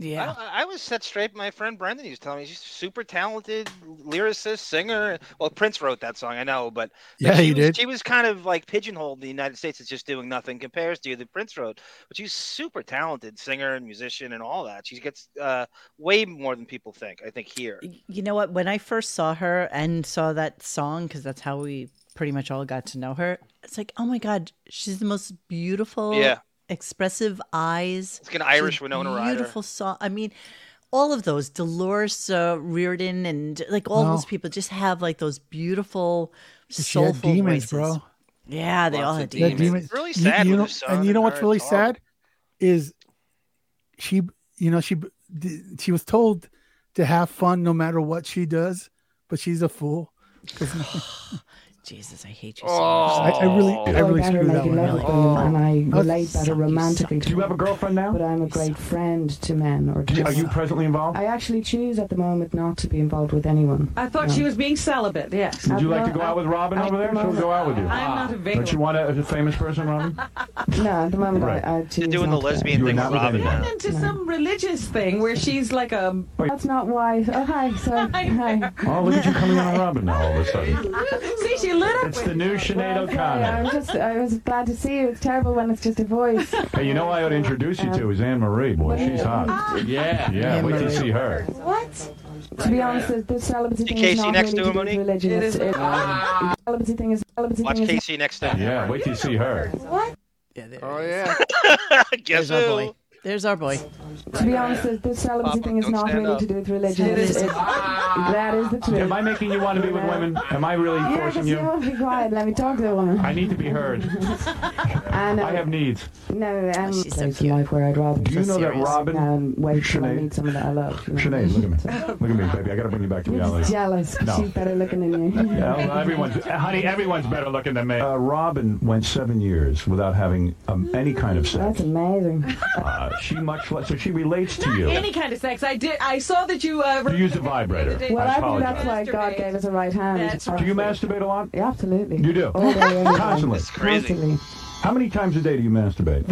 Speaker 1: Yeah.
Speaker 2: I, I was set straight. by My friend Brendan, he was telling me she's a super talented lyricist, singer. Well, Prince wrote that song, I know, but but
Speaker 4: Yeah,
Speaker 2: she
Speaker 4: he
Speaker 2: was,
Speaker 4: did.
Speaker 2: She was kind of like pigeonholed in the United States as just doing nothing compares to you that Prince wrote. But she's super talented singer and musician and all that. She gets uh, way more than people think. I think here.
Speaker 1: You know what? When I first saw her and saw that song, because that's how we pretty much all got to know her, it's like, oh my God, she's the most beautiful,
Speaker 2: Yeah.
Speaker 1: expressive eyes.
Speaker 2: It's like an Irish
Speaker 1: She's
Speaker 2: Winona Ryder.
Speaker 1: Beautiful song. I mean, all of those, Dolores uh, Reardon and like all
Speaker 4: No.
Speaker 1: those people just have like those beautiful,
Speaker 4: She had
Speaker 1: soulful voices.
Speaker 4: demons, bro.
Speaker 1: Yeah, they all had
Speaker 4: That
Speaker 1: demons.
Speaker 4: demon- you- You, know, and you know what's really sad is she, you know, she d- she was told to have fun no matter what she does, but she's a fool. 'Cause-
Speaker 1: Jesus, I hate
Speaker 4: you so much. I- I really- I really
Speaker 9: better
Speaker 4: screwed that
Speaker 9: making
Speaker 4: one
Speaker 9: love to
Speaker 4: up.
Speaker 9: them,
Speaker 4: Oh.
Speaker 9: and I
Speaker 4: Oh,
Speaker 9: relate better romantically to
Speaker 4: Do you have a
Speaker 9: girlfriend now? But I'm a great friend to men or to
Speaker 4: Are you
Speaker 9: presently involved? I actually choose at the moment not to be involved with anyone.
Speaker 23: I thought
Speaker 9: No.
Speaker 23: she was being celibate. Yes.
Speaker 9: Would you like to go out
Speaker 23: with
Speaker 8: Robin over there? She'll go out with you.
Speaker 23: I'm not available.
Speaker 8: Don't you want a, a famous person, Robin?
Speaker 9: No, at the moment
Speaker 8: Right.
Speaker 9: I, I choose
Speaker 8: You're doing
Speaker 9: not
Speaker 8: the lesbian
Speaker 9: to.
Speaker 8: thing You're with not with Robin. anyone.
Speaker 23: Into some religious thing where she's like a.
Speaker 9: That's not why. Oh, hi. Sorry. Hi.
Speaker 8: Oh, look at you coming on Robin now all of a sudden.
Speaker 23: See, she lit up.
Speaker 8: It's the new Sinead
Speaker 9: Sorry,
Speaker 8: O'Connor.
Speaker 9: I'm just. I was glad to see you. It's terrible when it's just a voice.
Speaker 8: Hey, you know who I ought to introduce you to is Anne Marie. Boy, she's hot. Yeah, yeah. Wait till you see her.
Speaker 9: What? To be honest, the, the celibacy thing is
Speaker 8: Casey
Speaker 9: not
Speaker 8: next
Speaker 9: really to
Speaker 8: to him,
Speaker 9: do with
Speaker 8: Monique?
Speaker 9: religion.
Speaker 8: It
Speaker 9: It's,
Speaker 8: is-
Speaker 9: it,
Speaker 8: Ah.
Speaker 9: the celibacy thing is. Celibacy
Speaker 2: Watch
Speaker 9: thing is
Speaker 2: Casey next time.
Speaker 8: Yeah, wait till you see her.
Speaker 9: What?
Speaker 1: oh yeah.
Speaker 2: Guess
Speaker 1: There's our
Speaker 2: who?
Speaker 1: boy. There's our boy.
Speaker 9: To be honest, the, the celibacy thing is
Speaker 8: don't
Speaker 9: not
Speaker 8: stand
Speaker 9: really
Speaker 8: up.
Speaker 9: to do with religion. It is. It, that is the truth.
Speaker 8: Am I making you want to be with women? Am I really
Speaker 9: yeah,
Speaker 8: forcing
Speaker 9: because you
Speaker 8: you?
Speaker 9: won't be quiet. Let me talk to the woman.
Speaker 8: I need to be heard.
Speaker 9: And, uh,
Speaker 8: I have needs.
Speaker 9: No, um, she's
Speaker 8: so
Speaker 9: a life where I'd rather.
Speaker 8: Do you know that Robin?
Speaker 9: Um, wait till I
Speaker 8: Sinead-
Speaker 9: meet someone that I love. You know?
Speaker 8: Sinead, look at me. Look at me, baby. I got to bring you back to
Speaker 9: You're just
Speaker 8: reality.
Speaker 9: jealous. 'cause
Speaker 8: No.
Speaker 9: She's better looking than you.
Speaker 8: Yeah, well, everyone's, honey, everyone's better looking than me. Uh, Robin went seven years without having um, any kind of sex.
Speaker 9: That's amazing.
Speaker 8: Uh, she much less, so she relates to
Speaker 23: Not
Speaker 8: you.
Speaker 23: any kind of sex. I did. I saw that you. Uh,
Speaker 8: You use a vibrator.
Speaker 9: Well,
Speaker 8: I
Speaker 9: I, think
Speaker 8: apologize.
Speaker 9: that's why God gave us a right hand.
Speaker 8: Do you masturbate a lot?
Speaker 9: Yeah, absolutely.
Speaker 8: You do?
Speaker 9: All day, every day.
Speaker 8: Constantly. How many times a day do you masturbate?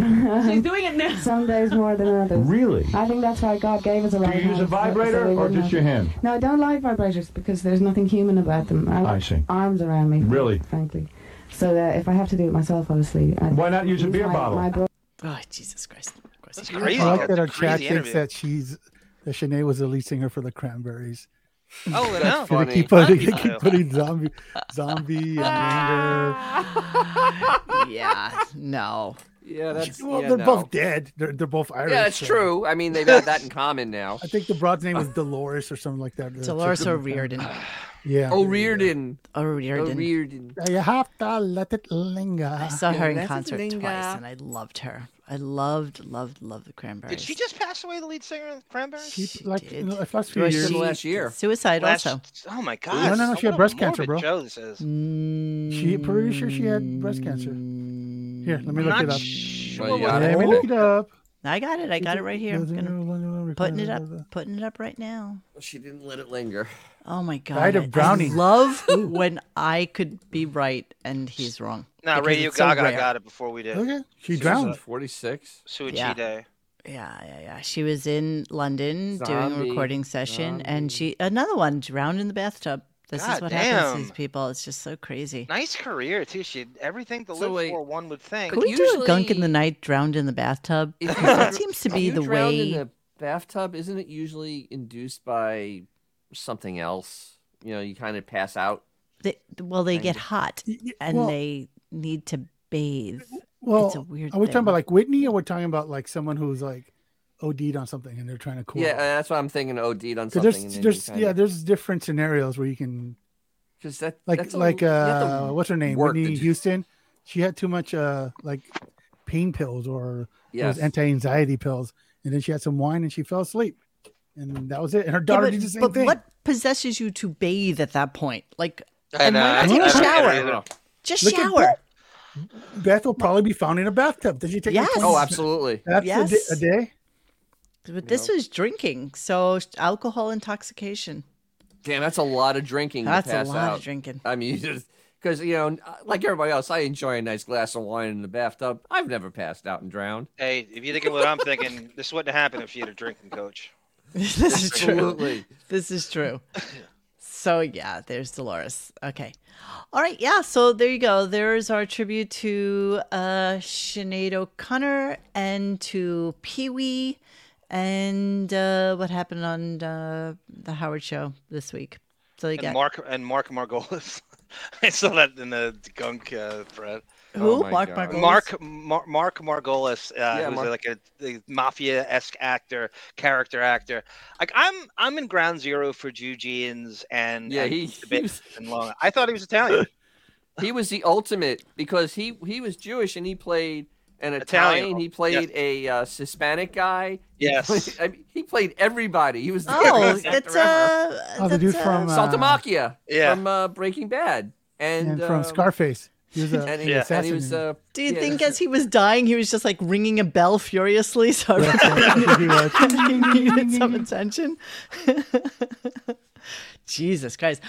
Speaker 9: She's
Speaker 23: doing it now.
Speaker 9: Some days more than others.
Speaker 8: Really?
Speaker 9: I think that's why God gave us a right
Speaker 8: Do you use a
Speaker 9: hand, so- so
Speaker 8: vibrator
Speaker 9: we
Speaker 8: or
Speaker 9: wouldn't
Speaker 8: just
Speaker 9: have-
Speaker 8: your hand?
Speaker 9: No, I don't like vibrators because there's nothing human about them. I,
Speaker 8: I see.
Speaker 9: Arms around me.
Speaker 8: Really?
Speaker 9: Frankly. So uh, if I have to do it myself, obviously. I
Speaker 8: Why not use a beer
Speaker 9: my-
Speaker 8: bottle?
Speaker 9: my bro-
Speaker 1: Oh, Jesus Christ. That's
Speaker 4: I like that our chat thinks that she's that Sinead was releasing her for the cranberries.
Speaker 2: Oh,
Speaker 4: That's
Speaker 2: no.
Speaker 4: funny. They keep putting, they keep putting zombie, zombie, and anger.
Speaker 1: yeah, no.
Speaker 3: Yeah, that's
Speaker 4: Well,
Speaker 3: yeah,
Speaker 4: they're
Speaker 3: no.
Speaker 4: both dead. They're, they're both Irish.
Speaker 3: Yeah, that's
Speaker 4: so-
Speaker 3: true. I mean, they've had that in common now.
Speaker 4: I think the broad's name was Dolores or something like that. The
Speaker 1: Dolores
Speaker 4: chick-
Speaker 1: O'Riordan.
Speaker 4: Yeah.
Speaker 3: O'Riordan.
Speaker 1: Oh,
Speaker 4: Oh,
Speaker 1: O'Riordan.
Speaker 3: O'Riordan.
Speaker 4: You have to let it linger.
Speaker 1: I saw her in
Speaker 4: Let it
Speaker 1: concert twice,
Speaker 4: linger.
Speaker 1: and I loved her. I loved, loved, loved the Cranberries.
Speaker 2: Did she just pass away, the lead singer of the Cranberries?
Speaker 4: She, like, in the last few
Speaker 1: Was
Speaker 4: years.
Speaker 1: she Suicide
Speaker 2: Last-
Speaker 1: also. Mm,
Speaker 2: Oh my God.
Speaker 4: No, no, no. She had breast cancer, bro.
Speaker 2: Joe, this is.
Speaker 4: She pretty sure she had breast cancer. Here, let me look
Speaker 1: Not
Speaker 4: it up.
Speaker 1: sure
Speaker 4: Let
Speaker 1: what that
Speaker 4: me
Speaker 1: was.
Speaker 4: look it up.
Speaker 1: I got it. I got it right here. I'm gonna, putting it up. Putting it up right now.
Speaker 3: She didn't let it linger.
Speaker 1: Oh my God.
Speaker 3: Died of
Speaker 1: I- I
Speaker 3: drowning.
Speaker 1: love when I could be right and he's wrong.
Speaker 2: Nah,
Speaker 1: because
Speaker 2: Radio
Speaker 1: it's so
Speaker 2: Gaga
Speaker 1: rare.
Speaker 2: got it before we did.
Speaker 1: Okay. She
Speaker 3: was,
Speaker 1: drowned.
Speaker 3: uh, 46.
Speaker 2: Suicide
Speaker 1: Yeah.
Speaker 2: Day.
Speaker 1: Yeah, yeah, yeah. She was in London doing
Speaker 3: Zombie,
Speaker 1: a recording session, and she another one drowned in the bathtub. This is
Speaker 2: God
Speaker 1: what happens to
Speaker 2: damn.
Speaker 1: these people. It's just so crazy.
Speaker 2: Nice career too. She had everything to live for. One would think.
Speaker 1: Could we do a gunk in the night, drowned in the bathtub? that seems to be
Speaker 3: you
Speaker 1: the
Speaker 3: drowned
Speaker 1: way.
Speaker 3: In the bathtub isn't it usually induced by something else? You know, you kind of pass out.
Speaker 1: They, well, they get
Speaker 3: Thing.
Speaker 1: hot and
Speaker 3: well-
Speaker 1: they need to bathe.
Speaker 4: Well,
Speaker 1: it's a weird.
Speaker 4: are we
Speaker 1: thing.
Speaker 4: talking about like Whitney, or we're talking about like someone who's like OD'd on something and they're trying to cool?
Speaker 3: Yeah, and that's what I'm thinking. OD'd on
Speaker 4: 'Cause
Speaker 3: something. and
Speaker 4: there's,
Speaker 3: then
Speaker 4: there's,
Speaker 3: you
Speaker 4: yeah, there's different scenarios where you can
Speaker 3: because that
Speaker 4: like
Speaker 3: that's a-
Speaker 4: like
Speaker 3: you have to
Speaker 4: uh what's her name
Speaker 3: work
Speaker 4: Whitney
Speaker 3: the-
Speaker 4: Houston she had too much uh like pain pills or
Speaker 3: Yes.
Speaker 4: those anti-anxiety pills and then she had some wine and she fell asleep and that was it and her daughter
Speaker 1: but,
Speaker 4: did the same
Speaker 1: but
Speaker 4: thing
Speaker 1: what possesses you to bathe at that point? Like,
Speaker 2: I
Speaker 1: and
Speaker 2: know,
Speaker 1: why not
Speaker 2: I
Speaker 1: take a
Speaker 2: don't get it
Speaker 1: shower?
Speaker 2: either.
Speaker 1: Just
Speaker 4: Look at
Speaker 1: shower.
Speaker 4: Beth. Beth will probably be found in a bathtub did she take
Speaker 1: Yes.
Speaker 4: like
Speaker 1: Oh,
Speaker 4: 20
Speaker 1: absolutely.
Speaker 4: that's a, di-
Speaker 1: Yes.
Speaker 4: a day
Speaker 1: But this was drinking, so alcohol intoxication.
Speaker 3: Damn, that's a lot of drinking. to
Speaker 1: That's a
Speaker 3: pass
Speaker 1: lot of
Speaker 3: out.
Speaker 1: drinking.
Speaker 3: I mean, because you know, uh, like everybody else, I enjoy a nice glass of wine in the bathtub. I've never passed out and drowned.
Speaker 2: Hey, if you're thinking what I'm thinking, this wouldn't happen if you had a drinking coach.
Speaker 1: this is true.
Speaker 3: Absolutely.
Speaker 1: This is true. So yeah, there's Dolores. Okay. All right, yeah, so there you go. There's our tribute to uh Sinead O'Connor and to Pee Wee and uh what happened on uh the Howard show this week. So you
Speaker 2: And
Speaker 1: got
Speaker 2: Mark and Mark Margolis. I saw that in the gunk uh, thread.
Speaker 1: Who? Oh my Mark God. Margolis?
Speaker 2: Mark Mar- Mark Margolis, uh,
Speaker 1: Yeah,
Speaker 2: who's
Speaker 1: Mark-
Speaker 2: like a, a mafia-esque actor, character actor. Like I'm, I'm in ground zero for Jujians and
Speaker 3: Yeah,
Speaker 2: and
Speaker 3: he-
Speaker 2: Tibet and Long. I thought he was Italian.
Speaker 3: He was the ultimate because he he was Jewish and he played an Italian.
Speaker 2: Italian,
Speaker 3: He played a uh, Hispanic guy.
Speaker 2: Yes.
Speaker 3: he played, I mean, he played everybody. He was the
Speaker 1: Oh,
Speaker 3: greatest
Speaker 1: that's
Speaker 3: actor ever.
Speaker 1: uh
Speaker 4: Oh, the
Speaker 1: that's,
Speaker 4: dude
Speaker 1: uh,
Speaker 4: from, uh,
Speaker 3: Saltamacchia
Speaker 4: Yeah.
Speaker 3: from uh, Breaking Bad and,
Speaker 4: and, from
Speaker 3: um,
Speaker 4: Scarface he was a,
Speaker 3: and
Speaker 4: an
Speaker 3: he, and he
Speaker 4: assassin
Speaker 3: was
Speaker 4: in it.
Speaker 3: uh,
Speaker 1: Do you
Speaker 3: yeah,
Speaker 1: think as he was dying, he was just like ringing a bell furiously so everyone needed some attention? Jesus Christ.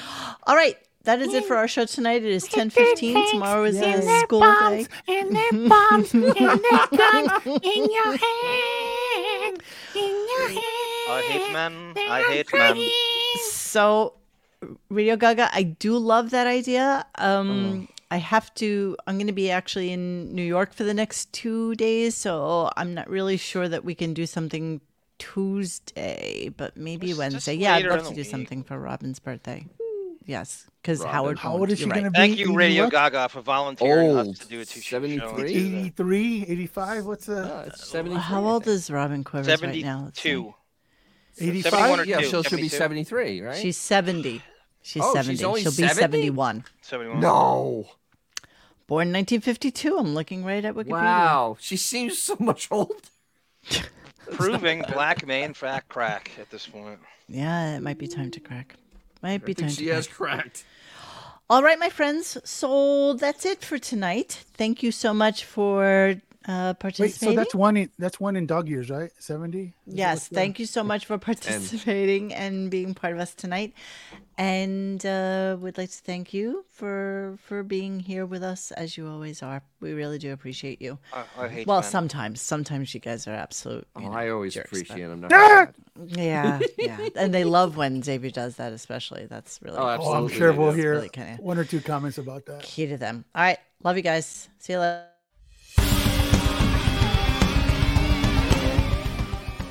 Speaker 1: All right. That is it for our show tonight. It is 10.15. Tomorrow is
Speaker 7: and
Speaker 1: a
Speaker 7: their
Speaker 1: school
Speaker 7: bombs,
Speaker 1: day.
Speaker 7: and their bombs, and their guns in your hand, in your hand.
Speaker 2: I hate men. I hate men.
Speaker 1: So, Radio Gaga, I do love that idea. Um,
Speaker 2: Mm.
Speaker 1: I have to. I'm going to be actually in New York for the next two days, so I'm not really sure that we can do something Tuesday, but maybe Wednesday. Yeah, I'd
Speaker 2: later
Speaker 1: love
Speaker 2: in
Speaker 1: to do
Speaker 2: the
Speaker 1: something for Robin's birthday. Yes, because
Speaker 2: Robin.
Speaker 1: Howard.
Speaker 2: How
Speaker 1: won't.
Speaker 2: old is she
Speaker 1: You're right.
Speaker 4: gonna be
Speaker 2: Thank you,
Speaker 4: in
Speaker 2: Radio
Speaker 4: what?
Speaker 2: Gaga, for volunteering us
Speaker 4: Old.
Speaker 2: to do a two show.
Speaker 4: 83 85 what's
Speaker 2: Uh,
Speaker 4: the
Speaker 1: How old is Robin Quivers right now? Let's see.
Speaker 2: 72.
Speaker 4: 85?
Speaker 2: 71 or
Speaker 3: Yeah,
Speaker 2: two,
Speaker 3: so she'll be
Speaker 2: 72.
Speaker 3: 73, right?
Speaker 1: She's 70. She's
Speaker 3: Oh, she's
Speaker 1: 70.
Speaker 3: only
Speaker 1: She'll be
Speaker 3: 70?
Speaker 1: 71.
Speaker 2: 71.
Speaker 3: No.
Speaker 1: Born 1952. I'm looking right at Wikipedia.
Speaker 3: Wow, she seems so much older.
Speaker 2: Proving black man fact crack at this point.
Speaker 1: Yeah, it might be time to crack. Might be time
Speaker 3: think
Speaker 1: to
Speaker 3: she
Speaker 1: crack.
Speaker 3: has cracked.
Speaker 1: All right, my friends. So that's it for tonight. Thank you so much for uh,
Speaker 4: wait
Speaker 1: participating.
Speaker 4: so that's one in that's one in dog years right 70
Speaker 1: Yes, thank you so much for participating and being part of us tonight. And uh, we'd like to thank you for for being here with us as you always are. We really do appreciate you.
Speaker 2: I- I hate
Speaker 1: well,
Speaker 2: men.
Speaker 1: sometimes, sometimes you guys are absolute. you know,
Speaker 3: Oh, I always
Speaker 1: jerks, but-
Speaker 3: appreciate them. not
Speaker 1: Ah!
Speaker 3: bad.
Speaker 1: Yeah, yeah, and they love when Xavier does that, especially. That's really.
Speaker 3: Oh,
Speaker 4: oh i'm
Speaker 3: absolutely
Speaker 4: sure
Speaker 3: they
Speaker 4: we'll
Speaker 3: do.
Speaker 4: hear
Speaker 1: Really kinda-
Speaker 4: one or two comments about that
Speaker 1: key to them. All right, love you guys. See you later.